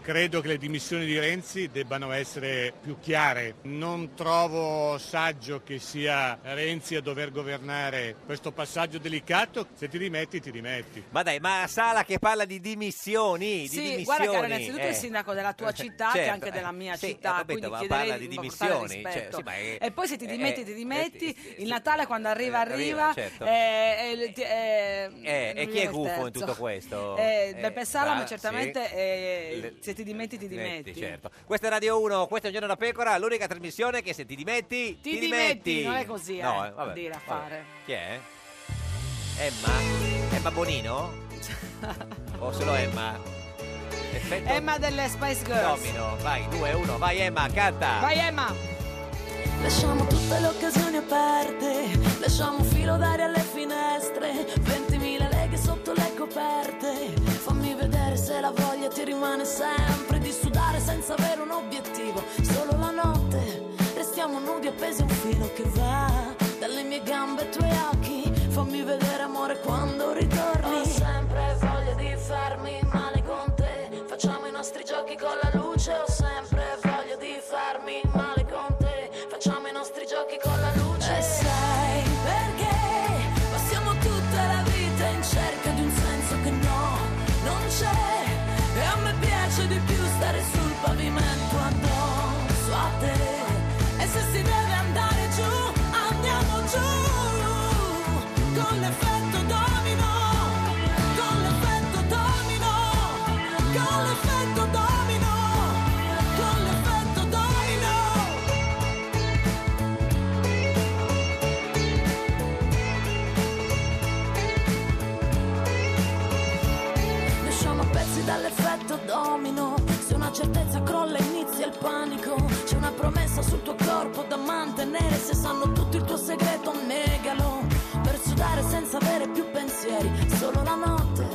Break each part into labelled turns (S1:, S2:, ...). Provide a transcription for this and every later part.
S1: Credo che le dimissioni di Renzi debbano essere più chiare. Non trovo saggio che sia Renzi a dover governare questo passaggio delicato. Se ti rimetti, ti rimetti.
S2: Ma dai, ma Sala che parla di dimissioni, di
S3: Sì,
S2: dimissioni.
S3: guarda che era innanzitutto
S2: eh.
S3: il sindaco della tua città, che
S2: Certo,
S3: è anche della mia
S2: sì,
S3: città,
S2: ho capito,
S3: quindi
S2: ma
S3: chiederei
S2: parla di
S3: portare
S2: dimissioni, cioè,
S3: rispetto.
S2: sì, ma è-
S3: e poi se ti
S2: eh,
S3: dimetti, ti dimetti, il Natale quando arriva,
S2: arriva,
S3: arriva,
S2: certo.
S3: eh, eh, ti- eh,
S2: Eh,
S3: non
S2: e chi è
S3: viene il
S2: gufo in
S3: terzo.
S2: tutto questo?
S3: Eh,
S2: Eh,
S3: Beppe Sala, ma
S2: Sala,
S3: certamente
S2: sì.
S3: eh,
S2: Le-
S3: se ti dimetti, ti dimetti.
S2: certo. Questa è Radio 1, questo è Un Giorno da Pecora, l'unica trasmissione che se ti dimetti, ti,
S3: Ti dimetti, non è così,
S2: No,
S3: eh,
S2: vabbè,
S3: dire, a
S2: vabbè.
S3: fare.
S2: Chi è? Emma? Emma Bonino? o solo Emma? Effetto
S3: Emma delle Spice Girls.
S2: domino, vai, 2, 1, vai Emma, canta!
S3: Vai Emma!
S4: Lasciamo tutte le occasioni aperte, lasciamo un filo d'aria alle finestre, 20.000 leghe sotto le coperte. Fammi vedere se la voglia ti rimane sempre di sudare senza avere un obiettivo. Solo la notte restiamo nudi appesi a un filo che va dalle mie gambe ai tuoi occhi. Fammi vedere amore quando ritorni. Ho sempre voglia di farmi male con te, facciamo i nostri giochi con la luce. Ho sempre voglia di farmi male con te, facciamo i nostri giochi con la luce. E sai perché passiamo tutta la vita in cerca di un senso che no, non c'è. E a me piace di più stare sul pavimento addosso a te. E se si deve andare giù, andiamo giù con l'effetto domino. Con l'effetto domino. Con l'effetto domino. Con l'effetto domino. Lasciamo a pezzi dall'effetto domino Se una certezza crolla inizia il panico C'è una promessa sul tuo corpo da mantenere Se sanno tutti il tuo segreto negalo Per sudare senza avere più pensieri Solo la notte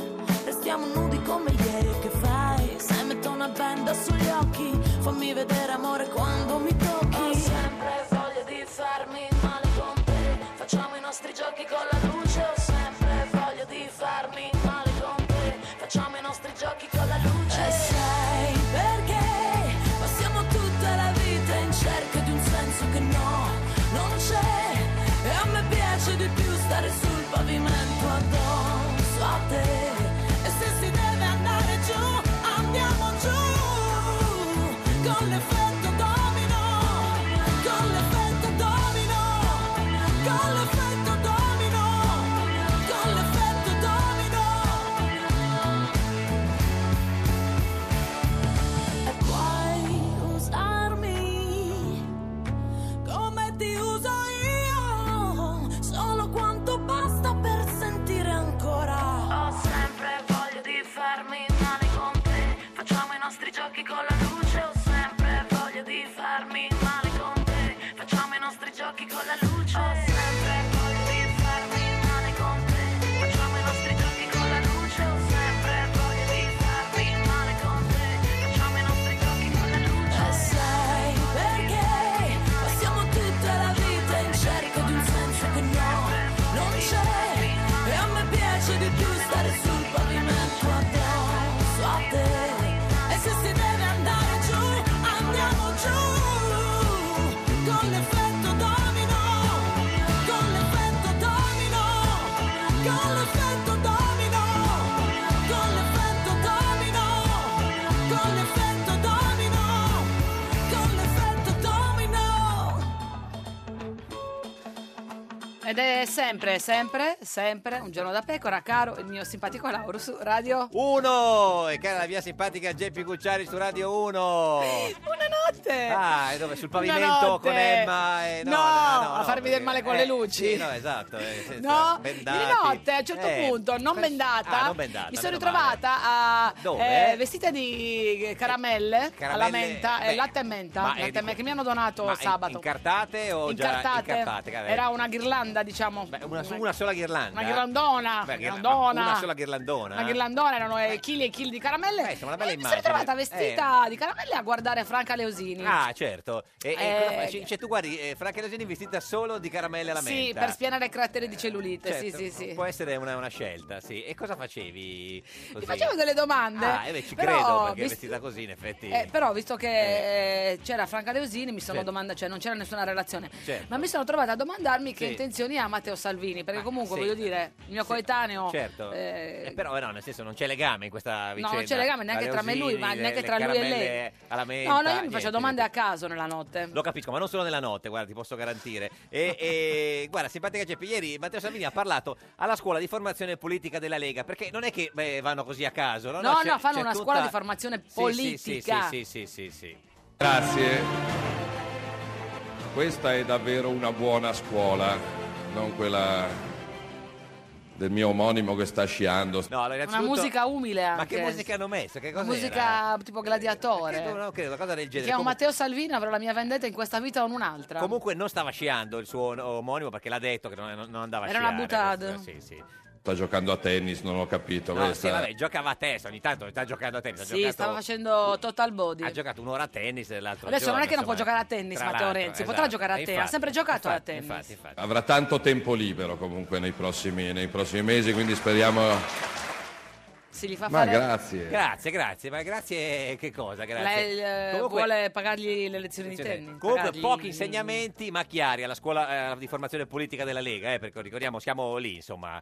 S4: restiamo nudi come ieri E Che fai? Se metto una benda sugli occhi Fammi vedere amore quando mi tocchi Ho sempre voglia di farmi male con te Facciamo i nostri giochi con la luce Ho sempre voglia di farmi male con te Facciamo i nostri giochi con la luce E sai perché Passiamo tutta la vita in cerca di un senso che no, non c'è E a me piace di più stare sul pavimento addosso a te E se si deve andare giù, andiamo giù Con l'effetto domino Con l'effetto domino Con l'effetto domino Con l'effetto domino E puoi usarmi come ti uso io, solo quanto basta per sentire ancora. Ho sempre voglia di farmi male con te, facciamo i nostri giochi con la luce. Ho sempre voglia di farmi male con te, facciamo i nostri giochi con la luce. Ho sempre voglia di farmi male con te, facciamo i nostri giochi con la luce. Ho sempre voglia di farmi male con te, facciamo i nostri giochi con la luce. E Eh sai perché passiamo tutta la vita in cerca di un senso che no, non c'è. E a me piace di più stare sul pavimento addosso a te. E se si deve andare giù, andiamo giù. Con l'effetto domino,
S5: Ed è sempre, sempre, sempre un giorno da pecora, caro il mio simpatico Lauro su Radio.
S2: Uno! E cara la mia simpatica Geppi Cucciari su Radio 1.
S5: Una notte!
S2: Ah, e dove? Sul
S5: Una
S2: pavimento
S5: notte!
S2: con Emma e...
S5: No, a farmi del
S2: perché-
S5: male con le luci.
S2: eh, Sì, no, esatto. eh, senza-
S5: No,
S2: bendati.
S5: di notte a un certo
S2: Eh,
S5: punto, non bendata,
S2: Ah, non bendata,
S5: mi sono
S2: meno male.
S5: ritrovata a,
S2: Dove?
S5: eh, vestita di caramelle, alla
S2: Caramelle,
S5: menta, eh,
S2: beh,
S5: latte e menta,
S2: ma è
S5: latte e
S2: di-
S5: me- che mi hanno donato
S2: Ma in-
S5: sabato.
S2: Incartate o già
S5: Incartate.
S2: incartate? Vabbè.
S5: era una ghirlanda, diciamo.
S2: una, su- una sola ghirlanda.
S5: Una ghirlandona,
S2: Beh, ghirla-
S5: ghirlandona.
S2: Una sola ghirlandona.
S5: Una ghirlandona, erano eh, chili e chili di caramelle.
S2: insomma, una bella
S5: e mi sono
S2: immagine. Eh.
S5: ritrovata vestita di caramelle a guardare Franca Leosini.
S2: Ah, certo. E, e
S5: Eh,
S2: cosa fai? Cioè, cioè, tu guardi, eh, Franca Leosini vestita solo di caramelle alla menta.
S5: sì, per spianare i caratteri di cellulite,
S2: Certo,
S5: sì, sì, sì.
S2: Può essere una, una scelta, sì. E cosa facevi? Così?
S5: Ti facevo delle domande.
S2: Ah, eh beh, ci
S5: però,
S2: credo, perché
S5: visto-
S2: vestita così, in effetti.
S5: Eh, però visto che eh, c'era Franca Deusini mi sono
S2: Certo.
S5: domanda, cioè non c'era nessuna relazione,
S2: Certo.
S5: ma mi sono trovata a domandarmi che
S2: Sì.
S5: intenzioni ha Matteo Salvini, perché
S2: Ah,
S5: comunque
S2: sì.
S5: voglio dire, il mio coetaneo
S2: Certo,
S5: eh,
S2: Eh, però eh, no, nel senso non c'è legame in questa
S5: no,
S2: vicenda.
S5: non c'è legame neanche
S2: La
S5: tra me e lui,
S2: Leosini,
S5: ma
S2: le-
S5: neanche
S2: le
S5: tra lui e lei.
S2: caramelle alla menta,
S5: no, no, io mi
S2: Eh, niente,
S5: faccio domande a caso nella notte.
S2: Lo capisco, ma non solo nella notte, guarda, ti posso garantire. E, e, guarda, simpatica Geppi, ieri Matteo Salvini ha parlato alla scuola di formazione politica della Lega, perché non è che beh, vanno così a caso, no?
S5: No, no, fanno
S2: c'è- c'è
S5: una
S2: tutta-
S5: scuola di formazione
S2: Sì,
S5: politica.
S2: Sì, sì, sì, sì, sì, sì.
S6: Grazie. Questa è davvero una buona scuola, non quella del mio omonimo che sta sciando.
S2: No, allora,
S5: Una
S2: innanzitutto-
S5: musica umile anche.
S2: Ma che musica hanno messo? Che
S5: Una
S2: cosa
S5: musica tipo gladiatore.
S2: Credo, no, credo, una cosa del
S5: Mi
S2: genere.
S5: chiamo
S2: Comu-
S5: Diciamo Matteo Salvini, avrò la mia vendetta in questa vita o in un'altra.
S2: Comunque non stava sciando il suo omonimo perché l'ha detto che non, non andava
S5: Era
S2: a
S5: una
S2: sciare.
S5: butade.
S2: questo, Sì, sì.
S6: Sta giocando a tennis, non ho capito.
S2: No, sì,
S6: questa-
S2: vabbè, giocava a testa ogni tanto, sta giocando a tennis. ha
S5: sì,
S2: giocato-
S5: stava facendo total body.
S2: Ha giocato un'ora a tennis l'altro
S5: Adesso non
S2: giorno,
S5: è che non può
S2: insomma, eh,
S5: giocare a tennis
S2: tra
S5: Matteo
S2: l'altro,
S5: Renzi,
S2: esatto.
S5: potrà giocare a
S2: Eh,
S5: tennis, ha
S2: infatti,
S5: sempre giocato a
S2: infatti,
S5: tennis.
S2: Infatti, infatti.
S6: Avrà tanto tempo libero comunque nei prossimi, nei prossimi mesi, quindi speriamo...
S5: Si gli fa
S6: Ma
S5: fare
S6: grazie.
S2: Grazie, grazie, ma grazie che cosa? Grazie.
S5: Lei eh,
S2: Comunque-
S5: vuole pagargli le lezioni di tennis.
S2: Comunque
S5: pagargli-
S2: pochi insegnamenti ma chiari alla scuola eh, di formazione politica della Lega, eh, perché ricordiamo siamo lì insomma.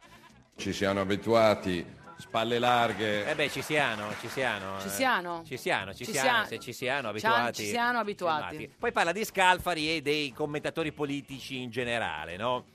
S6: Ci siamo abituati, spalle larghe.
S2: Eh beh ci siano, ci siano.
S5: Ci
S2: eh.
S5: siano?
S2: Ci siano, ci
S5: Ci
S2: siano,
S5: siano.
S2: se ci siano
S5: Ci
S2: abituati.
S5: ci siano abituati.
S2: Filmati. Poi parla di Scalfari e dei commentatori politici in generale, no?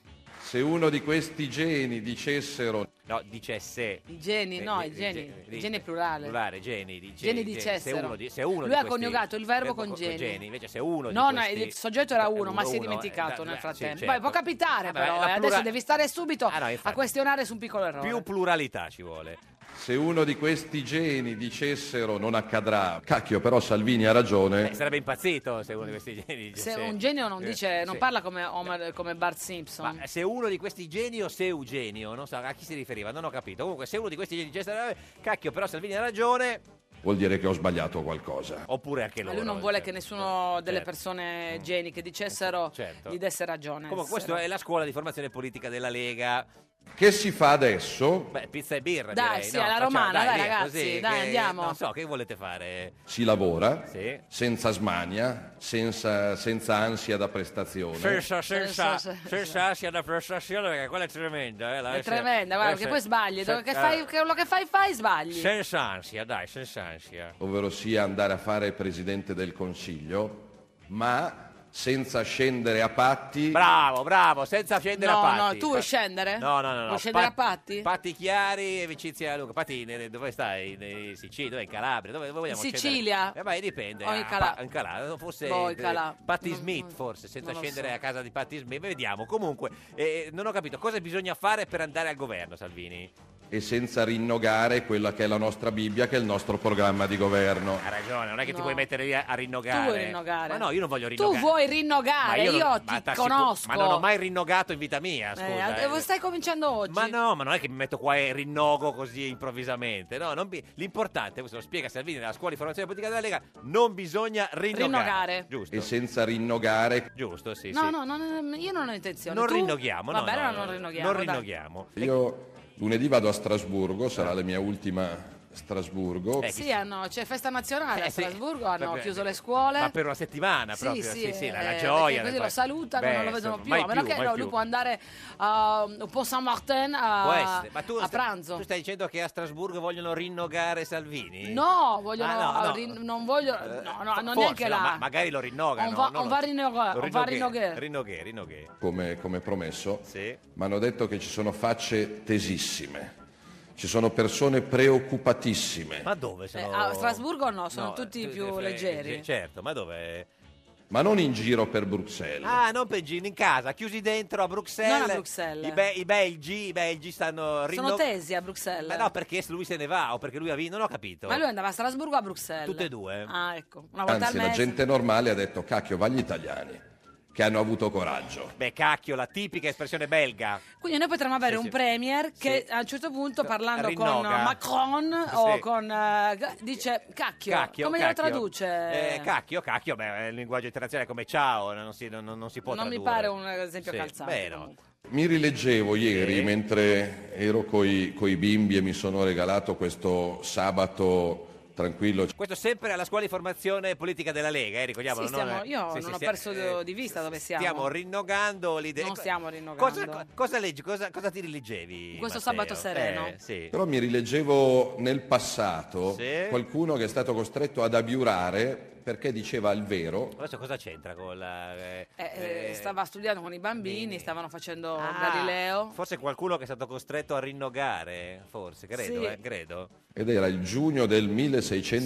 S6: Se uno di questi geni dicessero...
S2: No, dicesse.
S5: I geni,
S2: Eh,
S5: no, i geni. I geni è plurale.
S2: Plurale, geni, di
S5: Geni
S2: geni, Se
S5: dicessero.
S2: uno, di- se uno
S5: Lui
S2: di
S5: ha
S2: questi-
S5: coniugato il verbo con
S2: co-
S5: geni.
S2: Invece se uno
S5: No,
S2: di
S5: no,
S2: questi...
S5: il soggetto era uno, ma si è
S2: uno,
S5: dimenticato
S2: eh,
S5: nel
S2: sì,
S5: frattempo.
S2: certo.
S5: Poi può capitare,
S2: Vabbè,
S5: però.
S2: la
S5: eh, Adesso
S2: plura-
S5: devi stare subito
S2: Ah, no,
S5: a
S2: infatti.
S5: questionare su un piccolo errore.
S2: Più pluralità ci vuole.
S6: Se uno di questi geni dicessero non accadrà, cacchio però Salvini ha ragione,
S2: Eh, sarebbe impazzito se uno di questi geni
S5: Se
S2: dicesse...
S5: un genio non,
S2: eh,
S5: dice, non
S2: sì.
S5: parla come, Homer- come Bart Simpson.
S2: Ma Eh, se uno di questi geni o se Eugenio, non so a chi si riferiva, non ho capito. Comunque, se uno di questi geni dicesse, "Eh, cacchio, però Salvini ha ragione,
S6: vuol dire che ho sbagliato qualcosa.
S2: oppure anche
S5: Ma
S2: loro.
S5: lui non vuole che
S2: cioè.
S5: nessuno delle
S2: Certo.
S5: persone geni che dicessero
S2: Certo.
S5: gli desse ragione.
S2: Comunque, questa è la scuola di formazione politica della Lega.
S6: Che si fa adesso?
S2: Beh, pizza e birra,
S5: Dai,
S2: direi.
S5: sì,
S2: no?
S5: alla
S2: Facciamo-
S5: romana, dai,
S2: via,
S5: ragazzi,
S2: così,
S5: dai,
S2: che-
S5: andiamo.
S2: Non so, che volete fare?
S6: Si lavora
S2: Sì.
S6: senza smania, senza, senza ansia da prestazione.
S2: Senza,
S5: senza-
S2: senza,
S5: senza-
S2: senza ansia da prestazione, perché quella è tremenda. Eh, la-
S5: È tremenda, guarda,
S2: eh,
S5: che
S2: se-
S5: poi sbagli.
S2: se-
S5: dove- che
S2: eh,
S5: fai- che quello che fai, fai, sbagli.
S2: Senza ansia, dai, senza ansia.
S6: Ovvero sia andare a fare presidente del Consiglio, ma senza scendere a patti.
S2: Bravo, bravo, senza scendere
S5: No,
S2: a patti.
S5: no, tu vuoi scendere?
S2: No, no, no. no.
S5: Eh? Vuoi scendere a
S2: Pat-
S5: patti?
S2: Patti chiari e amicizia lunga. Patti, ne- ne- dove stai? In Sicilia, dove in Calabria? Dove, dove vogliamo
S5: In
S2: scendere?
S5: Sicilia?
S2: Eh, beh, dipende.
S5: O in
S2: Ah,
S5: Calà-
S2: pa- in Calà, forse...
S5: Boh, in
S2: eh,
S5: Calà.
S2: Patti
S5: Non-
S2: Smith,
S5: non-
S2: forse, senza
S5: non lo
S2: scendere
S5: so.
S2: a casa di Patti Smith. Vediamo. Comunque, eh, non ho capito. Cosa bisogna fare per andare al governo, Salvini?
S6: E senza rinnogare quella che è la nostra Bibbia, che è il nostro programma di governo.
S2: Ha ragione, non è che ti
S5: No.
S2: puoi mettere lì a, a rinnogare.
S5: Tu vuoi rinnogare?
S2: Ma no, io non voglio rinnogare.
S5: Tu vuoi
S2: Ma
S5: rinnogare, io,
S2: io, non- ma
S5: ti
S2: t'assicuro-
S5: conosco.
S2: Ma non ho mai rinnogato in vita mia, scusa.
S5: Eh,
S2: eh.
S5: eh, stai cominciando oggi.
S2: Ma no, ma non è che mi metto qua e rinnogo così improvvisamente. No, non bi- l'importante, questo lo spiega Salvini nella scuola di formazione politica della Lega, non bisogna rinnogare.
S5: Rinnogare.
S2: Giusto.
S6: E senza rinnogare.
S2: Giusto, sì,
S5: No,
S2: sì.
S5: no, non- io non ho intenzione.
S2: Non
S5: Tu?
S2: rinnoghiamo,
S5: Va
S2: no,
S5: bene,
S2: no,
S5: allora
S2: no,
S5: non rinnoghiamo.
S2: Non
S5: dai.
S2: rinnoghiamo.
S6: Io lunedì vado a Strasburgo, sarà la mia ultima Strasburgo.
S5: Sì, hanno, c'è festa nazionale
S2: Eh,
S5: a
S2: sì.
S5: Strasburgo, hanno
S2: Vabbè,
S5: chiuso le scuole.
S2: Ma per una settimana
S5: Sì,
S2: proprio,
S5: sì,
S2: sì, sì, la, la
S5: eh,
S2: gioia.
S5: perché Così
S2: del-
S5: lo salutano,
S2: Beh,
S5: non lo vedono
S2: insomma,
S5: più.
S2: mai
S5: A meno che
S2: mai
S5: no,
S2: più.
S5: lui può andare a un po' San Martin
S2: Può
S5: a,
S2: essere. Ma tu,
S5: a
S2: sta-
S5: pranzo.
S2: tu stai dicendo che a Strasburgo vogliono rinnogare Salvini?
S5: No, vogliono,
S2: Eh, Ah, no, no.
S5: rin- non vogliono,
S2: Eh,
S5: no, no, non
S2: forse,
S5: neanche
S2: no,
S5: là.
S2: ma- magari lo rinnogano.
S5: On va-
S2: no,
S5: on
S2: no.
S5: va rinnoga-
S2: Lo
S5: on va
S2: rinnoghe-
S5: rinnoghe.
S2: rinnoghe, rinnoghe.
S6: come, come promesso, mi hanno detto che ci sono facce tesissime, ci sono persone preoccupatissime.
S2: Ma dove
S5: Eh,
S2: sono?
S5: a Strasburgo no, sono
S2: No,
S5: tutti
S2: tu-
S5: più
S2: eh,
S5: leggeri.
S2: sì, Certo, ma dove?
S6: Ma non in giro per Bruxelles.
S2: Ah, non Pegino, in casa, chiusi dentro a Bruxelles.
S5: Non a Bruxelles.
S2: I, be- i belgi, i belgi stanno
S5: Sono
S2: rinnogando.
S5: tesi a Bruxelles.
S2: Ma no, perché se lui se ne va o perché lui ha vinto, non ho capito.
S5: Ma lui andava a Strasburgo o a Bruxelles?
S2: Tutte e due.
S5: Ah, ecco, una volta al
S6: Anzi, la
S5: mese.
S6: gente normale ha detto, cacchio, va gli italiani, che hanno avuto coraggio.
S2: Beh, cacchio, la tipica espressione belga.
S5: Quindi noi potremmo avere
S2: Sì,
S5: un
S2: sì.
S5: premier che a un certo punto parlando con
S2: Rinnoga.
S5: Macron o
S2: Sì.
S5: con... eh, dice cacchio,
S2: Cacchio,
S5: come
S2: cacchio.
S5: lo traduce?
S2: Eh, cacchio, cacchio, beh, il linguaggio internazionale è come ciao, non si, non, non si può
S5: non mi
S2: tradurre.
S5: pare un esempio
S2: Sì,
S5: calzante.
S2: beh, no.
S6: Mi rileggevo ieri mentre ero coi, coi bimbi e mi sono regalato questo sabato tranquillo.
S2: Questo sempre alla scuola di formazione politica della Lega, eh, ricordiamolo.
S5: Sì, stiamo-
S2: non-
S5: io
S2: sì,
S5: non
S2: sì,
S5: ho
S2: stia-
S5: perso
S2: eh,
S5: di vista dove siamo.
S2: Stiamo rinnogando l'idea.
S5: non
S2: Co-
S5: stiamo rinnogando.
S2: Cosa, co- cosa leggi? Cosa, cosa ti rileggevi?
S5: In questo
S2: Matteo?
S5: sabato sereno.
S2: Eh, sì.
S6: Però mi rileggevo nel passato
S2: Sì.
S6: qualcuno che è stato costretto ad abiurare perché diceva il vero.
S2: Adesso cosa c'entra con la. eh,
S5: Eh, eh,
S2: eh, Ah.
S5: stava studiando con i bambini, stavano facendo Galileo.
S2: Forse qualcuno che è stato costretto a rinnogare, forse, credo,
S5: Sì.
S2: eh, credo.
S6: Ed era il giugno del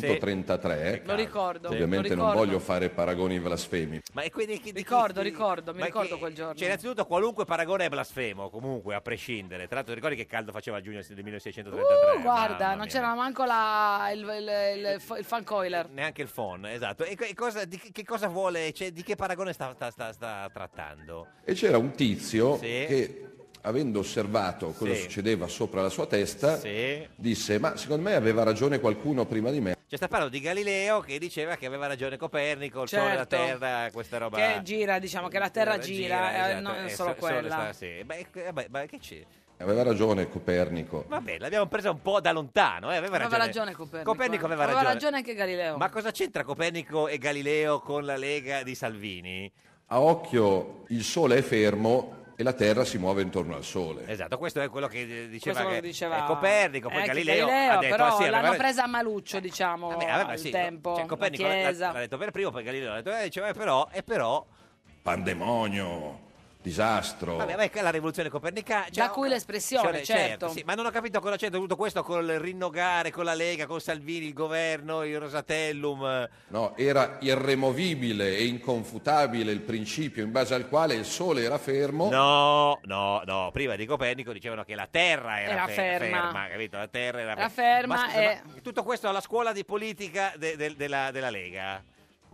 S6: 1633.
S5: Lo ricordo.
S6: Ovviamente
S5: lo
S6: non
S5: ricordo.
S6: voglio fare paragoni blasfemi.
S2: Ma e quindi chi- di chi-
S5: Ricordo,
S2: chi-
S5: ricordo, mi
S2: ma
S5: ricordo
S2: chi-
S5: quel giorno.
S2: Cioè, innanzitutto qualunque paragone è blasfemo, comunque, a prescindere. Tra l'altro ti ricordi che caldo faceva a giugno del 1633?
S5: Uh, guarda,
S2: Mamma
S5: non
S2: mia.
S5: c'era manco la, il, il, il- il fo- il fan coiler.
S2: Eh, Neanche il phon, esatto. E co- e cosa, di che- che cosa vuole, cioè, di che paragone sta, sta- sta- sta trattando?
S6: E c'era un tizio
S2: Sì.
S6: che, avendo osservato cosa
S2: Sì.
S6: succedeva sopra la sua testa,
S2: Sì.
S6: disse: Ma secondo me aveva ragione qualcuno prima di me.
S2: Cioè, sta parlando di Galileo che diceva che aveva ragione Copernico, il sole, la
S5: Certo.
S2: terra, questa roba.
S5: Che gira, diciamo che la terra gira, eh,
S2: esatto,
S5: non
S2: eh,
S5: solo
S2: so- sole sta-
S5: quella.
S2: sì. Beh, eh, beh, ma che c'è?
S6: Aveva ragione Copernico.
S2: Vabbè, l'abbiamo presa un po' da lontano, eh, aveva,
S5: Aveva ragione Copernico.
S2: Copernico
S5: eh.
S2: aveva ragione.
S5: anche Galileo.
S2: Ma cosa c'entra Copernico e Galileo con la Lega di Salvini?
S6: A occhio il sole è fermo e la terra si muove intorno al sole.
S2: Esatto, questo è quello che eh, diceva,
S5: Questo
S2: che
S5: lo diceva
S2: è Copernico, poi
S5: eh,
S2: Galileo, ha detto
S5: però
S2: ah, sì,
S5: l'hanno
S2: aveva-
S5: presa a Maluccio, diciamo,
S2: eh, aveva
S5: al
S2: sì, no?
S5: tempo,
S2: Cioè, Copernico
S5: la
S2: l'ha,
S5: chiesa.
S2: l'ha detto per primo, poi Galileo l'ha detto, eh, diceva, eh, però, e però,
S6: Pandemonio, disastro.
S2: vabbè, vabbè, che è la rivoluzione copernicana, cioè,
S5: Oh. da cui l'espressione,
S2: cioè,
S5: certo.
S2: sì, ma non ho capito cosa c'entra tutto questo con il rinnogare, con la Lega, con Salvini, il governo, il Rosatellum. eh.
S6: No, era irremovibile e inconfutabile il principio in base al quale il sole era
S5: Oh.
S6: fermo.
S2: No, no, no, prima di Copernico dicevano che la Terra era,
S5: Era
S2: fe-
S5: ferma.
S2: capito? La Terra era,
S5: Era ferma
S2: Ma scusa,
S5: e-
S2: ma tutto questo alla scuola di politica de- de- della, della Lega.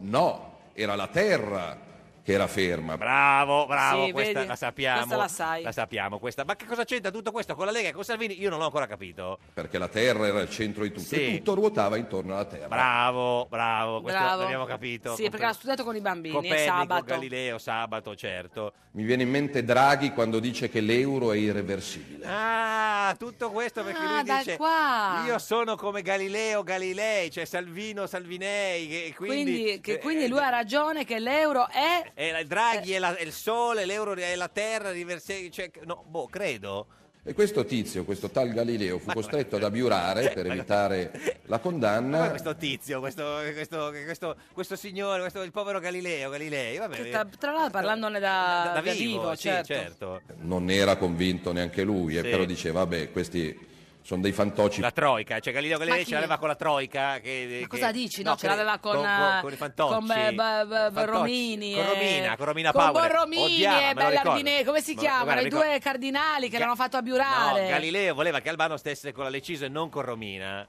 S6: No, era la terra che era ferma.
S2: Bravo, bravo,
S5: Sì,
S2: questa
S5: vedi?
S2: la sappiamo.
S5: Questa la sai.
S2: sappiamo questa. Ma che cosa c'entra tutto questo con la Lega e con Salvini? Io non l'ho ancora capito.
S6: Perché la terra era il centro di tutto
S2: Sì.
S6: e tutto ruotava intorno alla terra.
S2: Bravo, bravo, questo
S5: Bravo.
S2: l'abbiamo capito.
S5: Sì, perché l'ha studiato con i bambini, è
S2: Copernico,
S5: sabato.
S2: Galileo, sabato, certo.
S6: Mi viene in mente Draghi quando dice che l'euro è irreversibile.
S2: Ah, tutto questo perché
S5: Ah,
S2: lui
S5: da
S2: dice
S5: qua.
S2: io sono come Galileo Galilei, cioè Salvino Salvinei, che- e quindi,
S5: Quindi, che,
S2: eh,
S5: quindi lui ha ragione che l'euro è...
S2: eh, la- Draghi è, la- è il sole, l'euro è la terra, riverse- cioè, no, boh, credo.
S6: E questo tizio, questo tal Galileo, fu costretto ad abiurare per evitare la
S2: cioè, Ma poi
S6: condanna.
S2: questo tizio, questo, questo, questo, questo signore, questo, il povero Galileo Galilei, vabbè,
S5: Tra, tra l'altro parlandone da,
S2: eh, da,
S5: da
S2: vivo, sì,
S5: certo.
S2: certo.
S6: Non era convinto neanche lui, eh,
S2: Sì.
S6: però diceva, vabbè, questi sono dei fantocci.
S2: La troica, cioè Galileo Galilei
S5: Ma chi?
S2: ce l'aveva con la troica. Che,
S5: Ma
S2: che-
S5: cosa dici? No, ce
S2: che-
S5: l'aveva con,
S2: con,
S5: eh,
S2: con i fantocci.
S5: con, eh, b- b-
S2: Fantocci,
S5: Romini,
S2: Con
S5: eh,
S2: Romina, con Romina
S5: con
S2: Power.
S5: Borromini
S2: Odiava, me
S5: e
S2: lo ricordo.
S5: Bellardinè, come si
S2: Ma-
S5: chiamano?
S2: guarda,
S5: I
S2: ricordo-
S5: due cardinali che
S2: Ga-
S5: l'hanno fatto
S2: No,
S5: abiurare.
S2: Galileo voleva che Albano stesse con la Leciso e non con Romina.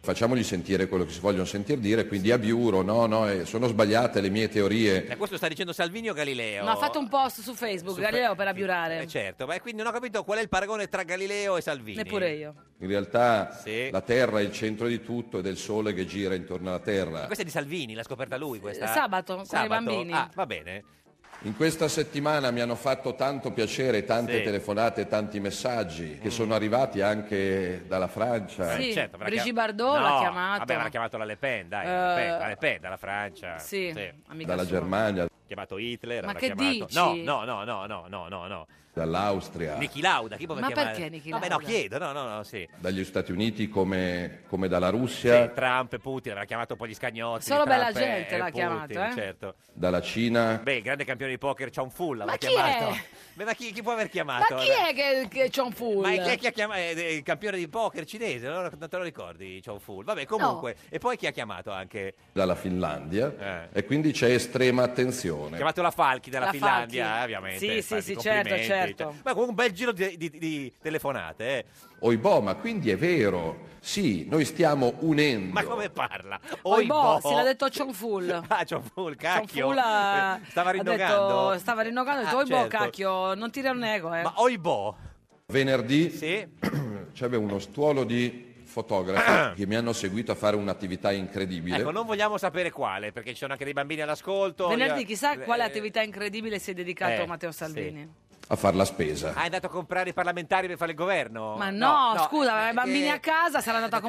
S6: Facciamogli sentire quello che si vogliono sentir dire, quindi abiuro, no, no, eh, sono sbagliate le mie teorie.
S2: E Eh, questo sta dicendo Salvini o Galileo?
S5: No, ha fatto un post su Facebook,
S2: Su-
S5: Galileo per abiurare.
S2: Eh, certo, ma quindi non ho capito qual è il paragone tra Galileo e Salvini.
S5: Neppure io.
S6: In realtà
S2: Sì.
S6: la Terra è il centro di tutto ed è il Sole che gira intorno alla Terra.
S2: Questa è di Salvini, l'ha scoperta lui questa.
S5: Sabato, con i bambini.
S2: Ah, va bene.
S6: In questa settimana mi hanno fatto tanto piacere tante
S2: Sì. Mm.
S6: telefonate, tanti messaggi che sono arrivati anche dalla Francia.
S2: Eh, certo,
S5: Sì, Brigitte Bardot l'ha chiamato.
S2: Vabbè, l'ha chiamato la Le Pen, dai, la
S5: Eh,
S2: Le Pen, la Le Pen dalla Francia.
S5: sì, amica
S6: dalla
S5: sua.
S6: Germania,
S2: Chiamato Hitler,
S5: Ma
S2: avrà
S5: che
S2: chiamato...
S5: dici?
S2: No, no, no, no, no, no, no, no.
S6: dall'Austria,
S2: Niki Lauda, chi può
S5: Ma
S2: chiamare?
S5: perché Niki
S2: Vabbè, no,
S5: Lauda?
S2: chiedo, no, no, no, sì.
S6: dagli Stati Uniti come, come dalla
S2: Sì,
S6: Russia,
S2: Trump e Putin, avrà chiamato un po' gli scagnotti.
S5: Solo
S2: Trump
S5: bella
S2: e-
S5: gente
S2: e
S5: l'ha
S2: Putin,
S5: chiamato, eh?
S2: certo.
S6: dalla Cina.
S2: Beh, il grande campione di poker John Full l'aveva
S5: Ma chi
S2: chiamato.
S5: è?
S2: Beh, ma chi, chi può aver
S5: Ma
S2: chiamato?
S5: chi è che, che John Full?
S2: Ma chi è che ha chiamato? Il campione di poker cinese, non non te lo ricordi, John Full? Vabbè, comunque. E poi chi ha chiamato anche?
S6: dalla Finlandia
S2: Eh.
S6: e quindi c'è estrema attenzione.
S2: chiamato la Falchi della
S3: La
S2: Finlandia,
S3: Falchi.
S2: eh, ovviamente.
S3: Sì, sì,
S2: Falchi,
S3: sì, certo,
S2: complimenti.
S3: certo.
S2: Cioè, Ma comunque un bel giro di, di- di telefonate, eh.
S6: Oibò, boh, ma quindi è vero, sì, noi stiamo unendo.
S2: Ma come parla?
S5: Poi boh,
S2: Oibò.
S5: se l'ha detto John Full.
S2: Ah, John Full, cacchio.
S5: John Full ha-
S2: Eh, Stava
S5: ha
S2: rinnegando.
S5: detto- stava rinnegando, ha detto,
S2: Ah,
S5: "Oi, boh,
S2: certo.
S5: cacchio, non tira un ego, eh.
S2: Ma boh, Oibò?
S6: Venerdì
S2: Sì?
S6: c'era uno stuolo di fotografi che mi hanno seguito a fare un'attività incredibile.
S2: Ecco, non vogliamo sapere quale, perché ci sono anche dei bambini all'ascolto.
S5: Venerdì
S2: Io-
S5: chissà
S2: eh,
S5: quale attività incredibile si è dedicato
S2: eh,
S5: Matteo Salvini.
S6: a fare la spesa.
S2: Ah, è andato a comprare i parlamentari per fare il governo?
S5: Ma no, scusa,
S2: eh,
S5: aveva i bambini
S2: eh,
S5: a casa, sarà andato a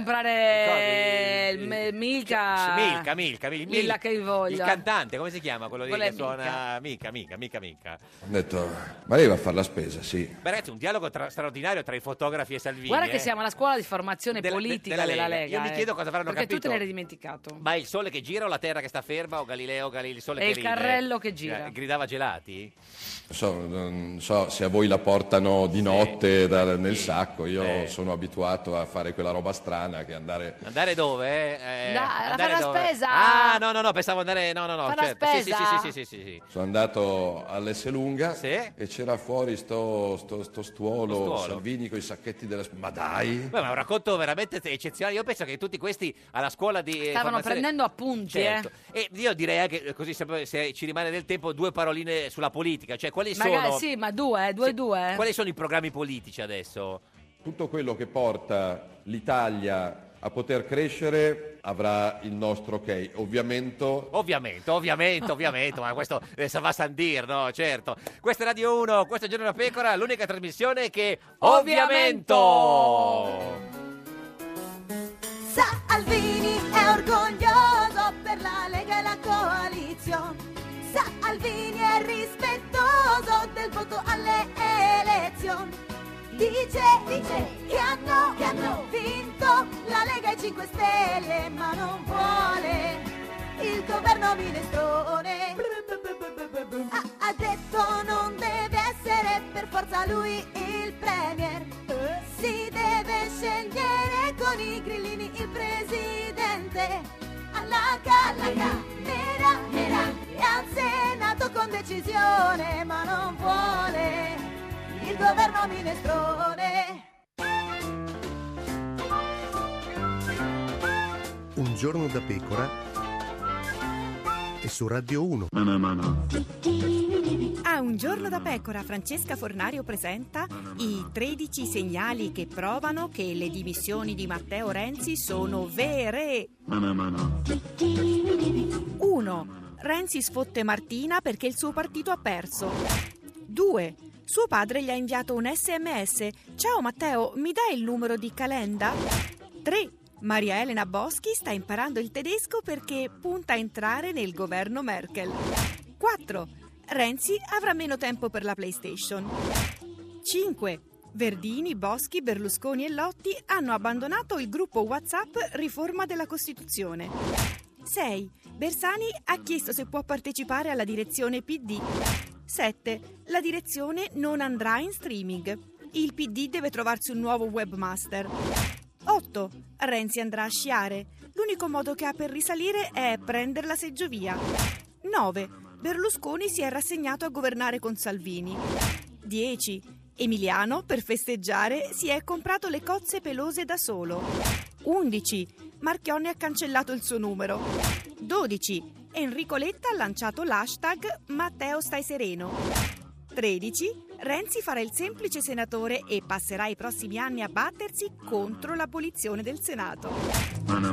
S5: comprare il me- Milka.
S2: Cioè, Milka, Milka, Mil-
S5: Milka che vi voglia.
S2: Il cantante, come si chiama quello lì
S5: Quella
S2: che
S5: è
S2: suona? Mica, mica, mica, mica.
S6: Ho detto, ma lei va a fare la spesa, sì.
S2: Ma ragazzi, un dialogo tra- straordinario tra i fotografi e Salvini.
S5: Guarda che
S2: eh.
S5: siamo alla scuola di formazione
S2: Della- de-
S5: politica
S2: della
S5: della,
S2: Lega.
S5: Lega.
S2: Io mi
S5: eh.
S2: chiedo cosa avranno
S5: Perché tu
S2: capito.
S5: te l'eri dimenticato.
S2: Ma è il sole che gira o la terra che sta ferma o Galileo, Galilei, il sole
S5: È
S2: che
S5: il
S2: ride?
S5: carrello che gira.
S2: Eh, Gridava gelati?
S6: Non so, non so se a voi la portano di notte da- nel sacco, io
S2: Eh.
S6: sono abituato a fare quella roba strana che andare...
S2: Andare dove? Eh,
S5: Da- a
S2: andare
S5: fare la
S2: dove?
S5: spesa!
S2: Ah, no, no, no, pensavo andare... No, no, no,
S5: Fare la
S2: certo. Sì, sì, sì,
S5: spesa!
S2: sì, sì, sì, sì.
S6: Sono andato all'Esselunga
S2: Sì.
S6: e c'era fuori sto, sto, sto stuolo,
S2: Sto stuolo.
S6: Salvini con i sacchetti della... Ma dai!
S2: Beh, ma è un racconto veramente eccezionale. Io penso che tutti questi alla scuola di. eh,
S5: Stavano
S2: formazione-
S5: prendendo appunti, eh.
S2: Certo. E io direi anche eh, così, se, se ci rimane del tempo, due paroline sulla politica. Cioè, quali
S5: eh. Magari
S2: sono.
S5: sì, ma due, eh, due,
S2: Sì.
S5: due. eh.
S2: Quali sono i programmi politici adesso?
S6: Tutto quello che porta l'Italia a poter crescere avrà il nostro ok. Ovviamente
S2: Ovviamente, ovviamente, ovviamente, ma questo eh, sa va san dir, no? Certo. Questa è Radio 1, questo è Giorno da Pecora, l'unica trasmissione che
S5: Ovviamente!
S2: ovviamente
S7: Salvini è orgoglioso per la Lega e la coalizione. Salvini è rispettoso del voto alle elezioni. Dice, dice che hanno, che hanno vinto la Lega e i 5 Stelle, ma non vuole il governo minestrone. Ha, ha detto non deve essere per forza lui il premier. Si deve scegliere con i grillini il presidente. Alla calaca, nera, nera, e al Senato con decisione, ma non vuole il governo minestrone.
S8: Un giorno da pecora e su Radio 1.
S7: A un giorno da pecora, Francesca Fornario presenta i 13 segnali che provano che le dimissioni di Matteo Renzi sono vere. 1. Renzi sfotte Martina perché il suo partito ha perso. 2. Suo padre gli ha inviato un sms. Ciao Matteo, mi dai il numero di Calenda? 3. Maria Elena Boschi sta imparando il tedesco perché punta a entrare nel governo Merkel. 4. Renzi avrà meno tempo per la PlayStation. 5. Verdini, Boschi, Berlusconi e Lotti hanno abbandonato il gruppo WhatsApp Riforma della Costituzione. 6. Bersani ha chiesto se può partecipare alla direzione PD. 7. La direzione non andrà in streaming. Il PD deve trovarsi un nuovo webmaster. 8. Renzi andrà a sciare. L'unico modo che ha per risalire è prendere la seggiovia. 9. Berlusconi si è rassegnato a governare con Salvini. 10. Emiliano, per festeggiare, si è comprato le cozze pelose da solo. 11. Marchionne ha cancellato il suo numero. 12. Enrico Letta ha lanciato l'hashtag Matteo stai sereno. 13. Renzi farà il semplice senatore e passerà i prossimi anni a battersi contro l'abolizione del Senato.
S5: Ed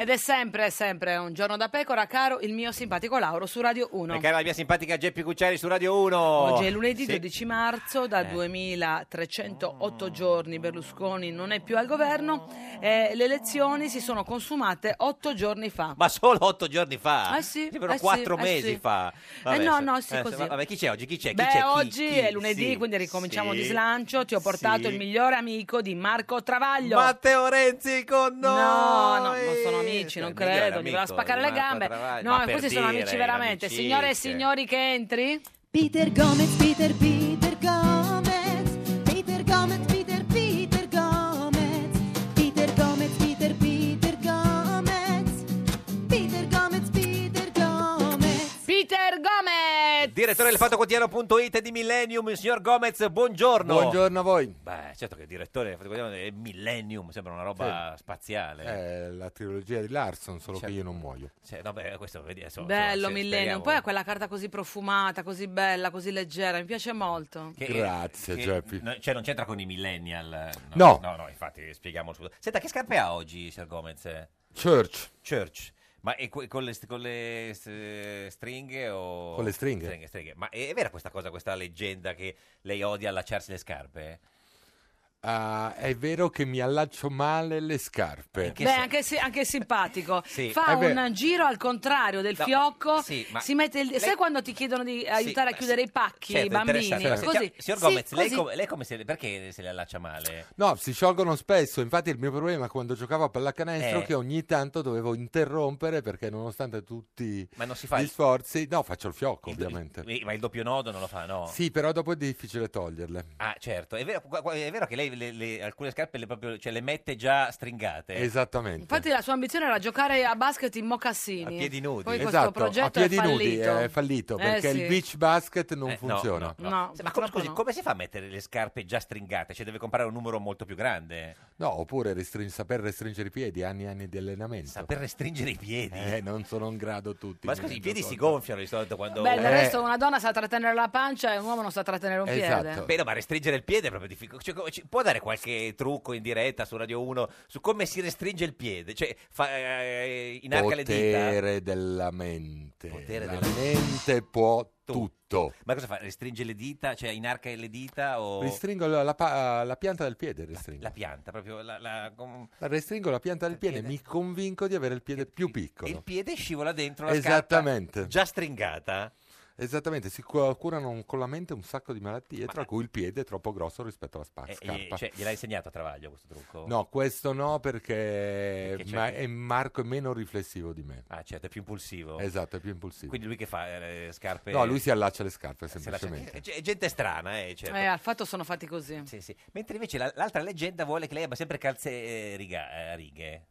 S5: Ed è sempre, sempre un giorno da pecora, caro il mio simpatico Lauro su Radio 1.
S2: Perché era la mia simpatica Geppi Cucciari su Radio 1.
S5: Oggi è lunedì
S2: Sì. Eh.
S5: 12 marzo, da 2308 giorni Berlusconi non è più al governo, eh, le elezioni si sono consumate 8 giorni fa.
S2: Ma solo otto giorni fa.
S5: Eh sì,
S2: Sembrano
S5: eh sì,
S2: quattro
S5: eh
S2: mesi
S5: sì.
S2: fa.
S5: Eh no, no,
S2: se-
S5: sì,
S2: se-
S5: così.
S2: Vabbè, chi c'è oggi? Chi c'è? Chi
S5: Beh,
S2: c'è? Chi-
S5: oggi
S2: chi?
S5: è lunedì,
S2: Sì,
S5: quindi ricominciamo
S2: sì.
S5: di slancio. Ti ho portato
S2: sì.
S5: il migliore amico di Marco Travaglio.
S2: Matteo Renzi con noi!
S5: No, no, non sono amici, non
S2: il migliore
S5: credo. Mi
S2: amico
S5: va a spaccare
S2: di
S5: le
S2: Marco
S5: gambe.
S2: Travaglio.
S5: No,
S2: Ma per
S5: questi sono
S2: dire,
S5: amici veramente.
S2: amicizie.
S5: Signore e signori che entri.
S9: Peter Gomez, Peter, Peter Gomez, Peter Gomez, Peter, Peter Gomez, Peter Gomez, Peter, Peter Gomez, Peter Gomez, Peter Gomez.
S5: Peter Gomez!
S2: Direttore del fattoquotidiano.it e di Millennium, il signor Gomez, buongiorno.
S10: Buongiorno a voi.
S2: Beh, certo che il direttore del Fatto Quotidiano è Millennium, sembra una roba spaziale.
S10: È la trilogia di Larson, solo che io non Eh, muoio.
S2: Cioè, no, beh, questo vedi, insomma,
S5: Bello
S2: insomma, se-
S5: Millennium,
S2: speriamo-
S5: poi è quella carta così profumata, così bella, così leggera, mi piace molto.
S2: che- eh,
S10: Grazie,
S2: che-
S10: Geppi.
S2: no, cioè, non c'entra con i millennial.
S10: No.
S2: No, no, infatti, spieghiamo subito. Senta, che scarpe ha oggi, signor Gomez?
S10: Church.
S2: Church. Ma è que- con le, st- con le s- stringhe o...
S10: Con le stringhe.
S2: stringhe. Ma è, è vera questa cosa, questa leggenda che lei odia allacciarsi le scarpe?
S10: Ah, è vero che mi allaccio male le scarpe.
S5: Beh, anche, si- anche simpatico.
S10: Sì.
S5: Fa
S10: Eh beh.
S5: un giro al contrario del
S10: No,
S5: fiocco.
S10: sì, ma-
S5: si mette il- Sai quando ti chiedono di aiutare a chiudere i pacchi, i
S2: Certo,
S5: bambini?
S2: interessante. Ma
S5: Così.
S2: senti- Signor
S5: Sì,
S2: Gomez, lei,
S5: così.
S2: come- lei come se le- perché se le allaccia male?
S10: No, si sciolgono spesso. Infatti, il mio problema quando giocavo a pallacanestro
S2: Eh.
S10: è che ogni tanto dovevo interrompere perché, nonostante tutti
S2: Ma non si fa
S10: gli
S2: il-
S10: sforzi, no, faccio il fiocco, ovviamente.
S2: Eh, Ma il doppio nodo non lo fa, no?
S10: Sì, però dopo è difficile toglierle.
S2: Ah, certo. È vero, gu- gu- è vero che lei le- le- alcune scarpe le, proprio, cioè, le mette già stringate?
S10: Esattamente.
S5: Infatti la sua ambizione era giocare a basket in mocassini.
S2: A piedi nudi.
S5: Poi questo
S10: esatto,
S5: progetto
S10: a piedi
S5: è fallito.
S10: nudi è fallito
S5: Eh,
S10: perché
S5: sì.
S10: il beach basket non funziona.
S2: Eh, No,
S5: No,
S2: Sì, ma come, scusi, come si fa a mettere le scarpe già stringate? Cioè deve comprare un numero molto più grande?
S10: No, oppure restrin- saper restringere i piedi, anni e anni di allenamento. Saper
S2: restringere i piedi?
S10: Eh, non sono in grado tutti.
S2: Ma
S10: mi
S2: scusi, i
S10: rendo
S2: piedi si
S10: conto.
S2: gonfiano di solito quando...
S5: Beh, del
S10: Eh.
S5: resto una donna sa trattenere la pancia e un uomo non sa trattenere un
S10: Esatto.
S5: piede.
S2: Beh, no, ma restringere il piede è proprio difficile. Cioè, co- ci- può dare qualche trucco in diretta su Radio 1 su come si restringe il piede? Cioè, fa, eh, inarca le dita?
S10: Potere della mente.
S2: Potere
S10: la
S2: della-
S10: mente può tutto.
S2: Ma cosa fa? Restringe le dita? Cioè, inarca le dita o...
S10: Restringo la, la pa- la pianta del piede, restringo.
S2: La pianta, proprio la... la- com-
S10: La restringo la pianta del piede, mi convinco di avere il piede più
S2: Il
S10: piccolo.
S2: piede scivola dentro la
S10: Esattamente.
S2: scarpa già stringata.
S10: Esattamente, si cu- curano con la mente un sacco di malattie, tra cui il piede è troppo grosso rispetto alla spa-
S2: Eh, eh,
S10: scarpa.
S2: cioè, gliel'ha insegnato a Travaglio questo trucco?
S10: No, questo no perché,
S2: Certo. Perché c'è
S10: ma-
S2: chi-
S10: è Marco è meno riflessivo di me.
S2: Ah, certo, è più impulsivo.
S10: Esatto, è più impulsivo.
S2: Quindi lui che fa? Eh, Le scarpe...
S10: No, lui si allaccia le scarpe
S2: Se lascia-
S10: semplicemente.
S2: eh, È gente strana, eh, certo.
S5: Eh, al fatto sono fatti così.
S2: Sì, sì. Mentre invece la- l'altra leggenda vuole che lei abbia sempre calze eh, riga- eh, righe.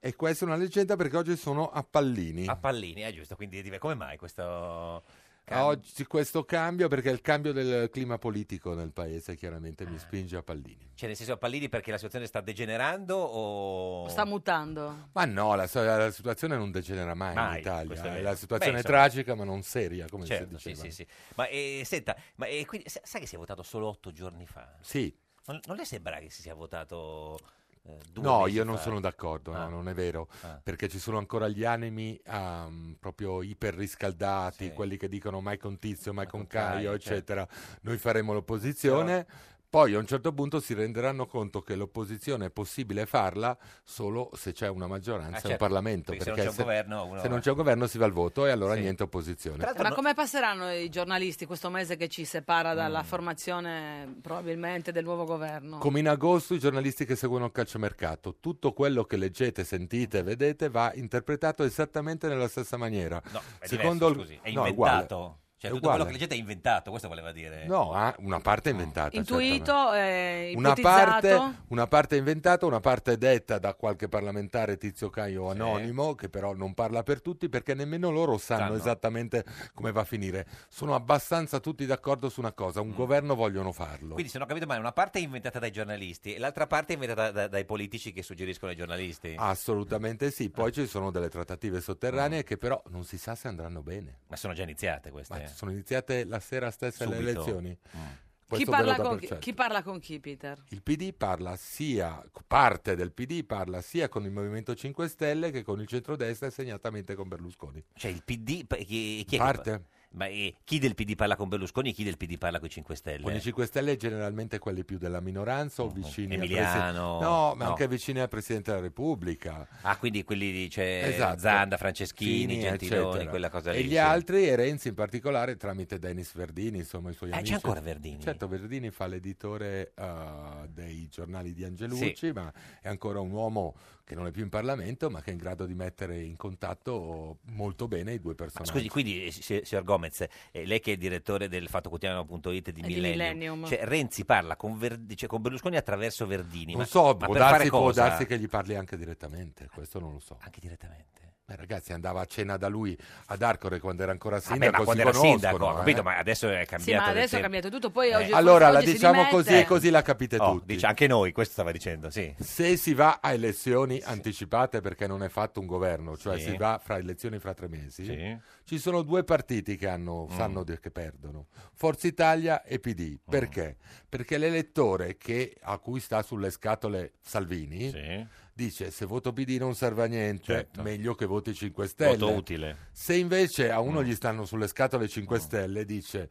S10: E questa è una leggenda perché oggi sono a pallini.
S2: A pallini, è giusto. Quindi div- come mai questo... cam-
S10: Ah, Oggi questo cambio perché il cambio del clima politico nel paese chiaramente
S2: Ah.
S10: mi spinge a pallini.
S2: Cioè, nel senso a pallini perché la situazione sta degenerando o...
S5: Sta mutando.
S10: Ma no, la, so- la situazione non degenera mai,
S2: Mai,
S10: in
S2: questo è
S10: Italia. eh.
S2: vero.
S10: La situazione
S2: Beh,
S10: è
S2: insomma.
S10: tragica ma non seria, come
S2: Certo,
S10: si
S2: sì,
S10: diceva.
S2: sì, sì. Ma eh, senta, ma eh, quindi, sa- sai che si è votato solo otto giorni fa?
S10: Sì.
S2: Non, non le sembra che si sia votato eh, due
S10: No,
S2: mesi
S10: io non
S2: fa?
S10: sono d'accordo, no,
S2: Ah.
S10: non è vero,
S2: Ah.
S10: perché ci sono ancora gli animi ehm, proprio iperriscaldati, quelli che dicono mai con Tizio, mai con Caio,
S11: Caio,
S2: certo.
S10: eccetera, noi faremo l'opposizione, poi a un certo punto si renderanno conto che l'opposizione è possibile farla solo se c'è una maggioranza
S2: Ah,
S10: in
S2: certo,
S10: Parlamento,
S2: perché se
S10: perché,
S2: non c'è un governo, uno-
S10: se non c'è un governo si va al voto e allora niente opposizione.
S5: Ma come passeranno i giornalisti questo mese che ci separa dalla formazione probabilmente del nuovo governo?
S10: Mm. Come in agosto i giornalisti che seguono il calciomercato, tutto quello che leggete, sentite, e vedete va interpretato esattamente nella stessa maniera.
S2: No, è
S10: Secondo
S2: diverso, scusi,
S10: il...
S2: è
S10: no,
S2: inventato.
S10: uguale.
S2: Cioè,
S10: È
S2: tutto quello
S10: uguale.
S2: che leggete è inventato, questo voleva dire.
S10: No, ha una parte inventata. certamente.
S5: Ah. Intuito, eh,
S10: Una
S5: ipotizzato.
S10: parte, una parte inventata, una parte detta da qualche parlamentare tizio Caio anonimo, che però non parla per tutti perché nemmeno loro sanno,
S2: Sanno.
S10: esattamente come va a finire. Sono abbastanza tutti d'accordo su una cosa,
S2: Mm.
S10: un governo vogliono farlo.
S2: Quindi, se non ho capito male, una parte è inventata dai giornalisti e l'altra parte è inventata da- dai politici che suggeriscono ai giornalisti.
S10: Ah, Assolutamente sì,
S2: Eh.
S10: poi ci sono delle trattative
S2: Mm.
S10: sotterranee che però non si sa se andranno bene.
S2: Ma sono già iniziate queste.
S10: Ma sono iniziate la sera stessa le
S2: Subito. Mm.
S10: elezioni.
S5: Chi
S10: Questo ve lo
S5: parla,
S10: do
S5: con
S10: per
S5: chi,
S10: certo.
S5: chi parla con chi, Peter?
S10: Il PD parla sia, parte del PD parla sia con il Movimento 5 Stelle che con il centrodestra e segnatamente con Berlusconi.
S2: Cioè il PD... pa- Chi, chi è che
S10: Parte.
S2: pa- Ma eh, chi del PD parla con Berlusconi e chi del PD parla con i 5 Stelle?
S10: Con i 5 Stelle generalmente quelli più della minoranza o vicini al
S2: Mm, Emiliano.
S10: presidente. No, ma
S2: No.
S10: anche vicini al Presidente della Repubblica.
S2: Ah, quindi quelli di cioè,
S10: Esatto.
S2: Zanda, Franceschini,
S10: Fini,
S2: Gentiloni,
S10: eccetera.
S2: quella cosa lì.
S10: E gli
S2: sì.
S10: altri, e Renzi in particolare, tramite Denis Verdini, insomma i suoi
S2: Eh, c'è
S10: amici.
S2: ancora Verdini?
S10: Certo, Verdini fa l'editore eh, dei giornali di Angelucci,
S2: Sì.
S10: ma è ancora un uomo che non è più in Parlamento, ma che è in grado di mettere in contatto molto bene i due
S2: Ma
S10: personaggi.
S2: Scusi, quindi, eh, si- signor Gomez, eh, lei che è il direttore del fattoquotidiano.it di
S5: Di
S2: Millennium,
S5: Millennium.
S2: Cioè, Renzi parla con, Verdi- cioè, con Berlusconi attraverso Verdini.
S10: non
S2: ma-
S10: so,
S2: ma
S10: può
S2: per fare
S10: darsi, può
S2: cosa? Ah,
S10: darsi che gli parli anche direttamente, questo non lo so.
S2: Anche direttamente?
S10: Beh, ragazzi, andava a cena da lui ad Arcore quando era ancora
S2: Vabbè,
S10: sindaco,
S2: ma quando
S10: si
S2: era
S10: conoscono,
S2: sindaco, ho
S10: eh.
S2: capito, ma adesso è cambiato.
S5: Sì, ma
S2: nel
S5: adesso è
S2: tempo.
S5: cambiato tutto. Poi oggi,
S10: Allora,
S5: forse
S10: la
S5: oggi si
S10: diciamo
S5: dimette.
S10: così, così la capite
S2: Oh,
S10: tutti.
S2: dice anche noi, questo stava dicendo, sì.
S10: Se si va a elezioni anticipate perché non è fatto un governo, cioè
S2: Sì.
S10: si va fra elezioni fra tre mesi,
S2: Sì.
S10: ci sono due partiti che hanno-
S2: Mm.
S10: sanno di- che perdono, Forza Italia e PD. Perché? Perché l'elettore che, a cui sta sulle scatole Salvini dice se voto PD non serve a niente,
S2: Certo.
S10: meglio che voti 5 Stelle.
S2: Voto utile.
S10: Se invece a uno gli stanno sulle scatole 5 Stelle, dice...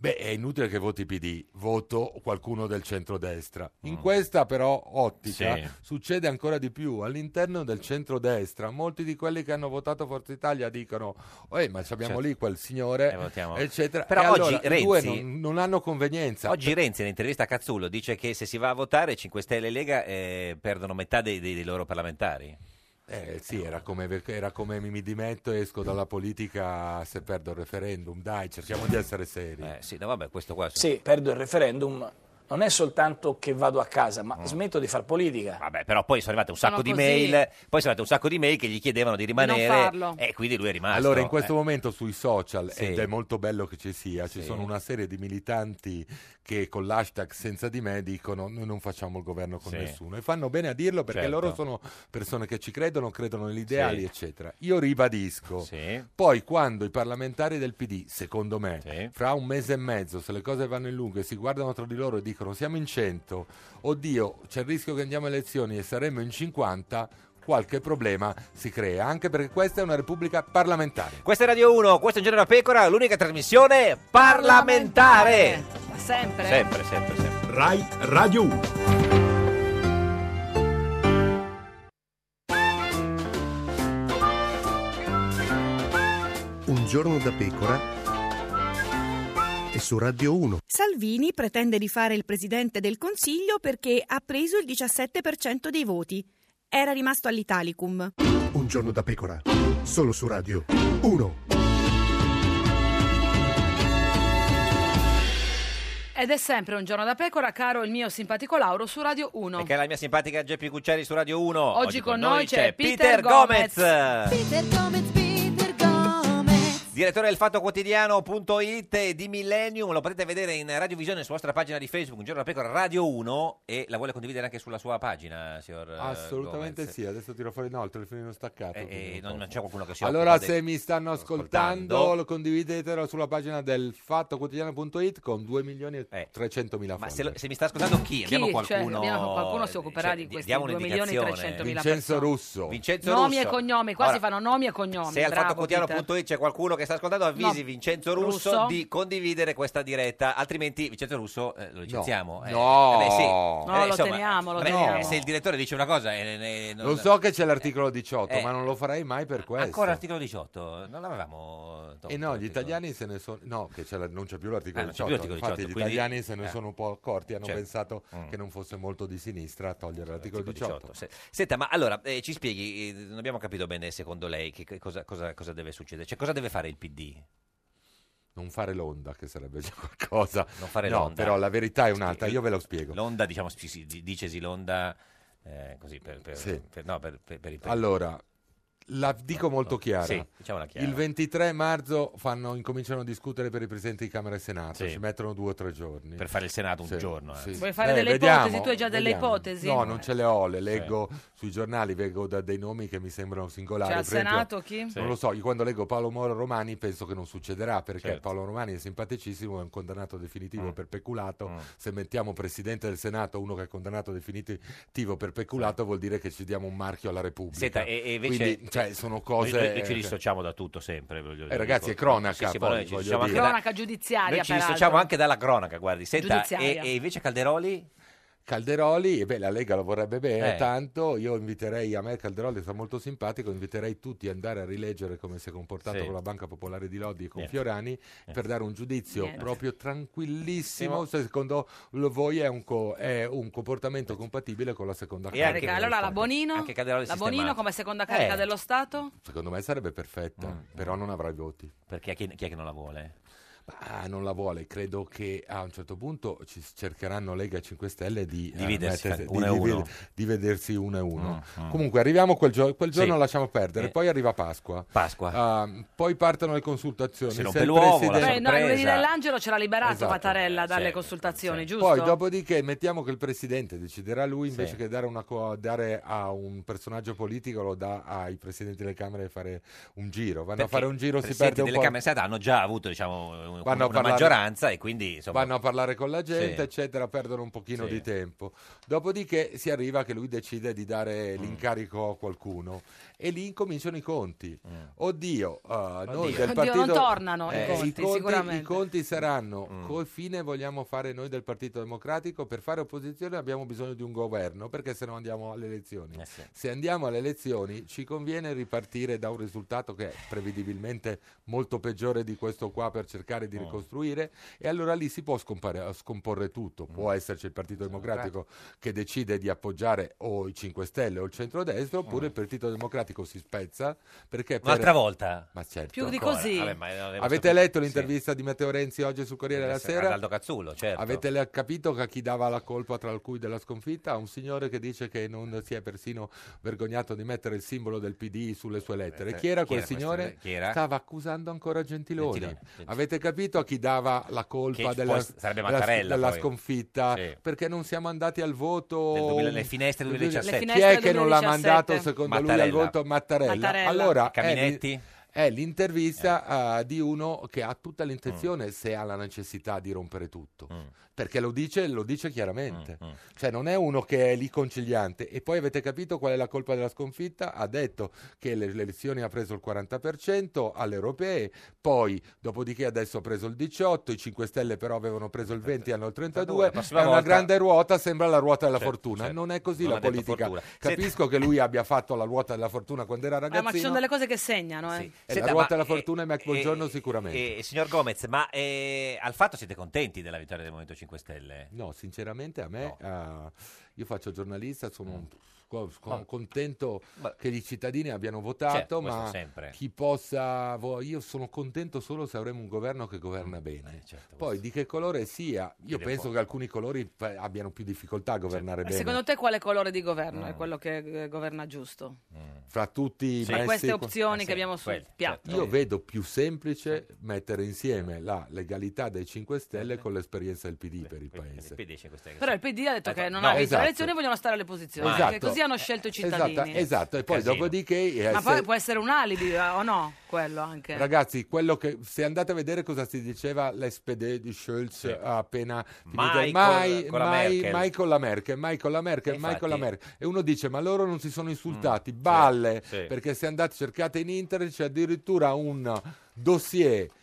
S10: Beh, è inutile che voti PD, voto qualcuno del centrodestra. In
S2: Mm.
S10: questa però ottica
S2: Sì.
S10: succede ancora di più. All'interno del centrodestra, molti di quelli che hanno votato Forza Italia dicono "Eh, ma ci abbiamo
S2: Certo.
S10: lì quel signore,
S2: Eh, votiamo.
S10: eccetera".
S2: Però
S10: E
S2: oggi
S10: allora, i due
S2: Renzi-
S10: non, non hanno convenienza.
S2: Oggi Renzi, nell'intervista a Cazzullo, dice che se si va a votare 5 Stelle e Lega eh, perdono metà dei, dei- dei loro parlamentari.
S10: Eh, sì, era come, era come mi, mi dimetto e esco dalla politica se perdo il referendum. Dai, cerchiamo di essere seri.
S2: Eh, sì, no, vabbè, questo qua.
S11: Se perdo il referendum, non è soltanto che vado a casa, ma smetto di far politica.
S2: Vabbè, però poi sono arrivate un sacco
S11: Sono
S2: di
S11: così.
S2: mail, poi sono arrivate un sacco di mail che gli chiedevano di rimanere
S11: farlo.
S2: e quindi lui è rimasto.
S10: Allora, in questo
S2: eh.
S10: momento sui social,
S2: Sì.
S10: ed è molto bello che ci sia, ci
S2: Sì.
S10: sono una serie di militanti che con l'hashtag senza di me dicono noi non facciamo il governo con
S2: Sì.
S10: nessuno e fanno bene a dirlo perché
S2: Certo.
S10: loro sono persone che ci credono, credono negli ideali,
S2: Sì.
S10: eccetera. Io ribadisco, poi quando i parlamentari del PD, secondo me, fra un mese e mezzo, se le cose vanno in lungo e si guardano tra di loro e dicono siamo in 100, oddio c'è il rischio che andiamo a elezioni e saremmo in 50... Qualche problema si crea, anche perché questa è una repubblica parlamentare.
S2: Questa è Radio 1, questo è Un Giorno da Pecora, l'unica trasmissione parlamentare.
S5: Sempre.
S2: Sempre, sempre, sempre.
S12: Rai Radio 1.
S8: Un giorno da pecora e su Radio 1.
S7: Salvini pretende di fare il presidente del Consiglio perché ha preso il 17% dei voti. Era rimasto all'Italicum.
S8: Un giorno da pecora, solo su Radio 1.
S5: Ed è sempre un giorno da pecora, caro il mio simpatico Lauro su Radio 1.
S2: E che è la mia simpatica Geppi Cucciari su Radio 1.
S5: Oggi con noi c'è Peter Gomez.
S9: Peter Gomez, Peter Gomez,
S2: Direttore del Fatto Quotidiano.it e di Millennium, lo potete vedere in radiovisione sulla vostra pagina di Facebook, Un giorno da pecora Radio 1 e la vuole condividere anche sulla sua pagina, signor eh,
S10: Assolutamente
S2: Gomez.
S10: sì, adesso tiro fuori no, il telefonino staccato.
S2: Eh,
S10: quindi
S2: eh,
S10: non
S2: non- non
S10: posso.
S2: c'è qualcuno che si
S10: Allora
S2: occupa
S10: se
S2: del-
S10: mi stanno ascoltando,
S2: ascoltando.
S10: lo condividetelo sulla pagina del fattoquotidiano.it con 2 milioni e 300 mila
S2: Eh. Ma
S10: follower.
S2: se, lo- se mi sta ascoltando chi? Abbiamo
S5: Chi? Cioè,
S2: qualcuno
S5: abbiamo- qualcuno si occuperà
S2: cioè,
S5: di
S2: di-
S5: questi
S2: diamo
S5: 2 milioni e
S2: un'indicazione.
S5: 300 mila
S10: Vincenzo Russo.
S2: Vincenzo
S5: Nomi e
S2: Russo.
S5: cognomi, qua
S2: Ora,
S5: si fanno nomi e cognomi.
S2: Se al
S5: Bravo, Peter.
S2: fattoquotidiano.it c'è qualcuno che sta ascoltando, avvisi
S5: No.
S2: Vincenzo Russo,
S5: Russo.
S2: di condividere questa diretta, altrimenti Vincenzo Russo eh, lo licenziamo. eh.
S10: No.
S2: Eh beh, sì.
S10: No,
S2: Eh,
S5: lo
S2: insomma,
S5: teniamo, lo
S2: vabbè,
S10: teniamo.
S2: eh, Se il direttore dice una cosa, eh, ne- non-
S10: Lo so che c'è l'articolo 18,
S2: eh.
S10: ma non lo farei mai per questo.
S2: ancora l'articolo 18, non l'avevamo tolto.
S10: E no, gli italiani se ne sono. No, che c'è la- non c'è più l'articolo
S2: Ah, non c'è
S10: 18.
S2: più l'articolo
S10: Infatti,
S2: 18,
S10: gli
S2: quindi-
S10: italiani se ne
S2: eh.
S10: sono un po' accorti. Hanno
S2: Certo.
S10: pensato
S2: Mm.
S10: che non fosse molto di sinistra togliere l'articolo
S2: Tipo
S10: 18.
S2: 18, se- Senta, ma allora eh, ci spieghi, eh, non abbiamo capito bene secondo lei che che cosa, cosa- cosa deve succedere, cioè cosa deve fare il PD?
S10: Non fare l'onda, che sarebbe già qualcosa.
S2: Non fare
S10: no,
S2: l'onda. eh.
S10: però la verità è un'altra. Io ve lo spiego.
S2: L'onda, diciamo, si, si- dicesi l'onda eh, così per, per-
S10: Sì.
S2: per- no, per- per- per- per-
S10: Allora, La dico molto chiara.
S12: Ecco. Sì, diciamola chiara.
S10: Il 23 marzo fanno- incominciano a discutere per i presidenti di Camera e Senato,
S12: Sì.
S10: ci mettono due o tre giorni.
S12: Per fare il Senato un giorno, eh.
S5: Vuoi fare delle ipotesi? Tu hai già delle ipotesi?
S10: No, non ce le ho, le
S12: Sì.
S10: leggo sui giornali, leggo da dei nomi che mi sembrano singolari.
S5: Cioè, al
S10: Per esempio,
S5: Senato chi? Sì.
S10: Non lo so, io quando leggo Paolo Moro Romani penso che non succederà, perché
S12: Certo. Mm.
S10: Paolo Romani è simpaticissimo, è un condannato definitivo per peculato. Se mettiamo presidente del Senato uno che è condannato definitivo per peculato vuol dire che ci diamo un marchio alla Repubblica.
S12: Senta, e, e invece
S10: Quindi, cioè, sono cose...
S12: Noi, noi- noi
S10: eh,
S12: ci dissociamo da tutto sempre. voglio dire.
S10: ragazzi, è
S12: Sì,
S10: cronaca,
S12: sì, ma
S10: poi,
S12: noi ci
S10: voglio
S12: dissociamo anche da-
S5: Cronaca giudiziaria,
S12: Noi ci
S5: peraltro.
S12: dissociamo anche dalla cronaca, guardi. Senta, e,
S5: Giudiziaria.
S12: e invece Calderoli?
S10: Calderoli, e beh, la Lega lo vorrebbe bene
S12: Eh.
S10: tanto, io inviterei, a me Calderoli sta molto simpatico, inviterei tutti ad andare a rileggere come si è comportato
S12: Sì.
S10: con la Banca Popolare di Lodi e con
S12: Niente.
S10: Fiorani per dare un giudizio
S12: Niente.
S10: proprio tranquillissimo, se secondo lo- voi è un, co- è un comportamento compatibile con la seconda
S5: Carica.
S10: carica.
S5: allora la Bonino,
S10: anche Calderoli
S5: la Bonino
S10: sistemato.
S5: come seconda carica
S10: Eh.
S5: dello Stato?
S10: Secondo me sarebbe perfetta, però non avrà i voti.
S12: Mm, Perché chi, chi è che non la vuole?
S10: Ma non la vuole, credo che a un certo punto ci cercheranno Lega e 5 Stelle di, eh,
S12: Dividersi,
S10: mettersi-
S12: uno e
S10: di,
S12: uno.
S10: di vedersi uno e uno.
S12: Mm, mm.
S10: Ah. Comunque arriviamo quel, gio- quel giorno,
S12: Sì.
S10: lasciamo perdere,
S12: Eh.
S10: poi arriva Pasqua.
S12: Pasqua.
S10: Ah, poi partono le consultazioni.
S12: Si
S10: se
S12: rompe
S10: il
S12: l'uovo, la
S5: Beh,
S10: presidente-
S5: no, lunedì dell'angelo ce l'ha liberato
S10: Esatto.
S5: Mattarella dalle consultazioni, giusto?
S10: Poi dopodiché mettiamo che il presidente deciderà lui invece
S12: Sì.
S10: che dare, una co- dare a un personaggio politico lo dà ai presidenti delle Camere e fare un giro. Vanno
S12: Perché
S10: a fare un giro, si
S12: presidenti
S10: perde un
S12: delle
S10: po'.
S12: Camere Senate hanno già avuto diciamo, un-
S10: Vanno
S12: una
S10: a parlare-
S12: maggioranza e quindi insomma,
S10: vanno a parlare con la gente,
S12: Sì.
S10: eccetera, perdono un pochino
S12: Sì.
S10: di tempo. Dopodiché si arriva che lui decide di dare
S12: Mm.
S10: l'incarico a qualcuno e lì incominciano i conti.
S12: Mm.
S10: Oddio, ah, noi del
S5: Oddio,
S10: partito...
S5: non tornano i
S12: Eh,
S5: conti, sicuramente.
S10: I conti saranno,
S12: Mm.
S10: che fine vogliamo fare noi del Partito Democratico? Per fare opposizione abbiamo bisogno di un governo, perché se no andiamo alle elezioni.
S12: Eh
S10: Se andiamo alle elezioni ci conviene ripartire da un risultato che è prevedibilmente molto peggiore di questo qua per cercare di
S12: Mm.
S10: ricostruire e allora lì si può scompare- scomporre tutto.
S12: Mm.
S10: Può esserci il Partito Democratico che decide di appoggiare o i 5 Stelle o il centrodestra oppure il Partito Democratico si spezza perché... per-
S12: Mm. Un'altra volta?
S10: Ma certo.
S5: Più di così.
S12: Vabbè, ma non devo
S10: Avete
S12: sapere.
S10: letto
S12: Sì.
S10: l'intervista di Matteo Renzi oggi sul Corriere della
S12: Adesso è
S10: Sera?
S12: Arnaldo Cazzullo, certo.
S10: Avete le- capito che a chi dava la colpa tra cui della sconfitta? A Un signore che dice che non si è persino vergognato di mettere il simbolo del PD sulle sue lettere. Chi era
S12: Eh, Chi era
S10: quel
S12: questo?
S10: signore?
S12: Chi era?
S10: Stava accusando ancora Gentiloni.
S12: Gentiloni,
S10: Avete capito a chi dava la colpa
S12: Che
S10: della,
S12: poi sarebbe
S10: della-
S12: Mattarella,
S10: della
S12: poi.
S10: sconfitta?
S12: Sì.
S10: Perché non siamo andati al voto...
S12: Nel duemila- le finestre
S10: Chi è
S12: 2017.
S10: che
S12: Le finestre
S10: non l'ha
S12: 2017?
S10: mandato secondo lui al
S12: Mattarella.
S10: voto Mattarella?
S12: Mattarella.
S10: Allora, eh, è-
S12: Caminetti?
S10: è l'intervista
S12: Eh.
S10: ah, di uno che ha tutta l'intenzione,
S12: Mm.
S10: se ha la necessità, di rompere tutto. Perché lo dice, lo dice chiaramente.
S12: Mm,
S10: Cioè non è uno che è lì conciliante. E poi avete capito qual è la colpa della sconfitta? Ha detto che le, le elezioni ha preso il 40% alle europee, poi dopodiché adesso ha preso il 18%, i 5 Stelle però avevano preso il 20% e hanno il 32%.
S12: La
S10: È
S12: prossima
S10: una
S12: volta-
S10: grande ruota, sembra la ruota della
S12: Certo,
S10: fortuna.
S12: certo.
S10: Non è così
S12: Non
S10: la
S12: ha detto
S10: politica.
S12: fortuna.
S10: Capisco che lui abbia fatto la ruota della fortuna quando era
S5: Ah,
S10: ragazzino.
S5: ma ci sono delle cose che segnano, eh.
S10: Eh,
S12: Senta,
S10: la ruota
S12: ma, eh,
S10: della fortuna e Mac Buongiorno sicuramente.
S12: E, e signor Gomez, ma eh, al fatto siete contenti della vittoria del Movimento 5 Stelle?
S10: No, sinceramente a me, ah, io faccio giornalista, sono un- co- co-
S12: Mm. Ma-
S10: contento che i cittadini abbiano votato,
S12: Certo, questo
S10: ma
S12: sempre.
S10: chi possa... vo- io sono contento solo se avremo un governo che
S12: Mm.
S10: governa bene.
S12: Eh, certo,
S10: Poi di che colore sia, io
S12: Vede
S10: penso
S12: poco.
S10: che alcuni colori fa- abbiano più difficoltà a
S12: Eh,
S10: governare
S5: Ma
S10: bene.
S5: Secondo te quale colore di governo è quello che eh, governa giusto?
S10: Fra tutti i
S5: Fra
S10: messi-
S5: queste opzioni che abbiamo sul
S10: quelle,
S5: piatto.
S10: Io vedo più semplice mettere insieme la legalità dei 5 Stelle con l'esperienza del PD per il paese.
S12: PD 5 Stelle.
S5: Però il PD ha detto che non
S10: no,
S5: ha vinto
S10: esatto.
S5: le elezioni e vogliono stare alle posizioni.
S10: Esatto.
S5: Perché così hanno scelto i cittadini.
S10: Esatto, esatto. e poi
S12: Casino.
S10: dopodiché... eh,
S5: Ma
S10: se-
S5: poi può essere un alibi eh, o no, quello anche.
S10: Ragazzi, quello che, se andate a vedere cosa si diceva l'SPD di Scholz eh, appena
S12: Mai
S10: finita,
S12: con-
S10: mai,
S12: con la
S10: mai,
S12: Merkel.
S10: mai con la Merkel, mai con la Merkel,
S12: Eh,
S10: mai con la
S12: infatti. Mm.
S10: Merkel. E uno dice: Ma loro non si sono insultati, balle,
S12: sì.
S10: perché se andate, cercate in internet c'è addirittura un dossier. eh,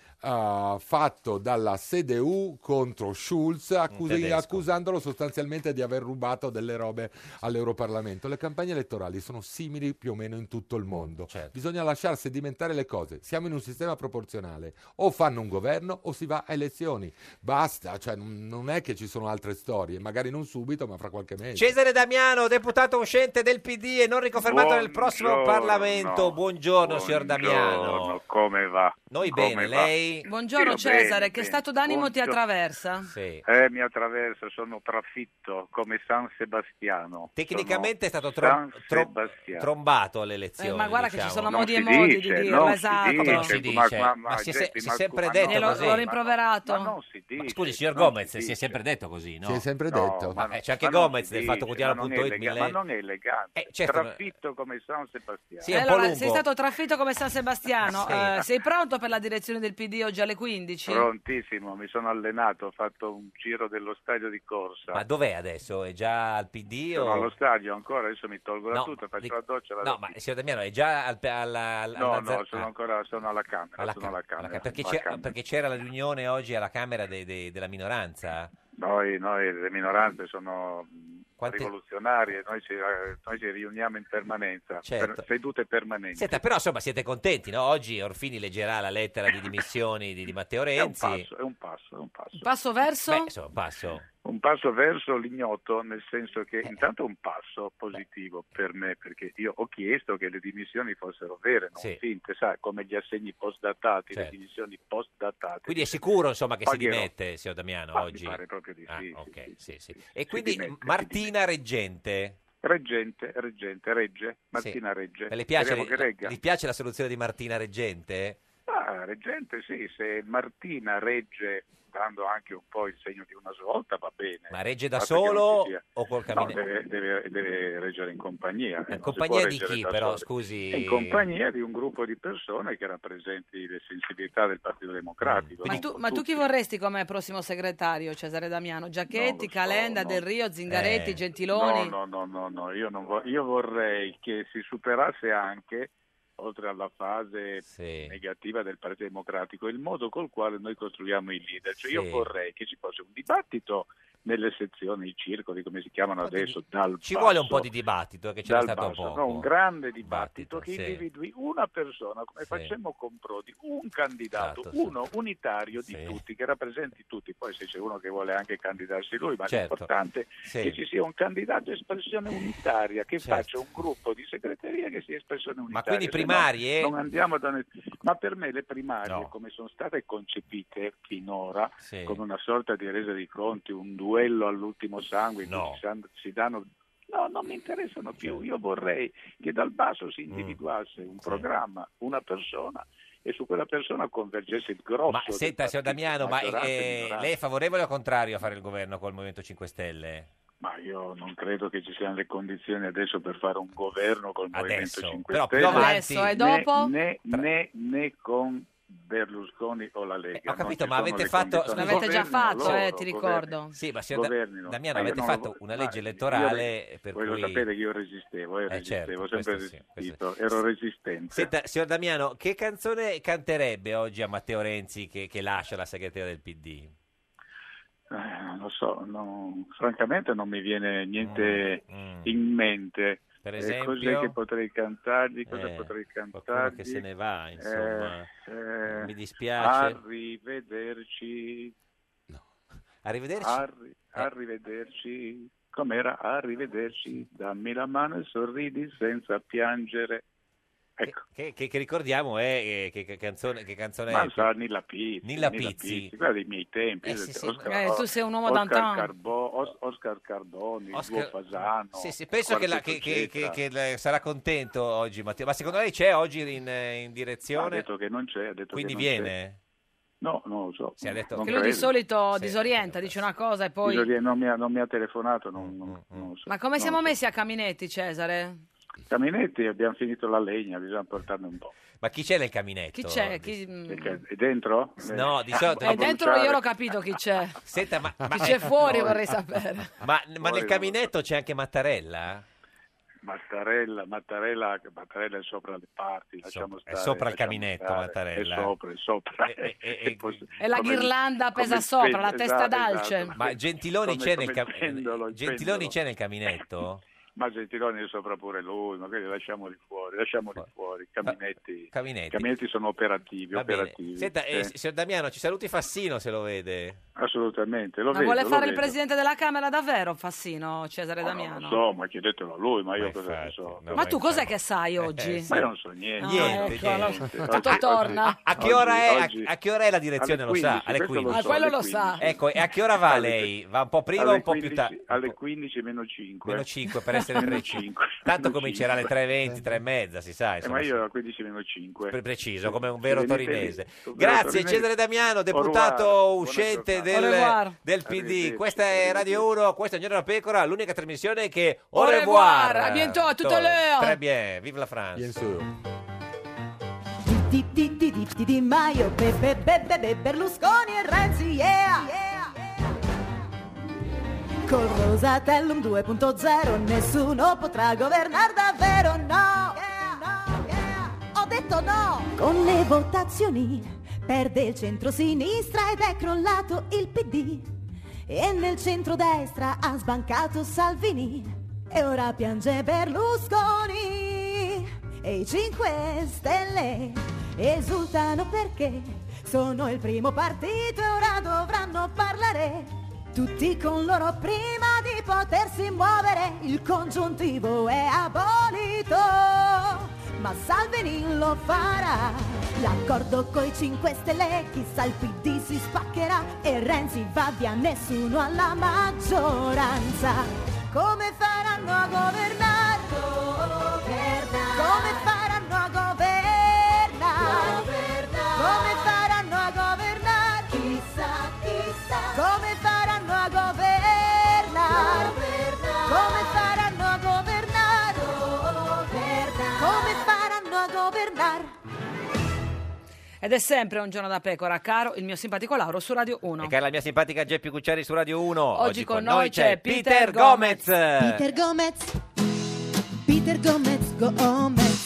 S10: fatto dalla CDU contro Schulz accusi-
S12: tedesco.
S10: accusandolo sostanzialmente di aver rubato delle robe all'Europarlamento. Le campagne elettorali sono simili più o meno in tutto il mondo. Bisogna lasciar sedimentare le cose. Siamo in un sistema proporzionale. O fanno un governo o si va a elezioni. Basta, cioè, n- non è che ci sono altre storie, magari non subito, ma fra qualche mese.
S12: Cesare Damiano, deputato uscente del PD e non riconfermato nel prossimo
S13: Buongiorno.
S12: Parlamento. Buongiorno, signor Damiano.
S13: Buongiorno, come va?
S12: Noi
S13: Come
S12: bene,
S13: va?
S12: lei?
S2: Cesari.
S5: Buongiorno
S13: Sì, va bene,
S5: Cesare, che
S13: bene.
S5: stato d'animo ti
S13: Buongiorno.
S5: attraversa?
S2: Sì.
S13: Eh, mi attraverso, sono trafitto come San Sebastiano. Sono
S2: Tecnicamente è stato tro-
S13: San
S2: tro-
S13: Sebastiano.
S2: trombato alle elezioni.
S5: Eh, ma guarda che
S2: diciamo.
S5: ci sono
S13: Non
S5: modi
S13: si
S5: e modi
S13: dice,
S5: di dirlo,
S13: non si
S5: esatto.
S13: dice,
S2: Non si
S13: ma-
S2: dice,
S13: ma-
S2: ma
S13: ma
S2: si è se-
S13: gente,
S2: si è
S13: ma
S2: sempre
S13: scu-
S2: detto
S13: ma no,
S5: L'ho,
S2: così.
S5: l'ho rimproverato.
S13: dice,
S2: Scusi, signor
S13: non si
S2: Gomez, si, è
S13: dice.
S2: sempre detto così, no?
S10: Si è sempre
S13: No,
S10: detto.
S13: ma
S2: Ma,
S13: no,
S2: eh, c'è anche
S13: ma non
S2: Gomez
S13: si
S2: del
S13: dice, ma non è
S2: fattoquotidiano.it.
S13: elega-
S2: mille-
S13: Ma non è elegante,
S2: Eh, certo, ma-
S13: trafitto come San Sebastiano.
S2: Sì, è un po'
S5: Eh, allora,
S2: lungo.
S5: sei stato traffitto come San Sebastiano.
S13: Sì.
S5: Eh, sei pronto per la direzione del PD oggi alle 15?
S13: Prontissimo, mi sono allenato, ho fatto un giro dello stadio di corsa.
S2: ma dov'è adesso? È già al PD
S13: Sono
S2: o...
S13: allo stadio ancora, adesso mi tolgo la
S2: No,
S13: tuta, faccio
S2: li-
S13: la doccia. vado
S2: No, ma signor Damiano, è già al, alla, alla-
S13: No,
S2: alla
S13: no,
S2: Zar-
S13: sono
S2: ah,
S13: ancora sono alla Camera.
S2: alla
S13: sono
S2: Ca-
S13: alla Camera.
S2: alla Ca- perché,
S13: alla
S2: c'è-
S13: Camera.
S2: perché c'era la riunione oggi alla Camera dei- dei- della minoranza?
S13: Noi, noi le minoranze sono mh,
S2: Quante-
S13: rivoluzionarie, noi ci, eh, noi ci riuniamo in permanenza,
S2: Certo.
S13: per- sedute permanenti.
S2: Senta, Eh, però insomma siete contenti, no? Oggi Orfini leggerà la lettera di dimissioni di, di Matteo
S13: È un
S2: Renzi.
S13: passo, è un passo, è un passo.
S5: Passo verso?
S2: Beh, insomma, un passo.
S13: Un passo verso l'ignoto, nel senso che
S2: Eh.
S13: intanto è un passo positivo per me, perché io ho chiesto che le dimissioni fossero vere, non
S2: Sì.
S13: finte, sai, come gli assegni postdatati, le
S2: Certo.
S13: dimissioni postdatate.
S2: Quindi è sicuro insomma che
S13: Pagherò.
S2: si dimette, signor Damiano,
S13: Ma mi
S2: oggi?
S13: pare proprio di sì,
S2: Ah, ok, sì, sì.
S13: Si
S2: E quindi
S13: dimette,
S2: Martina Reggente.
S13: Reggente, reggente, regge, Martina
S2: Sì.
S13: regge.
S2: Ma Le piace,
S13: Speriamo che regga.
S2: le piace la soluzione di Martina Reggente?
S13: Ah, reggente sì, se Martina regge dando anche un po' il segno di una svolta va bene.
S2: Ma regge da
S13: Basta che non
S2: solo
S13: ci sia-
S2: o col
S13: No,
S2: camminetto?
S13: deve, deve- deve reggere in compagnia.
S2: In
S13: non si
S2: compagnia
S13: può
S2: di
S13: reggere
S2: chi,
S13: da
S2: però,
S13: soli.
S2: scusi?
S13: In compagnia di un gruppo di persone che rappresenti le sensibilità del Partito Democratico.
S5: Ma
S13: non
S5: tu,
S13: con
S5: ma tu
S13: tutti.
S5: chi vorresti come prossimo segretario, Cesare Damiano? Giacchetti, Calenda, Del Rio, Zingaretti,
S13: Eh,
S5: Gentiloni?
S13: No, no, no, no, no, io, non vo- io vorrei che si superasse anche, oltre alla fase negativa del Partito Democratico, il modo col quale noi costruiamo i leader. Cioè
S2: Sì.
S13: Io vorrei che ci fosse un dibattito nelle sezioni, i circoli, come si chiamano adesso, dal
S2: Ci vuole un
S13: basso.
S2: po' di dibattito, eh, che c'è
S13: Dal
S2: stato
S13: basso,
S2: poco.
S13: no, un grande dibattito, che
S2: Dibattito, sì.
S13: individui una persona, come
S2: Sì.
S13: facemmo con Prodi, un candidato,
S2: Esatto, sì.
S13: uno unitario di tutti, che rappresenti tutti. Poi se c'è uno che vuole anche candidarsi lui, ma
S2: Certo.
S13: l'importante
S2: Sì. Certo.
S13: è che ci sia un candidato espressione unitaria, che faccia un gruppo di segreteria che sia espressione unitaria.
S2: quindi
S13: Se no,
S2: primarie?
S13: non andiamo da ness- Ma per me le primarie,
S2: No.
S13: come sono state concepite finora,
S2: Sì.
S13: come una sorta di resa di conti, un duello all'ultimo sangue, in cui
S2: No.
S13: si san- si danno No, non mi interessano più. Io vorrei che dal basso
S2: Mm.
S13: si individuasse un programma, una persona e su quella persona convergesse il grosso.
S2: Ma
S13: del
S2: senta, signor
S13: partito,
S2: Damiano, ma
S13: maggioranza e
S2: eh,
S13: minoranza.
S2: lei è favorevole o contrario a fare il governo col Movimento 5 Stelle?
S13: Ma io non credo che ci siano le condizioni adesso per fare un governo col
S2: Adesso,
S13: Movimento 5
S2: però più
S13: Stelle.
S2: avanti- Adesso e dopo?
S13: Né, né- né- né con Berlusconi o la Lega.
S2: Eh, Ho capito,
S13: Non ci
S2: ma
S13: sono
S2: avete
S13: le
S2: fatto...
S13: condizioni.
S5: L'avete già
S13: Governino
S5: fatto, eh,
S13: loro,
S5: ti
S13: governino.
S5: ricordo.
S2: Sì, ma signor Da-
S13: Governino.
S2: Damiano,
S13: Ma io
S2: avete
S13: non lo
S2: fatto
S13: vo-
S2: una
S13: ma
S2: legge
S13: io
S2: elettorale
S13: re-
S2: per
S13: voi
S2: cui-
S13: lo sapete che io resistevo, io
S2: Eh, certo,
S13: resistevo, ho sempre
S2: questo sì,
S13: resistito, ero resistente.
S2: Senta, signor Damiano, che canzone canterebbe oggi a Matteo Renzi che, che lascia la segreteria del PD?
S13: Eh, non lo so, no, francamente non mi viene niente in mente.
S2: Mm, Per
S13: Eh,
S2: esempio?
S13: cos'è che potrei cantargli? Cosa
S2: Eh,
S13: potrei
S2: Qualcuno
S13: cantargli?
S2: che se ne va,
S13: Eh,
S2: insomma.
S13: eh,
S2: Mi dispiace.
S13: Arrivederci.
S2: Arrivederci. Eh.
S13: Arri- arrivederci. Com'era? Arrivederci. Dammi la mano e sorridi senza piangere.
S2: Che, che- che ricordiamo è eh, che, che canzone, che canzone
S13: Ma
S2: è?
S13: sa, Nilla Pizzi.
S2: Nilla Pizzi.
S13: Quella dei miei tempi.
S2: Eh, sì, sì,
S13: Oscar,
S5: Eh, tu sei un uomo
S13: Oscar
S5: d'antan.
S13: Carbo- Os- Oscar Cardoni,
S2: Oscar-
S13: Oscar... Fasano.
S2: Sì, sì, penso che, la- che-
S13: Quartetto
S2: che-
S13: Cetra.
S2: che- che la- sarà contento oggi Matteo. Ma secondo lei c'è oggi in, in
S13: Ma
S2: direzione?
S13: Ha detto che non c'è, ha detto
S2: Quindi
S13: che non c'è.
S2: viene?
S13: No, non lo so.
S2: Sì, ha detto-
S13: non
S5: Che lui di
S13: credo.
S5: solito disorienta, dice una cosa e poi...
S13: Io dire, non, mi ha, non mi ha telefonato, non,
S2: Mm,
S13: non- non lo so.
S5: Ma come
S13: No.
S5: siamo messi a caminetti, Cesare?
S13: Caminetti, abbiamo finito la legna, bisogna portarne un po'.
S2: Ma chi c'è nel caminetto?
S5: Chi c'è? Mm. Chi...
S13: Perché È dentro?
S2: No, di solito-
S5: Eh, dentro io l'ho capito chi c'è.
S2: Senta, ma, ma-
S5: Chi c'è fuori
S2: No.
S5: vorrei sapere.
S2: Ma, ma nel
S13: Poi-
S2: caminetto c'è anche Mattarella?
S13: Mattarella, Mattarella, Mattarella è sopra le parti, lasciamo
S2: è
S13: stare,
S2: sopra il
S13: lasciamo
S2: caminetto,
S13: stare.
S2: Mattarella. eh.
S13: È sopra, è sopra.
S5: E la
S13: Come-
S5: ghirlanda
S13: come
S5: pesa
S13: il
S5: sopra, la
S13: pen-
S5: testa
S13: esatto,
S5: d'alce.
S13: esatto.
S2: Ma Gentiloni
S13: Come-
S2: c'è
S13: come il
S2: nel cam-
S13: pendolo, il
S2: Gentiloni
S13: pendolo.
S2: c'è nel caminetto?
S13: Ma Gentiloni è sopra pure lui, magari lasciamoli fuori, lasciamoli fuori, i caminetti, i
S2: Caminetti.
S13: caminetti sono operativi,
S2: Va bene.
S13: operativi.
S2: Senta, eh,
S13: Sì.
S2: signor Damiano, ci saluti Fassino se lo vede.
S13: Assolutamente, lo
S5: Ma
S13: vedo.
S5: vuole
S13: lo
S5: fare il
S13: vedo.
S5: Presidente della Camera davvero, Fassino, Cesare
S13: Non
S5: Damiano?
S13: so, ma chiedetelo a lui, ma io cosa ne so.
S5: Ma tu cos'è che
S10: Eh,
S2: Eh,
S5: sai oggi?
S13: Ma io non so niente.
S5: Ah,
S13: Niente,
S5: ecco, allora-
S13: niente.
S5: tutto
S13: Oggi-
S5: torna.
S13: oggi-
S2: A che ora è,
S13: oggi-
S2: a, a che ora è la direzione?
S13: Alle
S2: lo sa,
S13: 15,
S2: alle
S13: questo
S2: 15.
S13: lo so, Ah, quello alle lo sa. 15.
S2: Ecco, e a che ora va
S13: Alle-
S2: lei? Va un po' prima o
S13: alle
S2: un po' più
S13: 15
S2: tardi?
S13: Alle 15 meno 5.
S2: Meno 5 per essere preciso.
S13: 5.
S2: Tanto comincerà alle 3.20, 3.30, si sa.
S13: Eh,
S2: insomma,
S13: ma io alle 15 meno 5.
S2: pre- preciso, come un vero
S13: eh, Venite lì,
S2: torinese.
S13: un vero
S2: Grazie
S13: torinese.
S2: Cesare Damiano,
S13: Au
S2: deputato
S13: revoir,
S2: uscente
S13: buona giornata. Au
S2: del,
S13: revoir.
S2: del PD.
S13: Arrivederci,
S2: Questa è Radio 1, questa è Un Giorno da Pecora, l'unica trasmissione che...
S5: Au
S2: Au revoir!
S5: revoir, à bientôt, à tout à l'heure.
S2: Très bien, vive la France!
S9: Di di di di di Di Maio, be, be, be, be, be, Berlusconi e Renzi, yeah! Col Rosatellum 2.0 nessuno potrà governare davvero, no! Ho detto no! Con le votazioni perde il centro-sinistra ed è crollato il PD. E nel centro-destra ha sbancato Salvini. E ora piange Berlusconi. E i 5 Stelle esultano perché sono il primo partito e ora dovranno parlare. Tutti con loro prima di potersi muovere, il congiuntivo è abolito, ma Salvini lo farà. L'accordo coi 5 Stelle, chissà il PD si spaccherà e Renzi va via, nessuno alla maggioranza. Come faranno a governare? Come faranno a governare? Come faranno a governare? Chissà, chissà. Come faranno a governare? Come faranno a governare? Come faranno a governare?
S5: Ed è sempre un giorno da pecora, caro il mio simpatico Lauro su Radio 1.
S10: Eh,
S2: E cara la mia simpatica Geppi Cucciari su Radio 1.
S5: Oggi con noi c'è Peter Gomez.
S9: Peter Gomez, Peter Gomez, Gomez.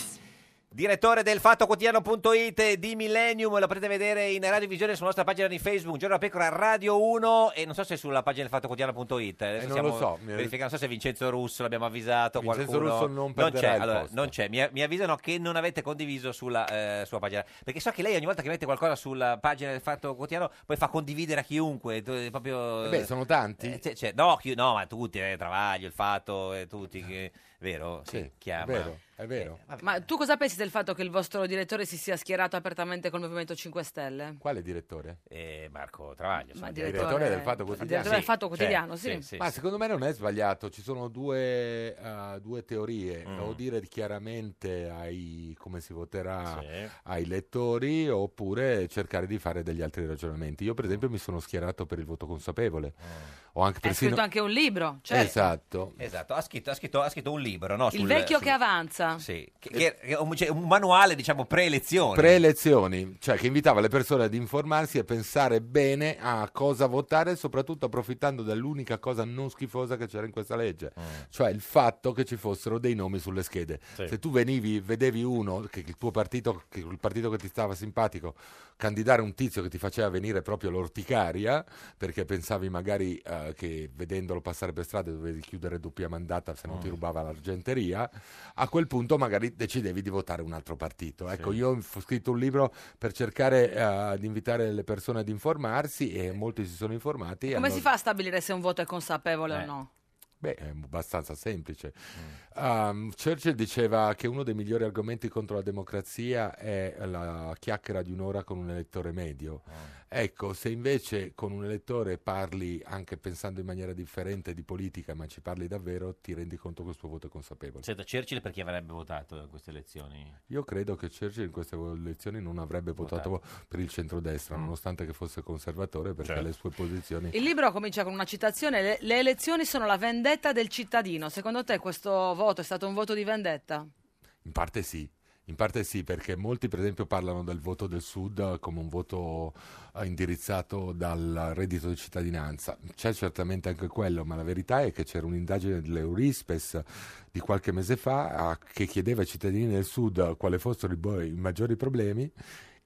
S2: Direttore del fattoquotidiano.it e di Millennium, lo potete vedere in radiovisione sulla nostra pagina di Facebook, Giorno da Pecora Radio 1 e non so se è sulla pagina del fattoquotidiano.it. Adesso
S10: Eh, non lo so, mi-
S2: verificando, non so se Vincenzo Russo l'abbiamo avvisato,
S10: Vincenzo
S2: qualcuno.
S10: Russo non perderà
S2: c'è,
S10: il
S2: allora,
S10: posto.
S2: non c'è. Mi, mi avvisano che non avete condiviso sulla eh, sua pagina, perché so che lei ogni volta che mette qualcosa sulla pagina del Fatto Quotidiano poi fa condividere a chiunque, tu- proprio
S10: Eh beh, sono tanti.
S2: eh, c'è- c'è- no, chi- no, ma tutti, eh, Travaglio, il fatto, eh, tutti, che- vero? Sì, chiama. Eh.
S10: È vero, è vero.
S5: Ma tu cosa pensi del fatto che il vostro direttore si sia schierato apertamente col Movimento 5 Stelle?
S10: Quale direttore?
S2: Eh, Marco Travaglio.
S5: Ma
S10: il
S5: direttore-
S10: direttore, del Fatto
S5: il
S10: Quotidiano.
S5: direttore del Sì, Fatto Quotidiano, sì. sì, sì,
S10: Ma
S5: sì.
S10: secondo me non è sbagliato, ci sono due, eh, due teorie,
S2: Mm.
S10: o dire chiaramente ai, come si voterà
S2: Sì.
S10: ai lettori oppure cercare di fare degli altri ragionamenti. Io per esempio mi sono schierato per il voto consapevole.
S5: Mm.
S10: Ho anche
S5: Ha
S10: persino...
S5: scritto anche un libro, cioè
S10: Esatto.
S2: Esatto, ha scritto, ha scritto- ha scritto un libro, no?
S5: il
S2: sul-
S5: vecchio
S2: sul-
S5: che avanza.
S2: Sì, che- che- che è un, cioè, un manuale, diciamo, pre-elezioni.
S10: Pre-elezioni, cioè che invitava le persone ad informarsi e pensare bene a cosa votare, soprattutto approfittando dell'unica cosa non schifosa che c'era in questa legge,
S2: Mm.
S10: cioè il fatto che ci fossero dei nomi sulle schede.
S2: Sì.
S10: Se tu venivi, vedevi uno, che il tuo partito, che il partito che ti stava simpatico, candidare un tizio che ti faceva venire proprio l'orticaria, perché pensavi magari eh, che vedendolo passare per strada dovevi chiudere doppia mandata se non ti
S2: Mm.
S10: rubava l'argenteria, a quel punto magari decidevi di votare un altro partito. Ecco,
S2: Sì.
S10: io ho f- scritto un libro per cercare eh, di invitare le persone ad informarsi e molti si sono informati. e
S5: Come
S10: hanno-
S5: si fa a stabilire se un voto è consapevole o
S10: Eh.
S5: no?
S10: Beh, è abbastanza semplice.
S5: Mm.
S10: Um, Churchill diceva che uno dei migliori argomenti contro la democrazia è la chiacchiera di un'ora con un elettore medio.
S5: Ah.
S10: Ecco, se invece con un elettore parli anche pensando in maniera differente di politica, ma ci parli davvero, ti rendi conto che il suo voto è consapevole.
S2: Senta, Churchill per chi avrebbe votato in queste elezioni?
S10: Io credo che Churchill in queste elezioni non avrebbe votato, per il centrodestra, nonostante che fosse conservatore, perché le sue posizioni...
S5: Il libro comincia con una citazione, le, le elezioni sono la vendetta del cittadino. Secondo te questo voto è stato un voto di vendetta?
S10: In parte sì. In parte sì, perché molti per esempio parlano del voto del Sud eh, come un voto eh, indirizzato dal reddito di cittadinanza. C'è certamente anche quello, ma la verità è che c'era un'indagine dell'Eurispes di qualche mese fa ah, che chiedeva ai cittadini del Sud eh, quali fossero i, bo- i maggiori boh, problemi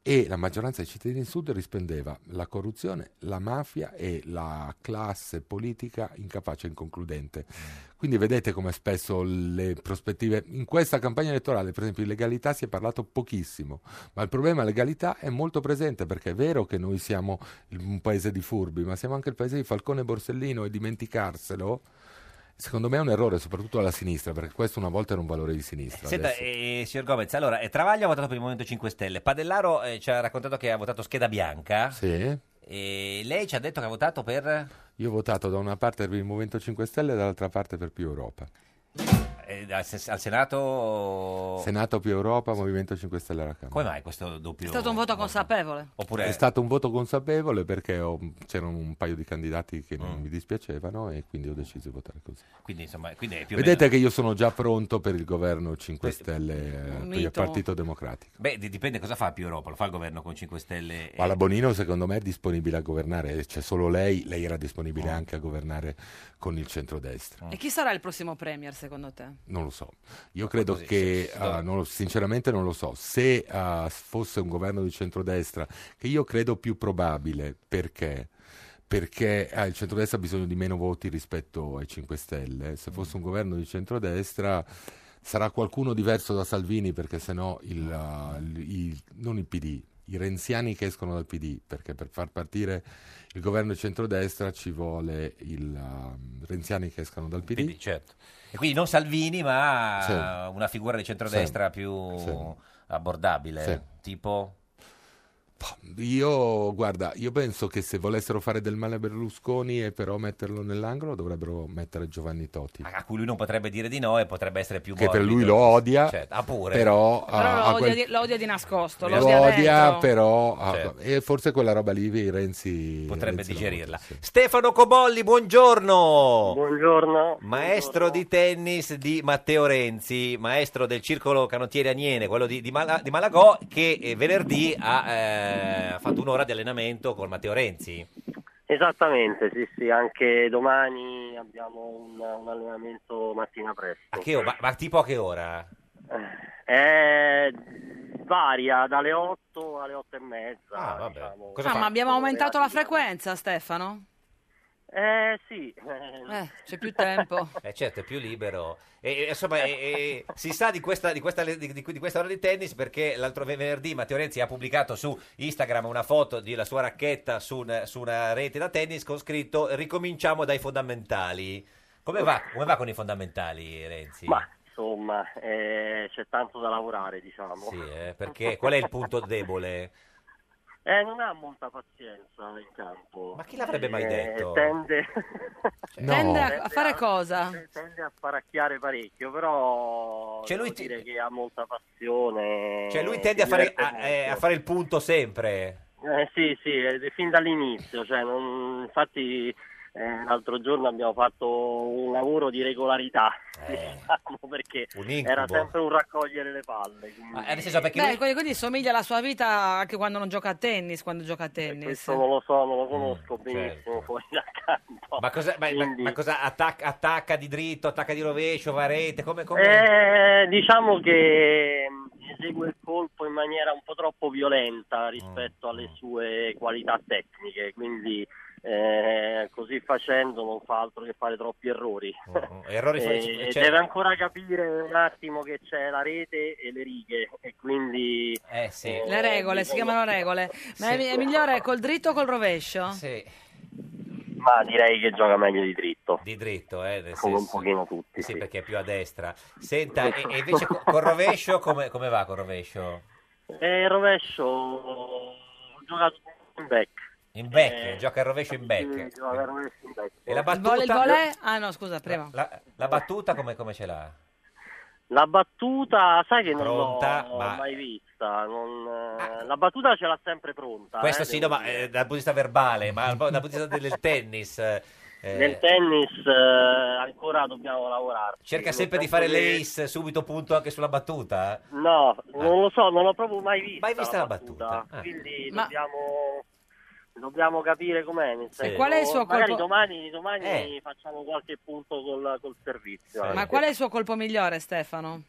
S10: e la maggioranza dei cittadini del sud rispondeva la corruzione, la mafia e la classe politica incapace e inconcludente.
S2: Mm.
S10: Quindi vedete come spesso le prospettive in questa campagna elettorale, per esempio, di legalità si è parlato pochissimo, ma il problema legalità è molto presente perché è vero che noi siamo il- un paese di furbi, ma siamo anche il paese di Falcone e Borsellino e dimenticarselo Secondo me è un errore, soprattutto alla sinistra, perché questo una volta era un valore di sinistra.
S2: Senta,
S10: adesso-
S2: eh, signor Gomez, allora, eh, Travaglio ha votato per il Movimento 5 Stelle, Padellaro eh, ci ha raccontato che ha votato scheda bianca
S10: Sì.
S2: e lei ci ha detto che ha votato per...
S10: Io ho votato da una parte per il Movimento 5 Stelle e dall'altra parte per più Europa.
S2: eh, al, se- al Senato...
S10: Senato più Europa, Movimento 5 Stelle alla Camera.
S2: Come mai questo doppio...
S5: È stato un voto consapevole.
S2: Oppure...
S10: È stato un voto consapevole perché ho- c'erano un paio di candidati che
S2: Mm.
S10: non mi dispiacevano e quindi ho deciso di votare così.
S2: Quindi, insomma, quindi è più o
S10: Vedete
S2: meno-
S10: che io sono già pronto per il governo 5 Stelle, eh, per
S2: unito.
S10: il Partito Democratico.
S2: Beh, di- dipende cosa fa più Europa, lo fa il governo con 5 Stelle... e-
S10: Ma la Bonino secondo me è disponibile a governare, c'è solo lei, lei era disponibile
S2: Mm.
S10: anche a governare con il centrodestra.
S5: E chi sarà il prossimo premier secondo te?
S10: Non lo so, io credo
S5: così,
S10: che,
S5: sì, sì,
S10: ah, non lo- sinceramente non lo so, se ah, fosse un governo di centrodestra, che io credo più probabile, perché? Perché ah, il centrodestra ha bisogno di meno voti rispetto ai 5 Stelle,
S5: Mm.
S10: se fosse un governo di centrodestra sarà qualcuno diverso da Salvini, perché sennò il, ah, il- il- non il PD, i renziani che escono dal PD, perché per far partire il governo di centrodestra ci vuole il ah, renziani che escono dal PD.
S2: PD, certo. E quindi non Salvini, ma
S10: Sì.
S2: una figura di centrodestra
S10: Sì.
S2: più
S10: Sì.
S2: abbordabile,
S10: Sì.
S2: tipo...
S10: Io, guarda, io penso che se volessero fare del male a Berlusconi e però metterlo nell'angolo dovrebbero mettere Giovanni Toti.
S2: a cui lui non potrebbe dire di no e potrebbe essere più
S10: Che per
S2: morbido.
S10: lui lo odia,
S2: Certo, ah, pure.
S10: però,
S5: Però
S10: ah,
S5: lo,
S10: a
S5: odia
S10: quel-
S5: di, lo odia di nascosto, lo
S10: lo
S5: odia,
S10: odia,
S5: dentro.
S10: però ah, e forse quella roba lì i Renzi
S2: Cioè. Potrebbe
S10: Renzi la
S2: digerirla.
S10: vota, sì.
S2: Stefano Cobolli, buongiorno. Buongiorno. Maestro di tennis di Matteo Renzi, maestro del circolo canottieri Aniene, quello di, di Mala- di Malagò, che eh, venerdì ha eh, fatto un'ora di allenamento con Matteo Renzi.
S14: Esattamente, sì, sì, anche domani abbiamo un, un allenamento mattina presto.
S2: A che o- ma, ma tipo a che ora?
S14: Eh, varia dalle 8 alle 8 e mezza. diciamo.
S5: Ah, ma abbiamo aumentato la frequenza, Stefano?
S14: Eh sì.
S5: Eh, c'è più tempo.
S2: Eh certo, è più libero. E, e, insomma, e- e si sa di questa, di, questa, di, di- di questa ora di tennis perché l'altro venerdì Matteo Renzi ha pubblicato su Instagram una foto della sua racchetta su, un- su una rete da tennis con scritto ricominciamo dai fondamentali. Come va, come va con i fondamentali Renzi?
S14: Ma insomma, eh, c'è tanto da lavorare, diciamo.
S2: Sì, eh, perché qual è il punto debole?
S14: Eh, non ha molta pazienza in campo. Ma
S2: chi l'avrebbe mai detto? Cioè,
S14: Tende...
S10: No.
S5: Tende a, a fare cosa?
S14: Tende a faracchiare parecchio, però
S2: Cioè, lui
S14: devo dire che ha molta passione.
S2: Cioè lui
S14: si
S2: tende a fare,
S14: diverte
S2: a- eh,
S14: molto.
S2: a fare il punto sempre.
S14: Eh, sì, sì, eh, fin dall'inizio. Cioè, non- Infatti, eh, l'altro giorno abbiamo fatto un lavoro di regolarità, diciamo, perché
S2: Eh. incubo. Ah,
S14: era sempre un raccogliere le palle. quindi-
S5: Beh, quindi, quindi somiglia alla sua vita anche quando non gioca a tennis, quando gioca a tennis.
S14: Eh, Questo non lo so, non lo conosco benissimo fuori da campo.
S2: Certo. Ma cosa, ma- ma-
S14: Quindi-
S2: ma cosa attac- attacca di dritto, attacca di rovescio, va a rete? Come, come...
S14: Eh, diciamo che mh, esegue il colpo in maniera un po' troppo violenta
S2: Mm.
S14: rispetto alle sue qualità tecniche, quindi eh, così facendo non fa altro che fare troppi errori.
S2: Oh, errori fa-
S14: Eh,
S2: cioè-
S14: Deve ancora capire un attimo che c'è la rete e le righe e quindi...
S2: Eh sì.
S5: Le regole, si chiamano regole. Ma è, è migliore col dritto o col rovescio?
S2: Sì.
S14: Ma direi che gioca meglio di dritto.
S2: Di dritto, eh, nel
S14: Come
S2: senso-
S14: un pochino tutti.
S2: Sì, perché è più a destra. Senta, e, e invece co- col rovescio come, come va col rovescio?
S14: E eh, il rovescio gioca in back.
S2: In back,
S14: Eh,
S2: gioca il rovescio in
S14: Sì,
S2: back.
S14: gioca il rovescio in back.
S2: E la
S5: Il vole- il
S2: battuta?
S5: volè? Ah no, scusa, prima.
S2: La, la battuta come, come ce l'ha?
S14: La battuta, sai che non
S2: Pronta,
S14: l'ho
S2: ma- Ah.
S14: mai vista. non, eh, La battuta ce l'ha sempre pronta.
S2: Questo
S14: eh,
S2: sì, no,
S14: devo
S2: ma
S14: dire.
S2: eh, dal punto di vista verbale, ma dal punto di vista del, del tennis... eh,
S14: Nel tennis eh, ancora dobbiamo lavorare.
S2: Cerca sempre di fare l'ace subito punto anche sulla battuta? eh? Ah.
S14: No, non lo so, non l'ho proprio mai vista.
S2: Mai vista la battuta? Ah.
S14: Quindi
S5: Ma-
S14: dobbiamo, dobbiamo capire com'è. nel senso,
S5: qual è il suo
S14: magari
S5: colpo-
S14: domani, domani
S5: Eh.
S14: facciamo qualche punto col, col servizio. eh.
S5: Ma
S14: anche.
S5: qual è il suo colpo migliore, Stefano?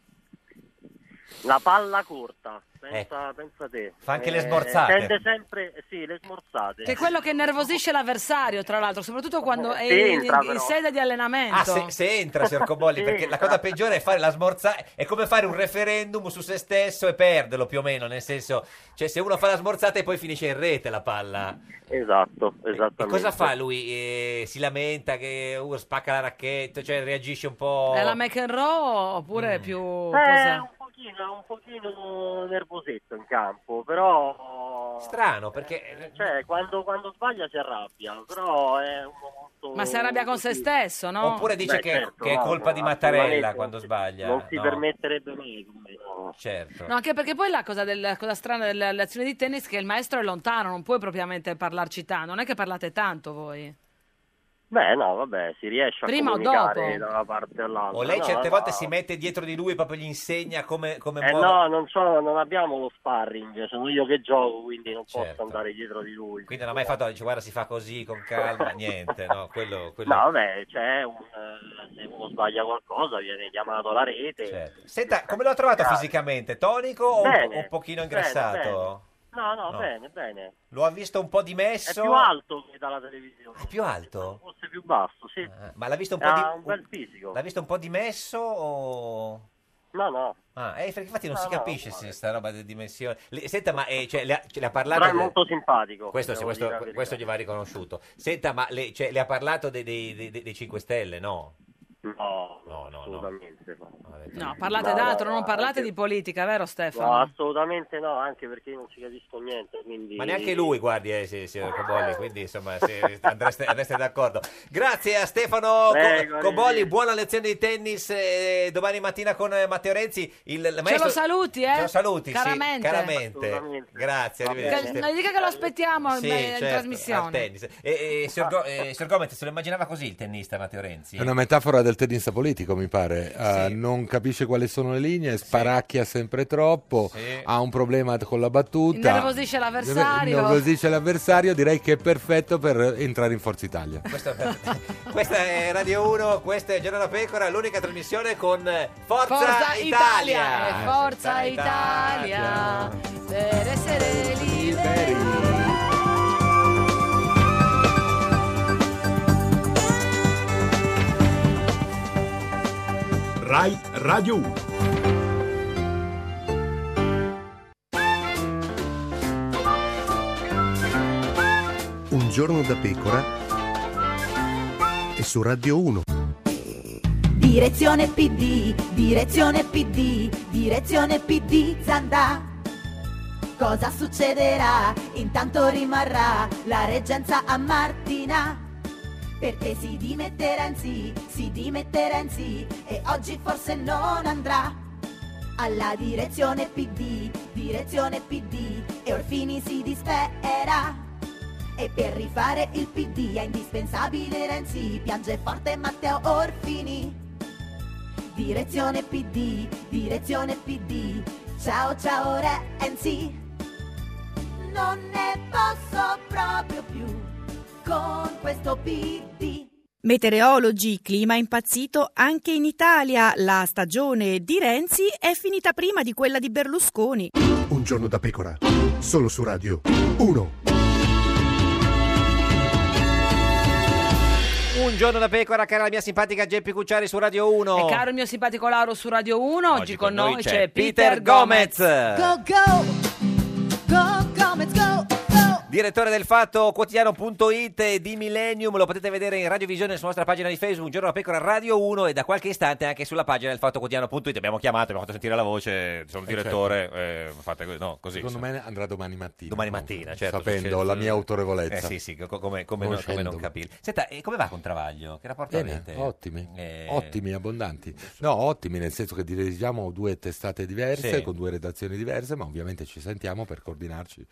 S14: La palla corta, pensa, pensa te.
S2: Ecco. Fa anche le
S14: Eh,
S2: smorzate.
S14: Tende sempre, eh, sì, le smorzate.
S5: Che è quello che nervosisce l'avversario, tra l'altro, soprattutto quando è
S2: Sì,
S5: in,
S2: entra,
S5: in
S2: però.
S5: sede di allenamento.
S2: Ah, se, se entra, signor Cobolli, perché la cosa peggiore è fare la smorzata. È come fare un referendum su se stesso e perderlo più o meno. Nel senso, cioè, se uno fa la smorzata e poi finisce in rete la palla.
S14: Esatto, esattamente.
S2: E cosa fa lui? Eh, si lamenta che uh, spacca la racchetta, cioè reagisce un po'.
S5: È la McEnroe
S2: Mm.
S5: oppure più...
S14: Eh,
S5: cosa?
S14: un pochino, un pochino nervosetto in campo, però...
S2: Strano, perché...
S14: Cioè, quando, quando sbaglia si arrabbia, però è uno molto...
S5: Ma si arrabbia con se stesso, no?
S2: Oppure dice
S14: Beh,
S2: che,
S14: certo,
S2: che è
S14: no,
S2: colpa
S14: no,
S2: di Mattarella
S14: assolutamente.
S2: quando sbaglia.
S14: Non si
S2: no?
S14: permetterebbe mai come...
S2: Certo.
S5: No, anche perché poi la cosa, del- la cosa strana delle delle azioni di tennis è che il maestro è lontano, non puoi propriamente parlarci tanto, non è che parlate tanto voi.
S14: Beh, no, vabbè, si riesce a
S5: Prima o
S14: comunicare
S5: dopo?
S14: da una parte all'altra.
S2: O lei
S14: No,
S2: certe
S14: no.
S2: volte si mette dietro di lui e proprio gli insegna come, come
S14: Eh
S2: muovere-
S14: no, non, so, non abbiamo lo sparring, sono io che gioco, quindi non
S2: Certo.
S14: posso andare dietro di lui.
S2: Quindi non ha mai fatto, dice guarda si fa così con calma, niente, no, quello, quello-
S14: No, vabbè, c'è un, eh, se uno sbaglia qualcosa viene chiamato la rete.
S2: Senta, come l'ha trovato fisicamente? Tonico o un, po-
S14: Ah. Bene,
S2: un pochino
S14: bene,
S2: ingrassato?
S14: No, no,
S2: No.
S14: bene, bene.
S2: Lo ha visto un po'
S14: È
S2: dimesso?
S14: più alto che dalla televisione.
S2: È più alto?
S14: Forse più basso, sì.
S2: Ah, ma l'ha visto un po' di...
S14: ha un bel fisico.
S2: L'ha visto un po' dimesso o...
S14: No, no.
S2: Ah, eh, perché infatti non
S14: No,
S2: si
S14: no,
S2: capisce se sta roba di dimensione. Le- Senta, ma eh, cioè, le, ha, cioè, le ha parlato...
S14: Però è
S2: del-
S14: molto simpatico.
S2: Questo, sì,
S14: devo
S2: questo,
S14: dire la verità.
S2: questo gli va riconosciuto. Senta, ma le, cioè, le ha parlato dei, dei, dei- dei 5 Stelle, no?
S14: No,
S2: no, no.
S14: assolutamente no.
S5: No, parlate
S14: No, no,
S5: d'altro,
S14: no,
S5: non parlate
S14: anche-
S5: di politica, vero
S14: No,
S5: Stefano?
S14: assolutamente no, anche perché io non ci capisco niente, quindi...
S2: Ma neanche lui, guardi, eh, sì, signor Cobolli, quindi insomma se andreste, andreste d'accordo. Grazie a Stefano Co-
S14: Prego,
S2: Cobolli,
S14: arrivederci.
S2: buona lezione di tennis eh, domani mattina con eh, Matteo Renzi. Il, il
S5: Ce
S2: maestro-
S5: lo saluti, eh?
S2: Ce lo saluti, sì,
S5: Caramente.
S2: caramente. Grazie, arrivederci.
S5: Che-
S2: Stefano.
S5: non dica che lo aspettiamo
S2: Sì,
S5: in, in
S2: certo, al
S5: trasmissione.
S2: tennis. E, e, signor Go- eh, signor Gomez, se lo immaginava così il tennista Matteo Renzi?
S10: È una metafora del tennista politico, mi pare. Eh, non capisce quali sono le linee, sparacchia sempre troppo,
S2: Sì.
S10: ha un problema con la battuta.
S5: Innervosisce l'avversario.
S10: Innervosisce l'avversario, direi che è perfetto per entrare in Forza Italia.
S2: Questo- questa è Radio 1, questa è Giorno da Pecora, l'unica trasmissione con Forza, Italia.
S5: eh, Forza Italia, per essere liberi.
S15: Rai Radio 1.
S8: Un giorno da pecora e su Radio 1.
S9: Direzione PD, direzione PD, direzione PD Zanda. Cosa succederà? Intanto rimarrà la reggenza a Martina. Perché si dimette Renzi, si dimette Renzi e oggi forse non andrà alla direzione PD, direzione PD e Orfini si dispera. E per rifare il PD è indispensabile Renzi, piange forte Matteo Orfini. Direzione PD, direzione PD, ciao ciao Renzi. Non ne posso proprio più con questo PD.
S7: Meteorologi, clima impazzito anche in Italia. La stagione di Renzi è finita prima di quella di Berlusconi.
S8: Un giorno da pecora, solo su Radio 1.
S2: Un giorno da pecora, cara la mia simpatica Geppi Cucciari su Radio 1.
S5: E caro il mio simpatico Lauro su Radio 1, oggi, con noi, c'è
S2: Peter
S5: Peter
S2: Gomez.
S5: Gomez.
S10: Eh.
S2: Go,
S9: go, go, Gomez, go.
S2: Direttore del fatto quotidiano.it e di Millennium, lo potete vedere in radiovisione sulla nostra pagina di Facebook, Un giorno da pecora Radio 1 e da qualche istante anche sulla pagina del fatto quotidiano.it. Abbiamo chiamato, abbiamo fatto sentire la voce, sono il
S10: Eh,
S2: direttore, eh, fate così, no, così.
S10: Secondo me andrà domani mattina.
S2: Domani mattina, certo.
S10: Sapendo
S2: Cioè,
S10: la mia autorevolezza.
S2: Eh, sì, sì, co- come, come non, come non
S10: Conoscendomi.
S2: capire. Senta, e come va con Travaglio? Che rapporto
S10: Bene,
S2: avete?
S10: ottimi,
S2: Eh,
S10: ottimi, abbondanti. No, ottimi nel senso che dirigiamo due testate diverse,
S2: Sì.
S12: Mm.
S10: con due redazioni diverse, ma ovviamente ci sentiamo per coordinarci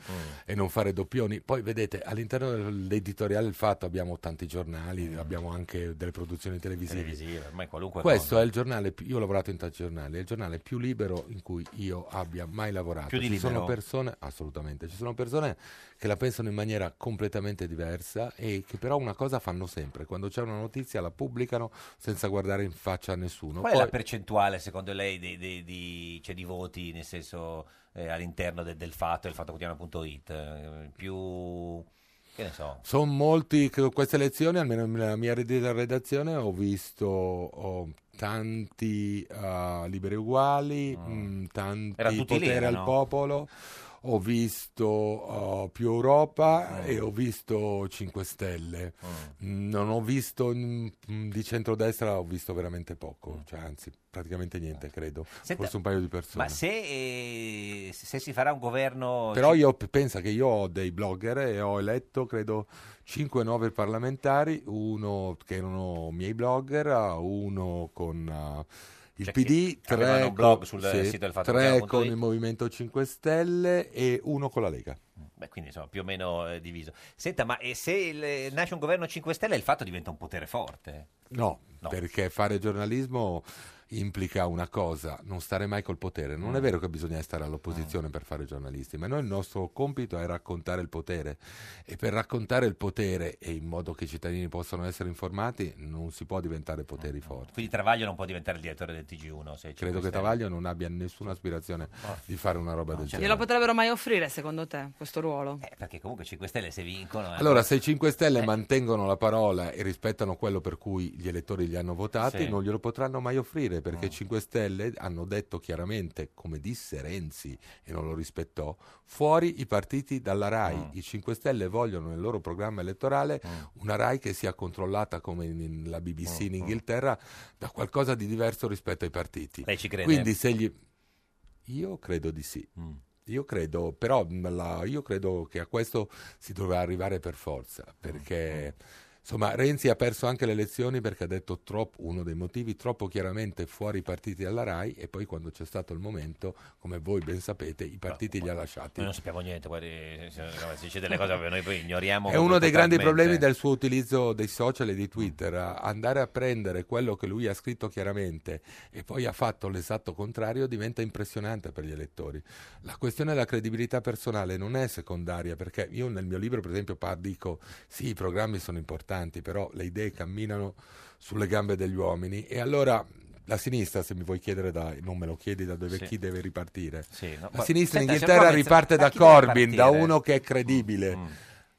S10: e non fare doppioni giorni. Poi vedete, all'interno dell'editoriale del fatto abbiamo tanti giornali, abbiamo anche delle produzioni televisive.
S12: Mm. Televisive, ormai qualunque
S10: Questo
S12: cosa.
S10: è il giornale, pi- io ho lavorato in tanti giornali, è il giornale più libero in cui io abbia mai lavorato.
S12: Più di
S10: Ci sono
S12: libero?
S10: persone, assolutamente, ci sono persone che la pensano in maniera completamente diversa e che però una cosa fanno sempre, quando c'è una notizia la pubblicano senza guardare in faccia a nessuno.
S12: Qual è
S10: Poi-
S12: la percentuale secondo lei di, di- di- cioè, di voti, nel senso eh, all'interno de- del fatto, il fattoquotidiano.it? eh, Più, che ne so,
S10: Sono molti, credo, queste elezioni, almeno nella mia red- redazione, ho visto oh, tanti eh, liberi uguali, mh,
S12: Ah. Era
S10: tanti
S12: tutti
S10: potere
S12: lì,
S10: al
S12: no?
S10: popolo, ho visto oh, più
S12: Ah.
S10: Europa e ho visto 5 Stelle. Non ho visto mm, mm, di centrodestra, ho visto veramente poco, cioè, anzi praticamente niente, credo.
S12: Ah. Senta,
S10: Forse un paio di persone.
S12: ma se, eh, se si farà un governo...
S10: Però io p- penso che io ho dei blogger e ho eletto, credo, 5-9 parlamentari, uno che erano miei blogger, uno con ah, il
S12: Cioè,
S10: PD,
S12: che avevano
S10: tre,
S12: un blog
S10: con-
S12: sul sito del Fatto
S10: tre
S12: Quotidiano.it.
S10: con il Movimento 5 Stelle e uno con la Lega.
S12: Beh, quindi insomma più o meno eh, diviso. Senta, ma eh, se il- nasce un governo 5 Stelle il fatto diventa un potere forte.
S10: No,
S12: No.
S10: perché fare giornalismo implica una cosa, non stare mai col potere. Non è
S12: Mm.
S10: vero che bisogna stare all'opposizione per fare giornalisti, ma noi il nostro compito è raccontare il potere e per raccontare il potere e in modo che i cittadini possano essere informati non si può diventare
S12: Mm.
S10: poteri forti.
S12: Quindi Travaglio non può diventare il direttore del TG1. Se
S10: Credo che Travaglio non abbia nessuna aspirazione di fare una roba
S12: certo.
S10: del genere.
S5: Glielo potrebbero mai offrire, secondo te, questo ruolo?
S10: Eh,
S12: Perché comunque 5 Stelle se vincono... eh.
S10: Allora, se i 5 Stelle mantengono la parola e rispettano quello per cui gli elettori li hanno votati,
S12: Sì. Mm.
S10: non glielo potranno mai offrire perché i 5 Stelle hanno detto chiaramente, come disse Renzi e non lo rispettò, fuori i partiti dalla RAI.
S12: Mm.
S10: I 5 Stelle vogliono nel loro programma elettorale una RAI che sia controllata come in- in- la BBC
S12: Mm,
S10: in Inghilterra da qualcosa di diverso rispetto ai partiti.
S12: Lei ci crede?
S10: Quindi se gli... Io credo di sì. Io credo, però mh, la- io credo che a questo si dovrà arrivare per forza, perché insomma Renzi ha perso anche le elezioni perché ha detto troppo, uno dei motivi troppo chiaramente fuori i partiti dalla RAI e poi quando c'è stato il momento, come voi ben sapete, i partiti li ha lasciati.
S2: Eh,
S12: Noi non sappiamo niente, guardi, se se dice delle cose vabbè, noi poi ignoriamo.
S10: È uno dei grandi
S12: totalmente.
S10: problemi del suo utilizzo dei social e di Twitter, a- andare a prendere quello che lui ha scritto chiaramente e poi ha fatto l'esatto contrario diventa impressionante per gli elettori. La questione della credibilità personale non è secondaria perché io nel mio libro per esempio par- dico sì i programmi sono importanti però le idee camminano sulle gambe degli uomini e allora... La sinistra, se mi vuoi chiedere, da, non me lo chiedi da dove
S12: Sì.
S10: chi deve ripartire.
S12: Sì, no,
S10: la
S12: ma-
S10: sinistra in
S12: senta, se
S10: Inghilterra
S12: Gomez-
S10: riparte
S12: da
S10: da
S12: chi deve
S10: Corbyn, da
S12: partire?
S10: uno che è credibile.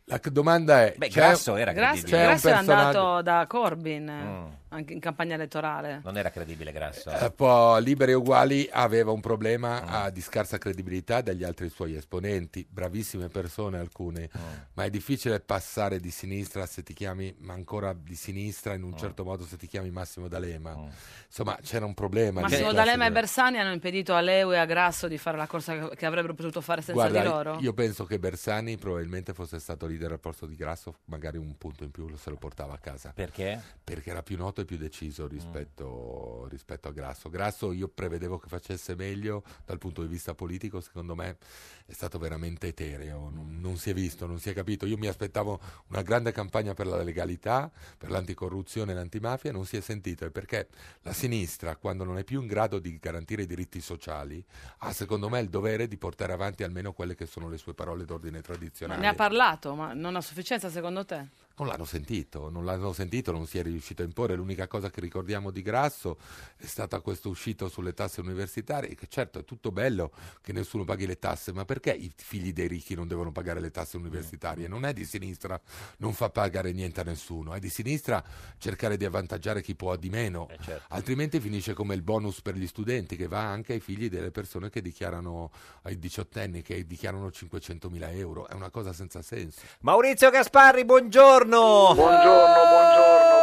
S10: La c- domanda è:
S12: Mm, Beh,
S10: c'è-
S12: Grasso era
S5: Grasso,
S10: c'è un
S5: Grasso è
S10: personaggio- Mm.
S5: andato da Corbyn eh, anche in campagna elettorale.
S12: Non era credibile Grasso.
S10: Eh, poi Liberi e Uguali aveva un problema
S12: Mm.
S10: ah, di scarsa credibilità dagli altri suoi esponenti, bravissime persone alcune,
S12: Mm.
S10: ma è difficile passare di sinistra se ti chiami, ma ancora di sinistra in
S12: Mm.
S10: un certo modo se ti chiami Massimo D'Alema. Insomma, c'era un problema. di
S5: Massimo
S10: classe
S5: D'Alema e
S10: diretta.
S5: Bersani hanno impedito a Leu e a Grasso di fare la corsa che avrebbero potuto fare senza
S10: Guarda,
S5: di loro?
S10: io penso che Bersani probabilmente fosse stato leader al posto di Grasso, magari un punto in più lo- se lo portava a casa.
S12: Perché?
S10: Perché era più noto e più deciso rispetto, rispetto a Grasso. Grasso io prevedevo che facesse meglio dal punto di vista politico, secondo me è stato veramente etereo, non, non si è visto, non si è capito. Io mi aspettavo una grande campagna per la legalità, per l'anticorruzione e l'antimafia, non si è sentito. È perché la sinistra, quando non è più in grado di garantire i diritti sociali, ha secondo me il dovere di portare avanti almeno quelle che sono le sue parole d'ordine tradizionale.
S5: Ne ha parlato, ma non a sufficienza secondo te?
S10: Non l'hanno sentito, non l'hanno sentito, non si è riuscito a imporre. L'unica cosa che ricordiamo di Grasso è stata questo uscito sulle tasse universitarie, che certo è tutto bello che nessuno paghi le tasse, ma perché i figli dei ricchi non devono pagare le tasse universitarie? Non è di sinistra non fa pagare niente a nessuno, è di sinistra cercare di avvantaggiare chi può di meno, altrimenti finisce come il bonus per gli studenti che va anche ai figli delle persone che dichiarano, ai diciottenni che dichiarano 500.000 euro, è una cosa senza senso.
S12: Maurizio Gasparri, buongiorno.
S10: Buongiorno,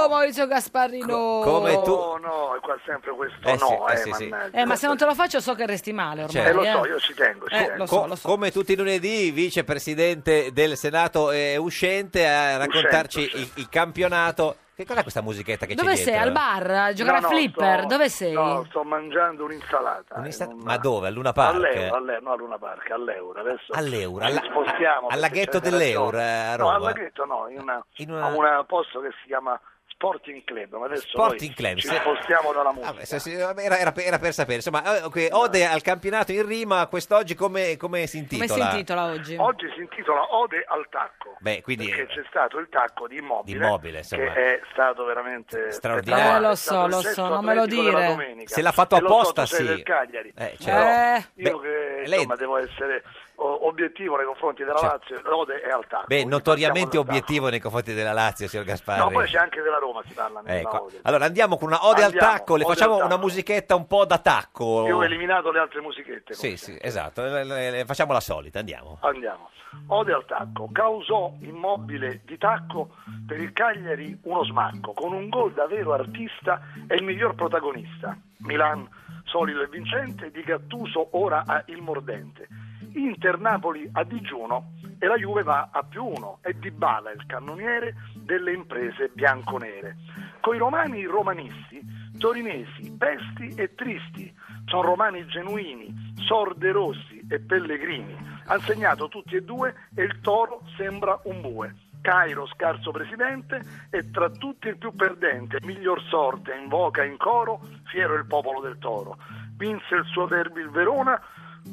S5: Oh, Maurizio Gasparrino!
S12: come tu-
S15: No, no, è qua sempre questo
S12: Eh sì,
S15: no,
S12: eh
S15: eh,
S12: sì, sì.
S15: mannaggia.
S5: Eh, ma se non te lo faccio so che resti male ormai.
S12: Cioè,
S15: Eh, lo
S5: eh.
S15: so, io ci tengo, ci
S5: Eh,
S15: tengo.
S5: lo so,
S12: Co- Come tutti i lunedì, vicepresidente del Senato eh, uscente a raccontarci il, il campionato.
S2: Che cos'è questa musichetta che
S5: Dove
S2: c'è
S5: sei?
S10: eh?
S2: dietro?
S5: Al bar? A giocare
S15: No,
S5: a
S15: no,
S5: flipper?
S15: sto-
S5: Dove sei?
S15: No, sto mangiando un'insalata.
S2: Un'insta- Ma dove? Al Luna Park?
S15: All'euro, all'euro, no, a Luna Park, all'euro. Adesso
S2: All'euro,
S15: ci
S2: alla-
S15: spostiamo. perché
S2: al laghetto
S15: c'è
S2: dell'euro, eh,
S15: della-
S2: a
S15: No,
S2: Roma.
S15: al laghetto no, in una,
S2: In una-
S15: a un posto che si chiama Sporting Club. Ma adesso
S2: Sporting
S15: noi
S2: Club,
S15: ci
S2: sì.
S15: spostiamo dalla musica.
S2: Vabbè, se- se- vabbè, eh, era, era per- era per sapere. Insomma, eh, ok, Ode al campionato in rima quest'oggi come, come si intitola?
S5: oggi?
S15: Oggi si intitola Ode al tacco.
S2: Beh, quindi
S15: Perché c'è stato il tacco di Immobile,
S2: Di Immobile,
S15: che
S2: insomma.
S15: è stato veramente
S2: Straordinario.
S15: spettacolare,
S5: Eh, lo
S15: è stato
S5: so,
S15: il
S5: lo
S15: sesto
S5: so, non me lo
S15: atletico della
S5: dire.
S15: domenica.
S2: Se l'ha fatto
S15: E lo so,
S2: apposta,
S15: tu sei
S2: sì.
S15: del Cagliari.
S2: Eh, certo.
S15: Però Io che insomma, devo essere o- obiettivo nei confronti della Lazio, l'Ode è al tacco.
S2: Cioè. Beh,
S15: Quindi
S2: notoriamente
S15: partiamo dal
S2: obiettivo nei confronti della Lazio, signor Gasparri.
S15: tacco. No, poi c'è anche della Roma, si parla nella
S2: Ecco.
S15: Ode.
S2: Allora andiamo con una ode
S15: Andiamo,
S2: al tacco, le
S15: ode
S2: facciamo
S15: al
S2: una musichetta un po' d'attacco.
S15: Io ho eliminato le altre musichette.
S2: Oh. Sì, sì, esatto, le- le- le- facciamo la solita, andiamo.
S15: Andiamo. Ode al tacco. Causò immobile di tacco per il Cagliari uno smacco, con un gol davvero artista e il miglior protagonista. Milan, solido e vincente, di Gattuso ora ha il mordente. Inter Napoli a digiuno e la Juve va a più uno. È Di Bala il cannoniere delle imprese bianconere. Coi romani romanisti, torinesi, pesti e tristi, sono romani genuini, sorde rossi e pellegrini. Han segnato tutti e due e il toro sembra un bue. Cairo scarso presidente e tra tutti il più perdente, miglior sorte, invoca in coro, fiero il popolo del toro. Vinse il suo derby il Verona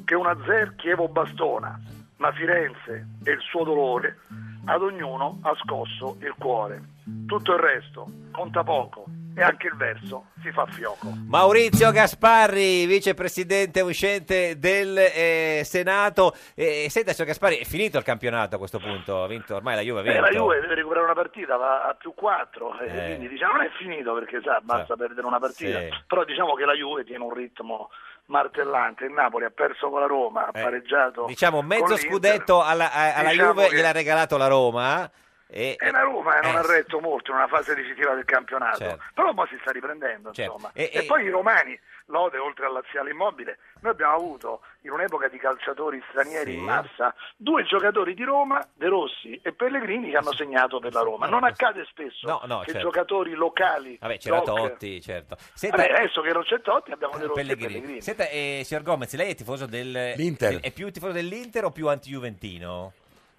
S15: che una Zer Chievo bastona, ma Firenze e il suo dolore ad ognuno ha scosso il cuore. Tutto il resto conta poco e anche il verso si fa fioco.
S2: Maurizio Gasparri, vicepresidente uscente del eh, Senato. Eh, senta, signor Gasparri, è finito il campionato a questo punto, ha vinto ormai la Juve. Ha
S15: Eh,
S2: vinto.
S15: la Juve deve recuperare una partita, va a più 4,
S2: Eh.
S15: quindi diciamo non è finito perché sa, basta perdere una partita,
S2: Sì.
S15: però diciamo che la Juve tiene un ritmo martellante, il Napoli ha perso con la Roma, ha
S2: Eh,
S15: pareggiato
S2: Diciamo
S15: con
S2: mezzo
S15: l'Inter.
S2: scudetto alla, a- alla
S15: Diciamo
S2: Juve,
S15: che-
S2: gliel'ha regalato la Roma. E,
S15: E la Roma non
S2: eh,
S15: ha retto molto in una fase decisiva del campionato,
S2: Certo.
S15: però poi si sta riprendendo.
S2: Certo.
S15: Insomma.
S2: E-
S15: E,
S2: e-
S15: poi i romani, lode oltre al laziale immobile, noi abbiamo avuto in un'epoca di calciatori stranieri
S2: Sì.
S15: in massa due giocatori di Roma, De Rossi e Pellegrini, che hanno segnato per la Roma. Non accade spesso
S2: No, no,
S15: che
S2: certo.
S15: giocatori locali.
S2: Vabbè, c'era
S15: doc-
S2: Totti, certo. Senta,
S15: Vabbè, eh, adesso che non c'è Totti abbiamo De Rossi
S2: Pellegrini.
S15: e Pellegrini.
S2: Senta, eh, signor Gomez, lei è tifoso del...
S10: L'Inter.
S2: È più tifoso dell'Inter o più anti-Juventino?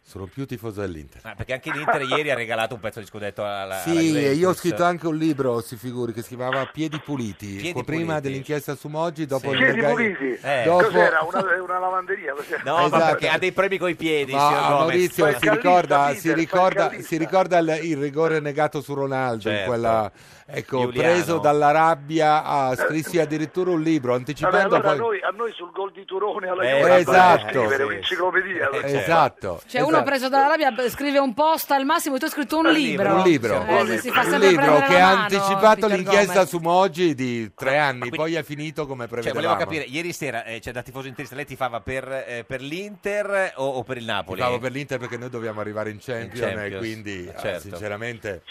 S10: Sono più tifoso dell'Inter.
S2: Ah, perché anche l'Inter ieri ha regalato un pezzo di scudetto alla, alla
S10: Sì,
S2: Juventus.
S10: e io ho scritto anche un libro, si figuri, che si chiamava Piedi Puliti,
S2: Piedi
S10: co- prima
S2: Puliti.
S10: dell'inchiesta su Moggi, dopo il
S15: Piedi
S10: Gai-
S15: puliti,
S10: Eh.
S15: cos'era? Una, una lavanderia? Cos'era?
S2: No,
S10: Esatto.
S2: ma perché ha dei premi coi piedi,
S10: Ma
S2: signor Gomez.
S10: Ah, Maurizio si ricorda, si ricorda, si ricorda il, il rigore negato su Ronaldo in
S2: Certo.
S10: quella- ecco,
S2: Giuliano.
S10: preso dalla rabbia a, scrissi addirittura un libro
S15: Vabbè,
S10: anticipando
S15: allora a
S10: poi
S15: noi, a noi sul gol di Turone alla
S10: Eh,
S15: Juve abbiamo da
S10: esatto.
S15: scrivere
S10: Sì.
S15: un'enciclopedia.
S10: Eh,
S2: certo.
S10: esatto
S5: Cioè, uno preso dalla rabbia scrive un post al massimo e tu hai scritto un libro.
S10: un libro,
S5: Eh,
S10: un
S5: sì, si fa
S10: libro
S5: sempre prendere la
S10: che ha
S5: mano,
S10: anticipato
S5: Peter
S10: l'inchiesta
S5: Gomez.
S10: su Moggi di tre anni, poi è finito come
S2: Cioè,
S10: prevedevamo.
S2: volevo capire, ieri sera, eh, cioè, da tifoso interista, lei tifava per, eh, per l'Inter eh, o, o per il Napoli?
S10: Tifavo per l'Inter perché noi dobbiamo arrivare in Champions, e
S2: Champions,
S10: eh, quindi ah,
S2: certo.
S10: sinceramente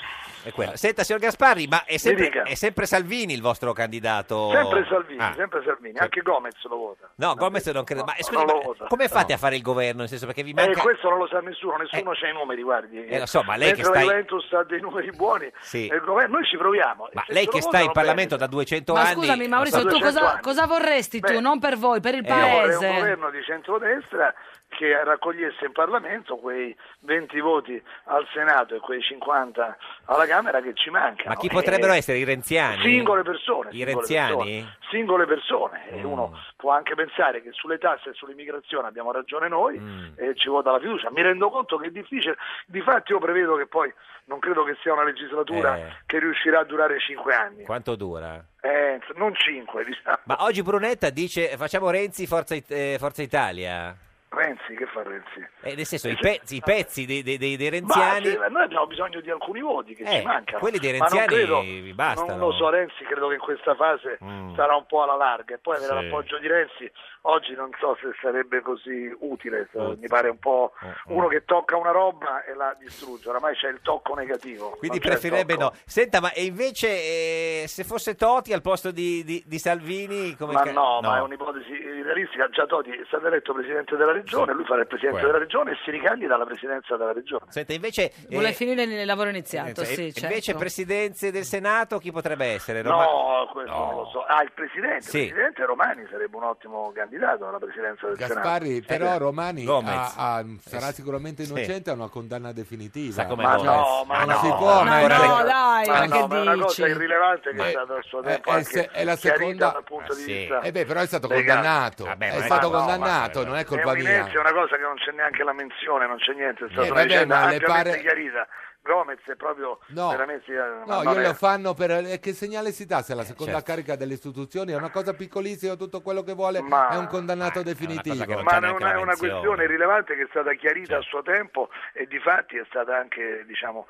S2: è quello. Senta, signor Gasparri, ma è sempre,
S15: dica.
S2: è sempre Salvini il vostro candidato?
S15: Sempre Salvini,
S2: Ah,
S15: sempre Salvini, anche Gomez lo vota.
S2: No, Gomez non credo. Ma,
S15: No,
S2: scusi,
S15: non lo
S2: ma
S15: vota.
S2: come fate a fare il governo? Nel senso, perché vi
S15: E
S2: manca...
S15: Eh, questo non lo sa nessuno, nessuno c'ha i numeri, guardi.
S2: Eh, lo so, ma lei
S15: Mentre
S2: che sta
S15: la
S2: in-
S15: Juventus ha dei numeri buoni,
S2: Sì.
S15: e il governo- noi ci proviamo.
S2: Ma
S15: Se
S2: lei
S15: ce
S2: che
S15: lo
S2: sta in
S15: votano,
S2: Parlamento da 200
S5: Ma
S2: anni...
S5: scusami, Maurizio,
S2: non so-
S5: tu cosa, cosa vorresti tu? Non per voi,
S2: Eh,
S5: per il
S15: bene. Cioè, Io vorrei un
S5: paese.
S15: governo di centrodestra che raccogliesse in Parlamento quei 20 voti al Senato e quei 50 alla Camera che ci mancano.
S2: Ma chi
S15: Eh,
S2: potrebbero essere? I renziani?
S15: Singole persone.
S2: I
S15: singole
S2: renziani? Mm.
S15: persone, singole persone. E uno può anche pensare che sulle tasse e sull'immigrazione abbiamo ragione noi e ci vota la fiducia. Mi rendo conto che è difficile, difatti io prevedo che poi non credo che sia una legislatura
S2: Eh.
S15: che riuscirà a durare cinque anni.
S2: Mm, Quanto dura?
S15: Eh, non cinque, diciamo.
S2: Ma oggi Brunetta dice facciamo Renzi Forza, It- eh, Forza Italia.
S15: Renzi, che fa Renzi?
S2: Eh, nel senso, i pezzi, i pezzi dei, dei- dei- dei
S15: Ma
S2: renziani...
S15: sì, ma noi abbiamo bisogno di alcuni voti che
S2: Eh,
S15: ci mancano.
S2: quelli dei
S15: ma non
S2: renziani
S15: credo,
S2: vi bastano. Mm.
S15: Non lo so, Renzi credo che in questa fase sarà un po' alla larga e poi avere
S2: Sì.
S15: l'appoggio di Renzi oggi non so se sarebbe così utile, so- mi pare un po'
S2: Mm,
S15: uno che tocca una roba e la distrugge, oramai c'è il tocco negativo. non
S2: Quindi
S15: c'è il
S2: preferirebbe
S15: tocco.
S2: no. Senta, ma e invece eh, se fosse Toti al posto di, di- di Salvini... Come
S15: Ma
S2: ca-
S15: no, ma è un'ipotesi, caratteristica, già Todi è stato eletto presidente della regione, lui farà il presidente
S2: Quello.
S15: della regione e si ricandida alla presidenza della regione.
S2: Senta, invece,
S5: Vuole
S2: eh,
S5: finire il lavoro iniziato,
S2: cioè,
S5: sì, certo.
S2: invece presidenze del Senato chi potrebbe essere?
S15: Eh, No, questo non lo so. Ah, il presidente,
S2: Sì.
S15: il presidente Romani sarebbe un ottimo candidato alla presidenza del
S10: Gasparri,
S15: Senato.
S10: però
S15: Eh,
S10: Romani
S15: Gomez.
S10: ha- ha- sarà
S15: Eh,
S10: sicuramente
S15: sì.
S10: innocente a una condanna definitiva.
S15: Sa come Ma Gomez. no, ma
S10: non
S15: no.
S10: si può.
S15: Ma
S10: mettere-
S15: no, dai, ma
S10: non si-
S15: che Ma è una dici? cosa irrilevante che è stata al suo tempo
S10: Eh, è,
S15: anche
S10: se- è
S15: chiarita
S10: la seconda.
S15: dal punto
S10: Eh
S15: di
S10: sì.
S15: vista
S10: Eh beh, però è stato
S15: legale.
S10: condannato.
S15: Vabbè,
S10: è
S15: ma
S10: stato
S15: no, ma-
S10: condannato, non è colpa
S15: è
S10: mia.
S15: un'inezia, è una cosa che non c'è neanche la menzione, non c'è niente, è stata
S10: Eh,
S15: una
S10: vabbè,
S15: vicenda
S10: ma le
S15: ampiamente
S10: pare-
S15: chiarita. Gomez è proprio
S10: No.
S15: veramente eh,
S10: No,
S15: vabbè.
S10: glielo fanno per eh, che segnale si dà se la seconda
S15: certo.
S10: carica delle istituzioni è una cosa piccolissima, tutto quello che vuole
S15: Ma-
S10: è un condannato definitivo.
S15: ma non è una questione rilevante che è stata chiarita a
S2: Certo.
S15: suo tempo e di fatti è stata anche diciamo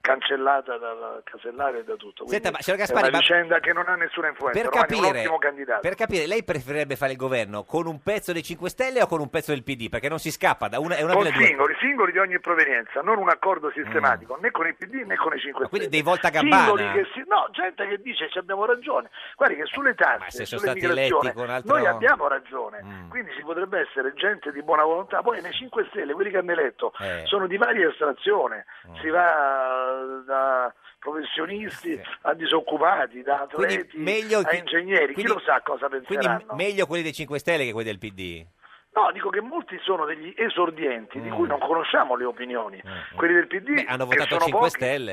S15: cancellata dal casellario e da tutto. Quindi
S2: Senta, ma, signor
S15: è
S2: Gasparri,
S15: una
S2: ma-
S15: vicenda che non ha nessuna influenza.
S2: Per
S15: Romani è un
S2: capire,
S15: ottimo candidato.
S2: per capire, lei preferirebbe fare il governo con un pezzo dei 5 Stelle o con un pezzo del PD? Perché non si scappa da una, è una
S15: con
S2: delle due. Mm.
S15: singoli, singoli di ogni provenienza, non un accordo sistematico né con il PD né con i 5 Stelle.
S2: Quindi dei volta
S15: Singoli
S2: gabbana.
S15: che si- no, gente che dice ci abbiamo ragione. Guardi che sulle tasse,
S2: se sono
S15: sulle
S2: stati eletti
S15: migrazioni,
S2: con altro- Mm.
S15: noi abbiamo ragione. Quindi ci potrebbe essere gente di buona volontà. Poi nei 5 Stelle, quelli che hanno eletto,
S2: Eh. Mm.
S15: sono di varia estrazione. Si va eh, da professionisti a disoccupati, da
S2: Eh, Quindi
S15: atleti
S2: meglio
S15: a
S2: chi-
S15: ingegneri.
S2: quindi-
S15: Chi lo sa cosa
S2: Quindi
S15: penseranno?
S2: meglio quelli dei 5 Stelle che quelli del PD.
S15: No, dico che molti sono degli esordienti di
S2: Mm.
S15: cui non conosciamo le opinioni. Quelli del PD
S2: Beh, hanno
S15: che
S2: votato
S15: sono
S2: 5
S15: pochi,
S2: Stelle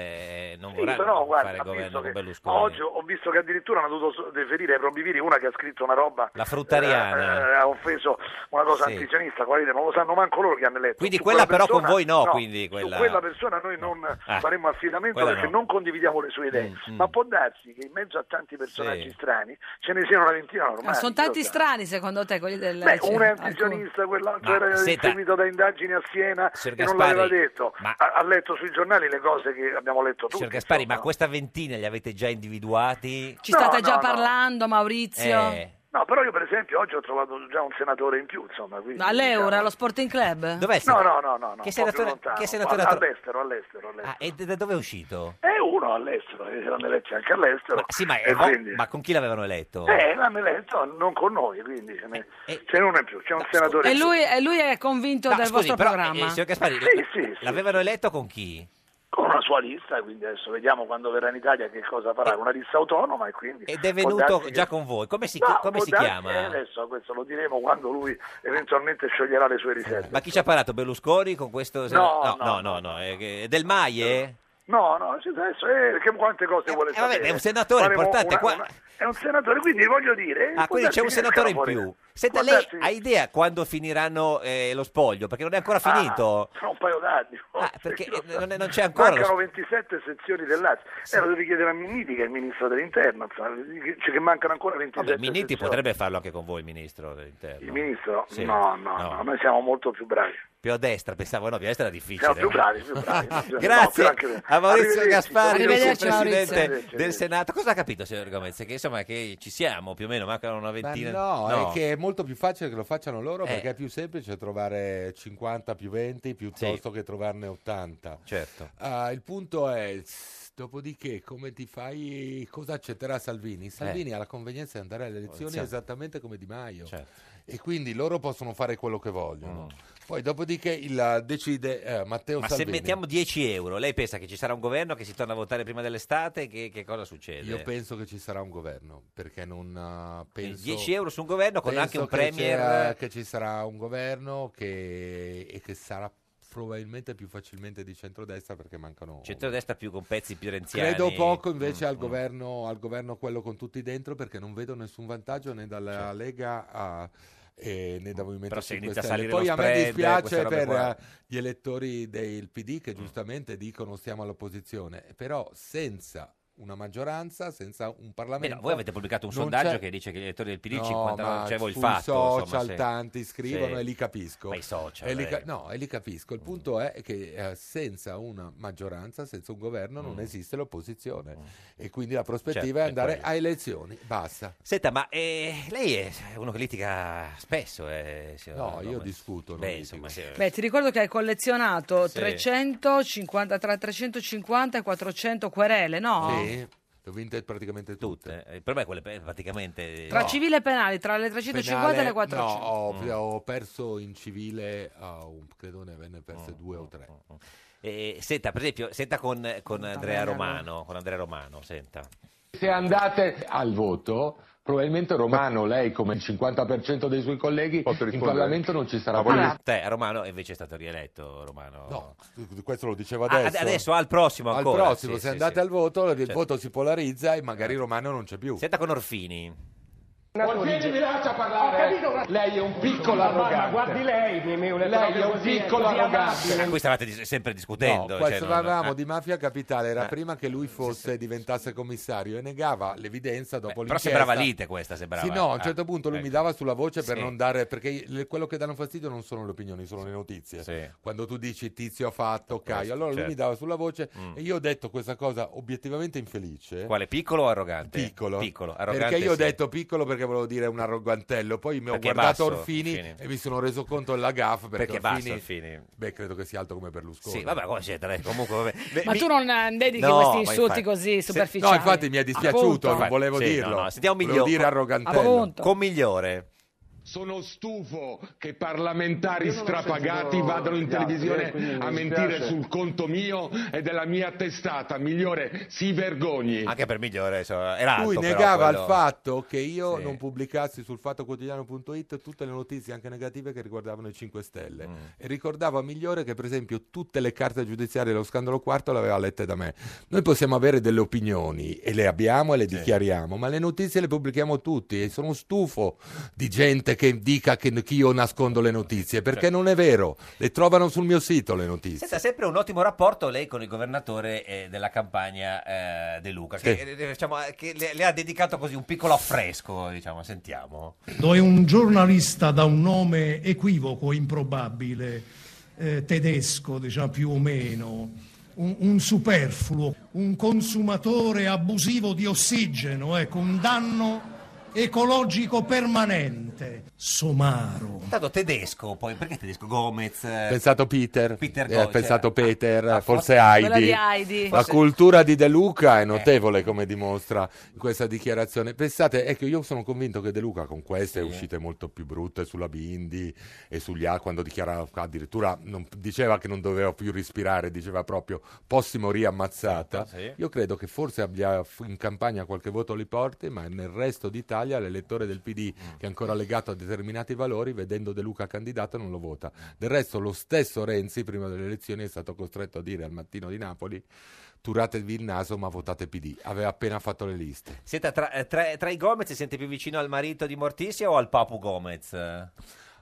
S2: e non
S15: Sì,
S2: vorranno
S15: però, guarda,
S2: fare
S15: ha
S2: governo
S15: visto
S2: con
S15: che
S2: Berlusconi.
S15: Oggi ho visto che addirittura hanno dovuto so- deferire ai probiviri una che ha scritto una roba.
S2: La fruttariana.
S15: eh, eh, ha offeso una cosa
S2: Sì.
S15: antisionista, quali non lo sanno manco loro che hanno eletto.
S2: Quindi
S15: Su
S2: quella però con
S15: persona-
S2: voi no, quindi
S15: su
S2: quella-
S15: quella persona noi non
S2: Ah.
S15: faremo affidamento
S2: Quella
S15: perché
S2: no.
S15: non condividiamo le sue idee.
S2: Mm, mm.
S15: Ma può darsi che in mezzo a tanti personaggi
S2: Sì.
S15: strani ce ne siano una ventina normali.
S5: Ma sono
S15: chi lo
S5: Ah, tanti
S15: sa?
S5: strani secondo te quelli del
S15: Beh,
S5: cioè,
S15: uno è
S5: alcuni.
S15: antisionista, quell'altro
S2: Ma,
S15: era
S2: senta,
S15: seguito da indagini a Siena
S2: signor
S15: e non
S2: Gasparri,
S15: l'aveva detto. Ha, ha letto sui giornali le cose che abbiamo letto tutti.
S2: Signor Gaspari, ma
S15: insomma.
S2: questa ventina li avete già individuati?
S5: Ci
S15: No,
S5: state già
S15: no, no.
S5: parlando Maurizio?
S2: Eh.
S15: No, però io per esempio oggi ho trovato già un senatore in più, insomma. Quindi,
S5: All'Eura,
S15: diciamo-
S5: allo Sporting Club?
S2: Dov'è il
S15: No, no,
S2: senatore?
S15: no, no, no,
S2: Che
S15: un po' più
S2: senatore-
S15: lontano.
S2: che senatore
S15: All-
S2: ha tro-
S15: all'estero, all'estero, all'estero.
S2: Ah, e d- da dove è uscito?
S15: È uno all'estero, eh, l'hanno eletto anche all'estero.
S2: Ma, sì, ma,
S15: e
S2: ma-
S15: quindi-
S2: ma con chi l'avevano eletto?
S15: Eh, l'hanno eletto non con noi, quindi ce n'è, ce n'è uno in più, c'è un senatore
S5: E
S15: in più.
S5: lui, e lui è convinto
S2: Eh, No,
S5: del
S2: scusi,
S5: vostro
S2: però,
S5: programma?
S2: eh, signor Gaspari,
S15: Sì,
S2: la-
S15: sì, sì.
S2: l'avevano eletto con chi?
S15: con una sua lista, quindi adesso vediamo quando verrà in Italia che cosa farà, una lista autonoma e quindi...
S2: Eh. Ed è
S15: può
S2: venuto
S15: darsi che-
S2: già con voi. Come si,
S15: No,
S2: come
S15: può
S2: si
S15: darsi-
S2: chiama?
S15: eh, adesso questo lo diremo quando lui eventualmente scioglierà le sue riserve.
S2: Ma chi ci ha parlato? Berlusconi con questo...
S15: No,
S2: no, no, no, no, eh, che- Del Maie?
S15: No, no, ci- adesso eh, che quante cose vuole
S2: vabbè,
S15: sapere.
S2: è un senatore
S15: Faremo
S2: importante,
S15: una-
S2: qua-
S15: una- È un senatore, quindi voglio dire...
S2: Ah,
S15: può
S2: quindi c'è un
S15: darsi che
S2: senatore in
S15: escano
S2: più.
S15: fuori-
S2: Senta,
S15: può
S2: lei
S15: darsi-
S2: ha idea quando finiranno eh, lo spoglio? Perché non è ancora
S15: Ah,
S2: finito.
S15: Tra un paio d'anni.
S2: Ah, perché eh, non è- non c'è ancora lo-
S15: Mancano 27 sezioni del Lazio. Era lo richiedere a Minniti, che è il ministro dell'interno, insomma, che- cioè che mancano ancora 27
S2: Vabbè, Minniti
S15: sezioni.
S2: potrebbe farlo anche con voi, ministro dell'interno.
S15: Il ministro?
S2: Sì.
S15: No, no,
S2: No.
S15: no, noi siamo molto più bravi.
S2: Più a destra, pensavo, no, più a destra era difficile.
S15: Siamo più bravi, più bravi. No,
S2: Grazie
S15: più anche noi.
S2: a Maurizio
S15: Arrivederci,
S2: Gasparri, il
S15: arrivederci,
S2: presidente
S15: Maurizio.
S2: del Senato. Cosa ha capito, signor Gomez? Che insomma che ci siamo più o meno, mancano una
S10: Ma
S2: ventina.
S10: no, è che è molto più facile che lo facciano loro
S2: Eh.
S10: perché è più semplice trovare 50 più 20 piuttosto che trovarne 80.
S2: Certo.
S10: Ah, il punto è, s- dopodiché, come ti fai, cosa accetterà Salvini? Salvini ha la convenienza di andare alle elezioni
S2: Eh. Sì. Certo.
S10: esattamente come Di Maio. E quindi loro possono fare quello che vogliono. Poi dopodiché il, decide eh, Matteo
S2: Mm. Ma se
S10: Salvini.
S2: mettiamo 10 euro, lei pensa che ci sarà un governo che si torna a votare prima dell'estate? Che, che cosa succede?
S10: Io penso che ci sarà un governo, perché non eh, penso...
S2: 10 euro su un governo con
S10: penso
S2: anche un
S10: che
S2: premier- eh.
S10: c'era- Che ci sarà un governo che, e che sarà probabilmente più facilmente di centrodestra perché mancano...
S2: Centrodestra più con pezzi più renziani.
S10: Credo poco invece
S2: Mm,
S10: al,
S2: mm.
S10: governo, al governo quello con tutti dentro perché non vedo nessun vantaggio né dalla Lega a- eh, né da Movimento
S2: Però se
S10: 5
S2: inizia a
S10: Stelle.
S2: salire
S10: Poi
S2: lo
S10: a me
S2: spread,
S10: dispiace
S2: queste robe
S10: per
S2: qua. Mm.
S10: eh, gli elettori del PD che giustamente dicono stiamo all'opposizione, però senza una maggioranza, senza un
S2: Beh,
S10: Parlamento.
S2: no, voi avete pubblicato un
S10: non
S2: sondaggio
S10: c'è-
S2: che dice che gli elettori del PD
S10: No,
S2: 59,
S10: ma
S2: cioè voi il
S10: sui
S2: fatto.
S10: social
S2: insomma, se-
S10: tanti scrivono
S2: se-
S10: e li capisco.
S2: Ma i social,
S10: E li ca-
S2: eh.
S10: no, e li capisco. Il punto è che eh, senza una maggioranza, senza un governo, non
S2: Mm.
S10: esiste l'opposizione. E quindi la prospettiva
S2: Certo,
S10: è
S2: è
S10: andare
S2: quello.
S10: a elezioni. Basta.
S2: Senta, ma eh, lei è uno che litiga spesso, eh, signor
S10: No,
S2: Gomez?
S10: io discuto, non
S2: Beh,
S10: litigo.
S2: insomma, se-
S5: Beh, ti ricordo che hai collezionato
S2: Sì.
S5: 350, tra 350 e 400 querele, no?
S10: Sì. Le ho vinte praticamente tutte.
S2: Eh, Per me quelle pe- praticamente...
S5: Tra
S2: no.
S5: civile e penale, tra le 350 e
S10: Penale,
S5: le 400.
S10: No, ho, ho perso in civile, ah, un- credo ne averne perse due o tre.
S2: Eh, senta, per esempio, senta con, con Andrea Romano, con Andrea Romano, senta.
S6: Se andate al voto, probabilmente Romano, lei come il 50% dei suoi colleghi, in
S10: rispondere? Ah,
S6: Parlamento non ci sarà
S5: Ah.
S6: più.
S2: Te, Romano invece è stato rieletto, Romano.
S10: No, questo lo dicevo
S2: Ah,
S10: adesso.
S2: adesso, al prossimo
S10: Al
S2: ancora,
S10: prossimo,
S2: sì,
S10: se
S2: sì,
S10: andate
S2: sì.
S10: al voto, il
S2: Certo.
S10: voto si polarizza e magari Romano non c'è più.
S2: Senta con Orfini.
S6: Guardieri
S2: Eh.
S6: mi lascia parlare. lei è un piccolo
S16: Ma mamma,
S6: arrogante.
S16: guardi
S6: lei, lei è un piccolo arrogante.
S2: Ah, qui stavate dis- sempre discutendo.
S10: No, qua
S2: cioè, non-
S10: parlavamo
S2: ah.
S10: di mafia capitale, era
S2: Eh.
S10: prima che lui fosse diventasse commissario e negava l'evidenza dopo
S2: però
S10: l'inchiesta.
S2: sembrava lite questa, sembrava.
S10: Sì, no, a un
S2: Ah,
S10: certo punto lui
S2: ecco.
S10: mi dava sulla voce per
S2: Sì.
S10: non dare perché le- quello che danno fastidio non sono le opinioni, sono le notizie. Quando tu dici tizio ha fatto, Caio, allora lui
S2: certo.
S10: mi dava sulla voce
S2: Mm.
S10: e io ho detto questa cosa obiettivamente infelice.
S2: Quale, piccolo o arrogante?
S10: Piccolo.
S2: arrogante
S10: perché io ho
S2: sì.
S10: detto piccolo perché volevo dire un arrogantello, poi mi ho
S2: Perché è
S10: guardato
S2: basso,
S10: Orfini,
S2: Orfini.
S10: e mi sono reso conto della gaffa perché,
S2: Perché è basso, Orfini.
S10: Beh, credo che sia alto come Berlusconi.
S2: Sì, vabbè, come siete, dai, comunque... vabbè. Beh,
S5: Ma
S2: mi-
S5: tu non eh, dedichi
S2: No,
S5: questi
S2: ma
S5: insulti
S2: infatti-
S5: così
S2: se-
S5: superficiali.
S10: no, infatti mi è dispiaciuto,
S5: Appunto.
S10: non volevo
S2: Sì,
S10: dirlo.
S2: No, no, sentiamo
S10: Volevo
S2: migliore.
S10: dire arrogantello. Appunto.
S2: Con migliore.
S6: Sono stufo che parlamentari
S2: Io non ho
S6: strapagati
S2: sentito
S6: vadano in
S2: gli altri,
S6: televisione
S2: eh, quindi mi
S6: a mentire
S2: dispiace.
S6: sul conto mio e della mia testata. Migliore, si vergogni.
S2: Anche per migliore, insomma, era alto
S10: Lui
S2: però,
S10: negava
S2: quello.
S10: il fatto che io
S2: Sì.
S10: non pubblicassi sul fattoquotidiano.it tutte le notizie anche negative che riguardavano i 5
S2: Mm.
S10: Stelle e ricordavo a Migliore che per esempio tutte le carte giudiziarie dello scandalo quarto le aveva lette da me. Noi possiamo avere delle opinioni e le abbiamo e le dichiariamo, ma le notizie le pubblichiamo tutti e sono stufo di gente che dica che che io nascondo le notizie perché non è vero, le trovano sul mio sito le notizie.
S2: Senta, sempre un ottimo rapporto lei con il governatore eh, della campagna eh, De Luca, che,
S10: Sì.
S2: eh, diciamo, eh, che le, le ha dedicato così un piccolo affresco, diciamo, sentiamo.
S15: È un giornalista da un nome equivoco, improbabile, eh, tedesco, diciamo più o meno, un, un superfluo, un consumatore abusivo di ossigeno, ecco, un danno ecologico permanente. Somaro.
S2: Stato tedesco, poi perché tedesco? Gomez. eh,
S10: pensato Peter,
S2: Peter
S10: eh,
S2: Gomez,
S10: pensato Peter, forse
S2: forse- Quella
S10: Heidi.
S2: di Heidi.
S10: La
S2: Forse- Eh.
S10: cultura di De Luca è notevole, come dimostra questa dichiarazione. Pensate, ecco, io sono convinto che De Luca con queste
S2: Sì.
S10: uscite molto più brutte sulla Bindi e sugli A, quando dichiarava addirittura non- diceva che non doveva più respirare, diceva proprio possi morire ammazzata.
S2: Ah, Sì.
S10: Io credo che forse abbia f- in campagna qualche voto li porti, ma nel resto d'Italia l'elettore del PD
S2: Mm.
S10: che è ancora legato a determinati valori, vedendo De Luca candidato, non lo vota. Del resto lo stesso Renzi, prima delle elezioni, è stato costretto a dire al mattino di Napoli turatevi il naso ma votate PD. Aveva appena fatto le liste.
S2: Senta, tra, eh, tra- tra i Gomez si sente più vicino al marito di Morticia o al Papu Gomez?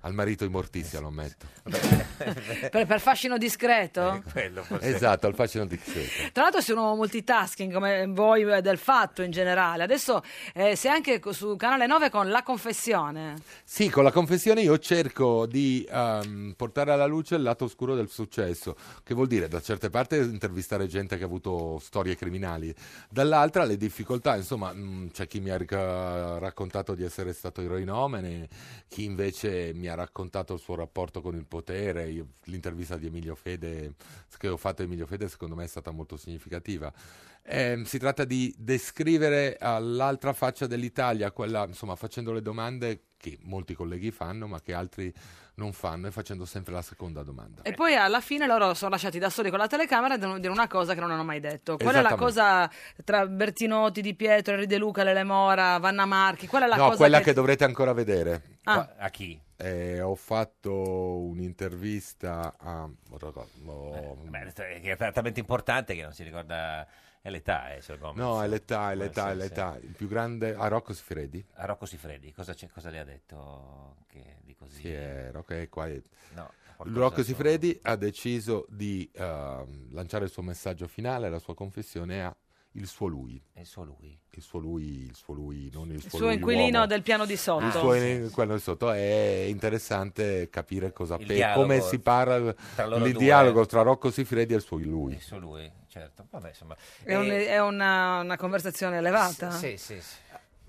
S10: Al marito di Morticia lo metto.
S5: Ah, Per, per fascino discreto?
S10: Eh,
S2: Quello forse.
S10: Esatto, al fascino di Xetra.
S5: Tra l'altro sei un uomo multitasking come voi eh, del fatto in generale. Adesso eh, sei anche co- su Canale 9 con La Confessione.
S10: Sì, con la confessione io cerco di ehm, portare alla luce il lato oscuro del successo, che vuol dire da certe parti intervistare gente che ha avuto storie criminali, dall'altra le difficoltà, insomma mh, c'è chi mi ha rica- raccontato di essere stato eroinomene, chi invece mi ha raccontato il suo rapporto con il potere, Io- l'intervista di Emilio Fede che ho fatto a Emilio Fede secondo me è stata molto significativa. Ehm, si tratta di descrivere all'altra faccia dell'Italia, quella insomma facendo le domande che molti colleghi fanno ma che altri non fanno e facendo sempre la seconda domanda.
S5: E poi alla fine loro sono lasciati da soli con la telecamera a dire una cosa che non hanno mai detto. Qual è la
S10: Esattamente.
S5: cosa tra Bertinotti, Di Pietro, Henry De Luca, Lele Mora, Vanna Marchi? Qual è la
S10: no,
S5: cosa
S10: quella
S5: che...
S10: che... dovrete ancora vedere.
S5: Ah.
S2: A chi?
S10: Eh, ho fatto un'intervista a...
S2: Eh,
S10: no,
S2: Beh, che è talmente importante che non si ricorda è l'età, eh, signor Gomez.
S10: No, è l'età, è l'età, è
S2: Sì, sì.
S10: l'età. Il più grande... A Rocco Siffredi?
S2: A Rocco Siffredi, cosa, c'è- cosa le ha detto che- di così?
S10: Sì, è Rocco ecco. è qua. è-
S2: No, qualcosa
S10: Rocco
S2: su-
S10: Siffredi ha deciso di ehm, lanciare il suo messaggio finale, la sua confessione a il suo lui.
S2: Il suo lui.
S10: Il suo lui, il suo lui, non il suo,
S5: Il suo
S10: lui
S5: inquilino
S10: uomo.
S5: del piano di sotto.
S10: Il
S2: Ah,
S10: suo quello di sotto è interessante capire cosa
S2: Il
S10: pe-
S2: dialogo
S10: come si parla
S2: tra loro
S10: il
S2: due.
S10: dialogo tra Rocco Siffredi e il suo lui.
S2: Il suo lui, certo. Vabbè, insomma.
S10: Eh.
S5: È, un- è una, una conversazione elevata?
S2: Sì, sì, sì.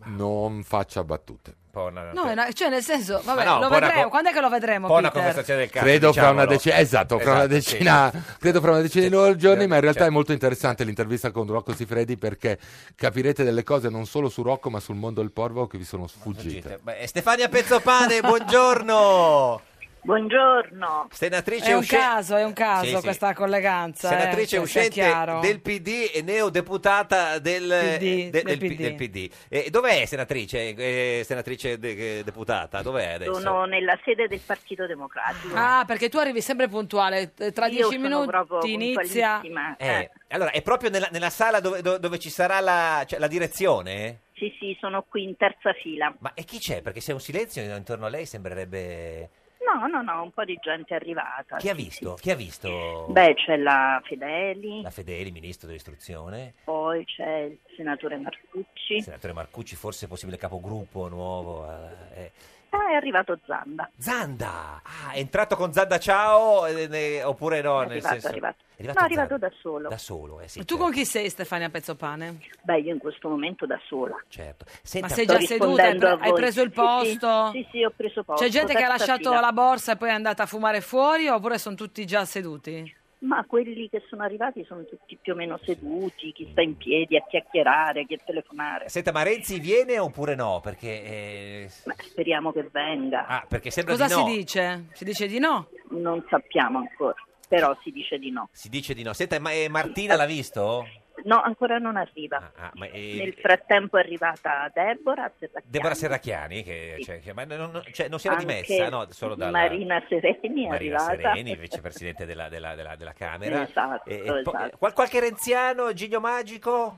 S10: non faccia battute.
S5: No, era- cioè nel senso, vabbè,
S10: Ma no,
S5: lo
S10: buona
S5: vedremo.
S10: co-
S5: Quando è che lo vedremo?
S10: buona
S5: Peter?
S2: Cioè,
S10: conversazione del cazzo, Credo fra una decina, esatto, fra una
S2: Esatto, sì.
S10: decina, credo fra una decina di nuovi giorni, ma in realtà
S2: certo.
S10: è molto interessante l'intervista con Rocco Sifredi perché capirete delle cose non solo su Rocco, ma sul mondo del porvo che vi sono sfuggite.
S2: Beh, Stefania Pezzopane, buongiorno.
S17: Buongiorno.
S2: Senatrice
S5: È un
S2: usce-
S5: caso, è un caso
S2: Sì, sì.
S5: questa colleganza.
S2: Senatrice
S5: eh, cioè, sia
S2: uscente
S5: chiaro.
S2: del PD e neodeputata del,
S5: PD,
S2: eh, de-
S5: del
S2: del P-
S5: PD.
S2: del PD. Eh, dov'è senatrice, eh, senatrice de- eh, deputata? Dov'è adesso?
S17: Sono nella sede del Partito Democratico.
S5: Ah, perché tu arrivi sempre puntuale, eh, tra
S17: Io
S5: dieci
S17: sono
S5: minuti
S17: proprio
S5: inizia.
S17: puntualissima.
S2: Eh, allora, è proprio nella, nella sala dove, do- dove ci sarà la, cioè, la direzione?
S17: Sì, sì, sono qui in terza fila.
S2: Ma e chi c'è? Perché se un silenzio intorno a lei sembrerebbe...
S17: No, no, no, un po' di gente è arrivata.
S2: Chi ha visto? Chi ha visto?
S17: Beh, c'è la Fedeli,
S2: La Fedeli, ministro dell'istruzione.
S17: poi c'è il senatore Marcucci.
S2: Senatore Marcucci, forse possibile capogruppo nuovo. eh, eh.
S17: Ah, è arrivato Zanda.
S2: Zanda! Ah, è entrato con Zanda Ciao eh, ne- oppure no?
S17: è
S2: nel
S17: arrivato,
S2: senso...
S17: è arrivato.
S2: È
S17: No,
S2: arrivato
S17: è arrivato da
S2: Zanda
S17: solo.
S2: da solo, eh sì.
S5: Tu con chi sei Stefania Pezzopane?
S17: Beh, io in questo momento da sola.
S2: Certo.
S5: Ma sei già seduta? Hai, pre- hai preso il posto?
S17: Sì, sì, sì, ho preso posto.
S5: C'è gente che ha
S17: terza
S5: lasciato
S17: fila.
S5: la borsa e poi è andata a fumare fuori oppure sono tutti già seduti?
S17: Ma quelli che sono arrivati sono tutti più o meno seduti, chi sta in piedi a chiacchierare, chi a telefonare.
S2: Senta, ma Renzi viene oppure no? Perché... eh,
S17: Speriamo che venga.
S2: Ah, perché sembra
S5: Cosa
S2: di no.
S5: si dice? Si dice di no?
S17: Non sappiamo ancora, però si dice di no.
S2: Si dice di no. Senta, ma eh, Martina l'ha visto?
S17: No, ancora non arriva.
S2: Ah, ma, eh,
S17: Nel frattempo è arrivata Deborah Serracchiani,
S2: Deborah Serracchiani, che cioè, che- ma non, non- cioè, non si era
S17: Anche
S2: dimessa, no? Solo dalla...
S17: Marina Sereni è
S2: Marina
S17: arrivata.
S2: Sereni, vicepresidente della, della- della- della Camera.
S17: Esatto,
S2: E- e poi-
S17: esatto.
S2: qual- qualche renziano, Giglio Magico?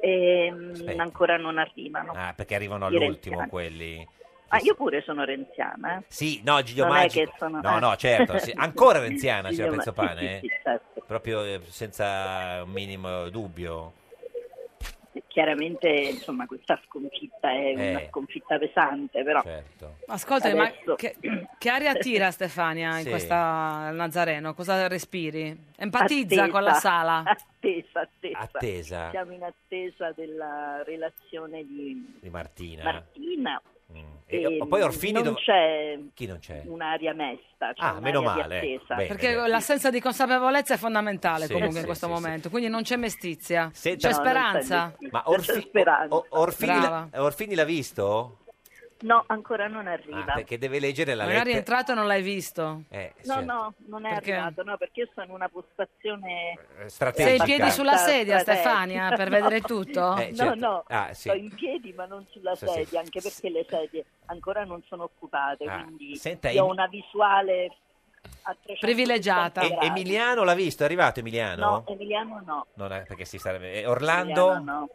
S17: Ehm,
S2: Aspetta.
S17: ancora non arrivano.
S2: Ah, perché arrivano
S17: I
S2: all'ultimo
S17: renziani.
S2: quelli.
S17: Ma io pure sono renziana. eh.
S2: Sì, no, Giglio
S17: Non è
S2: Magico.
S17: che sono-
S2: No,
S17: eh.
S2: no, certo. sì. Ancora renziana,
S17: Giglio
S2: signor
S17: Ma-
S2: Pezzopane?
S17: sì, sì,
S2: eh? Proprio eh, senza un minimo dubbio.
S17: Chiaramente, insomma, questa sconfitta è
S2: Eh.
S17: una sconfitta pesante, però...
S2: Certo.
S5: Ascolta, ma che, che aria attira Stefania in
S17: Sì.
S5: questa al Nazareno? Cosa respiri? Empatizza
S17: Attesa.
S5: con la sala.
S17: Attesa, attesa.
S2: Attesa.
S17: Siamo in attesa della relazione di
S2: Di Martina.
S17: Martina.
S2: E, o- poi Orfini
S17: non
S2: dove-
S17: c'è
S2: Chi non c'è?
S17: un'aria mesta, c'è
S2: Eh. Ah,
S17: un'aria
S2: meno
S17: di
S2: male, ecco.
S17: attesa.
S2: Bene,
S5: Perché
S2: bene.
S5: l'assenza di consapevolezza è fondamentale
S2: Sì,
S5: comunque
S2: sì,
S5: in questo
S2: sì,
S5: momento, quindi non c'è mestizia,
S2: Senta-
S5: c'è
S2: No, non c'è
S5: speranza.
S2: Ma Orfi- O- Orfini, l'ha-
S5: Brava.
S2: Orfini l'ha visto?
S17: No, ancora non arriva.
S2: Ah, perché deve leggere la
S5: Magari è
S2: lettera.
S5: entrato e non l'hai visto.
S2: Eh,
S17: No,
S2: certo.
S17: no, non è
S5: Perché?
S17: arrivato, no, perché io sono in una postazione
S2: Eh,
S5: Sei
S2: Strategica.
S5: in piedi sulla sedia,
S17: strategica.
S5: Stefania, per
S17: No.
S5: vedere tutto?
S2: Eh,
S17: No,
S2: certo.
S17: no,
S2: Ah, sì.
S17: sto in piedi ma non sulla
S2: Sì, sì.
S17: sedia, anche perché le sedie ancora non sono occupate,
S2: Ah,
S17: quindi
S2: senta,
S17: io ho
S2: in-
S17: una visuale a 360
S5: Privilegiata.
S2: E-
S17: gradi.
S2: Emiliano l'ha visto? È arrivato Emiliano?
S17: No, Emiliano no.
S2: Non è- perché si sarebbe... eh, Orlando?
S17: Emiliano no,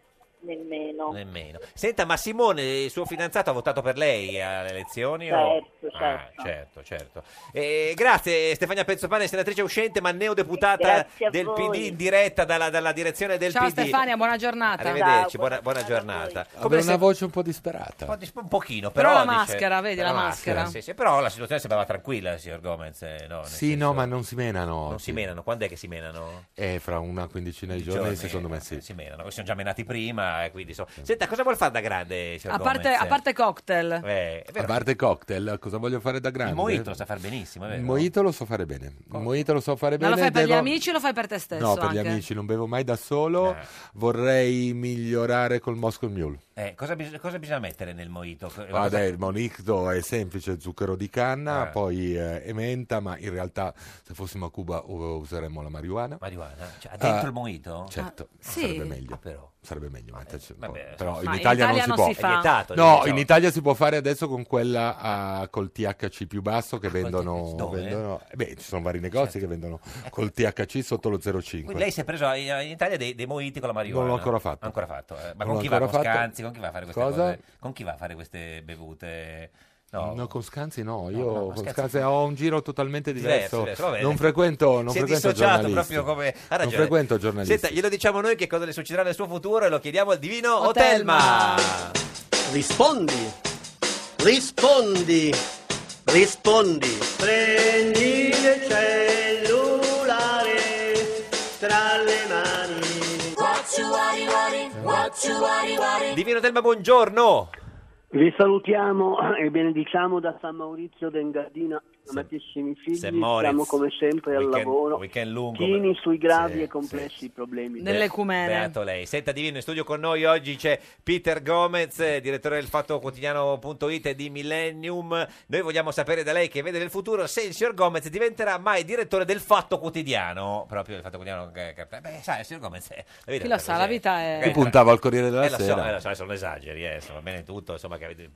S17: nemmeno.
S2: Nemmeno. Senta, ma Simone, il suo fidanzato, ha votato per lei alle elezioni?
S17: Certo,
S2: o... Ah,
S17: certo.
S2: certo, certo. Eh, grazie Stefania Pezzopane, senatrice uscente ma neodeputata
S5: Grazie a
S2: del
S5: voi.
S2: PD in diretta dalla, dalla direzione del
S5: Ciao
S2: PD.
S5: Stefania, buona giornata.
S2: Arrivederci, buona, buona giornata.
S10: Aveva una voce un po' disperata.
S2: Un po' dis- un pochino,
S5: Però la
S2: però. dice-
S5: maschera, vedi,
S2: però
S5: la maschera.
S2: Sì, sì, però la situazione sembrava tranquilla, signor Gomez. eh, no, nel
S10: Sì,
S2: senso-
S10: no, ma non si menano.
S2: Non si menano. Quando è che si menano?
S10: Eh, fra una quindicina di giorni,
S2: Giorni, eh,
S10: secondo me sì.
S2: Si menano. Poi Sono già menati prima, e quindi. so- Senta, cosa vuol fare da grande, signor
S5: A parte,
S2: Gomez?
S5: a parte cocktail.
S2: Eh, è
S10: A
S2: vero.
S10: parte cocktail, cosa voglio fare da grande?
S2: Il mojito lo sa far benissimo, è vero?
S10: Il mojito lo so fare bene. Il mojito lo so fare
S5: Ma
S10: bene.
S5: lo fai per gli
S10: devo-
S5: amici o lo fai per te stesso
S10: No, per
S5: anche?
S10: gli amici, non bevo mai da solo. Vorrei migliorare col Moscow Mule.
S2: Eh, cosa, bis- cosa bisogna mettere nel mojito? Co-
S10: Ah,
S2: cosa-
S10: dai, il monicto è semplice, zucchero di canna,
S2: Eh.
S10: poi eh, e menta, ma in realtà se fossimo a Cuba u- useremmo la marijuana.
S2: Marijuana? Cioè, ha dentro
S10: Ah,
S2: il mojito?
S10: Certo,
S2: Ah,
S10: sarebbe
S2: sì?
S10: meglio.
S2: Ah, però. Eh,
S10: Sarebbe meglio metterci un
S2: vabbè,
S10: po'. Però in
S2: Ma in
S10: Italia,
S2: Italia
S10: non
S2: non
S10: si può.
S2: si fa. È vietato,
S10: no,
S2: diciamo.
S10: in Italia si può fare adesso con quella ah, col THC più basso
S2: Ah,
S10: che vendono...
S2: dove? Certo.
S10: vendono- eh, beh, ci sono vari negozi che vendono col THC sotto lo 0,5.
S2: Quindi lei si è preso in in Italia dei, dei mojiti con la marijuana?
S10: Non l'ho ancora fatto.
S2: Ancora fatto, eh. Ma
S10: Non
S2: con
S10: l'ho
S2: chi va?
S10: ancora
S2: Con
S10: fatto.
S2: Scanzi? Con chi va a fare queste
S10: Cosa?
S2: cose? Con chi va a fare queste bevute? No.
S10: No, con Scanzi no,
S2: no,
S10: io
S2: no,
S10: con
S2: Scanzi-
S10: Scanzi ho un giro totalmente
S2: Diverso,
S10: diverso.
S2: diverso, vabbè.
S10: Non frequento, non
S2: si è
S10: frequento
S2: dissociato
S10: giornalisti.
S2: proprio come ha
S10: non
S2: ragione.
S10: frequento giornalisti.
S2: Senta, glielo diciamo noi che cosa le succederà nel suo futuro e lo chiediamo al divino
S10: Otelma.
S2: Otelma.
S18: Rispondi, rispondi, rispondi. Prendi il cellulare tra le mani.
S4: What you worry, worry, what
S2: Divino Telma, buongiorno.
S18: Vi salutiamo e benediciamo da San Maurizio d'Engadina, amatissimi
S2: San
S18: figli,
S2: Moritz.
S18: siamo come sempre al
S2: Weekend-
S18: lavoro,
S2: Weekend lungo.
S18: chini sui gravi
S2: Sì,
S18: e complessi problemi.
S2: Be- Beato lei. Senta Divino, in studio con noi oggi c'è Peter Gomez, eh, direttore del Fatto Quotidiano.it e di Millennium. Noi vogliamo sapere da lei che vede nel futuro se il signor Gomez diventerà mai direttore del Fatto Quotidiano. Proprio del Fatto Quotidiano. eh, che- Beh, sai, il signor Gomez. eh, la vita
S5: Chi lo
S2: è
S5: sa,
S2: così.
S5: la vita è-
S10: Io puntavo al Corriere della
S2: Eh, lo so,
S10: Sera.
S2: eh, lo so, adesso non esageri, eh, insomma, bene tutto. Insomma, che avete-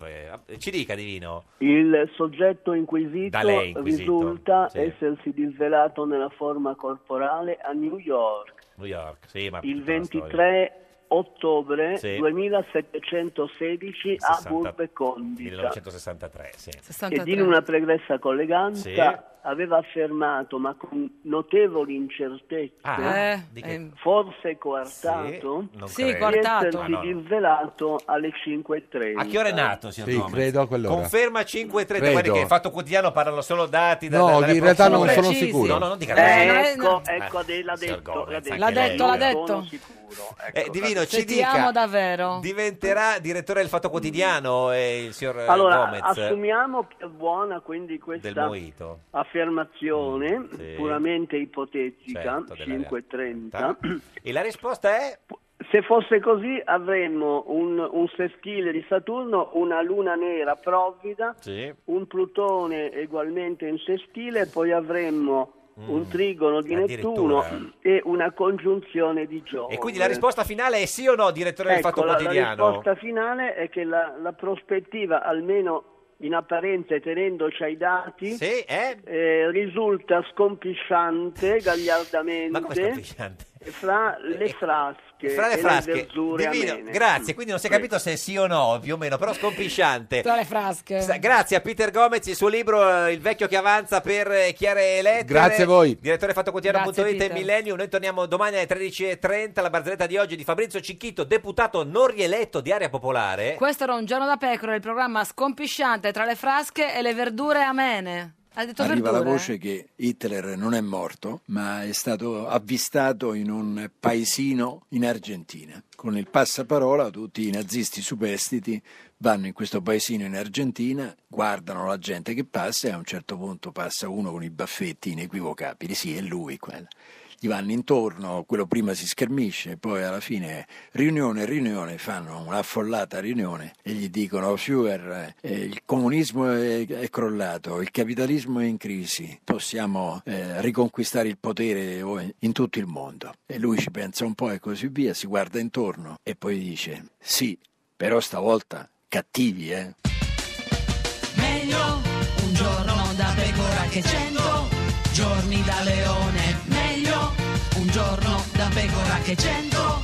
S2: eh, ci dica Divino.
S18: Il soggetto inquisito,
S2: Da lei inquisito,
S18: risulta
S2: sì.
S18: essersi disvelato nella forma corporale a New York
S2: New York, sì, ma tutta la
S18: il
S2: storia.
S18: 23 ottobre
S2: Sì.
S18: 2716 a
S2: 60
S18: Burbe Condita.
S2: 1963, sì.
S18: ed in una pregressa colleganza
S2: Sì.
S18: aveva affermato, ma con notevoli incertezze,
S2: Ah, Eh, di che-
S18: forse coartato,
S2: Sì, non
S18: di
S2: Sì, credo. coartato.
S18: essersi
S2: Ma no.
S18: disvelato alle 5.30.
S2: A che ora è nato, signor
S10: Eh, Sì,
S2: Gomez?
S10: credo a quell'ora.
S2: Conferma 5.30,
S10: Credo.
S2: guardi che il Fatto Quotidiano parlano solo dati da,
S10: No,
S2: da-
S10: in
S2: dalle
S10: realtà non
S2: procure.
S10: sono Precisi. sicuro.
S2: No, no, non dica
S18: Eh,
S2: così.
S18: ecco,
S2: Eh,
S18: ecco, de- l'ha
S2: signor
S18: detto,
S2: Gomez,
S18: l'ha
S2: anche
S5: L'ha
S2: lei.
S5: detto, l'ha detto.
S2: Certo.
S18: Sono sicuro. Ecco,
S2: Eh, Divino, ci
S5: Se ti amo
S2: dica,
S5: davvero.
S2: diventerà direttore del Fatto Quotidiano eh, il signor eh,
S18: Allora,
S2: Gomez
S18: assumiamo per buona quindi
S2: del
S18: questa
S2: Moito. Mm,
S18: affermazione
S2: sì.
S18: puramente ipotetica,
S2: Certo, della
S18: 5.30.
S2: E la risposta è?
S18: Se fosse così avremmo un, un sestile di Saturno, una luna nera provvida,
S2: Sì.
S18: un Plutone ugualmente in sestile, poi avremmo un trigono di
S2: Mm, addirittura.
S18: Nettuno e una congiunzione di Giove.
S2: E quindi la risposta finale è sì o no, direttore del
S18: Ecco,
S2: Fatto
S18: la-
S2: Quotidiano?
S18: La risposta finale è che la, la prospettiva, almeno in apparenza e tenendoci ai dati, eh, risulta scompisciante
S2: Ma come
S18: gagliardamente
S2: sconfiggiante?
S18: fra le frasche
S2: Eh, Fra le
S18: e
S2: frasche,
S18: le verdure
S2: Divino,
S18: amene.
S2: grazie, quindi non si è capito se è sì o no, più o meno, però scompisciante.
S5: Tra le frasche.
S2: Sa- Grazie a Peter Gomez, il suo libro eh, Il vecchio che avanza per eh, chiare lettere.
S10: Grazie a voi.
S5: Grazie,
S2: Direttore fattoquotidiano.it e
S5: Peter.
S2: Millennium. Noi torniamo domani alle 13.30. La barzelletta di oggi di Fabrizio Cicchito, deputato non rieletto di Area Popolare.
S5: Questo era un giorno da pecora, il programma scompisciante tra le frasche e le verdure amene. Ha detto
S19: Arriva la
S5: verdure?
S19: voce che Hitler non è morto, ma è stato avvistato in un paesino in Argentina. Con il passaparola tutti i nazisti superstiti vanno in questo paesino in Argentina, guardano la gente che passa e a un certo punto passa uno con i baffetti inequivocabili, sì, è lui quello. Gli vanno intorno, quello prima si schermisce, poi alla fine riunione, riunione, fanno un'affollata riunione e gli dicono Führer, eh, il comunismo è, è crollato, il capitalismo è in crisi, possiamo eh, riconquistare il potere o- in tutto il mondo. E lui ci pensa un po' e così via, si guarda intorno e poi dice sì, però stavolta cattivi, eh.
S20: Meglio un giorno da pecora che cento giorni da leone. Meglio un giorno da pecora che cento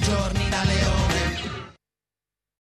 S20: giorni da leone.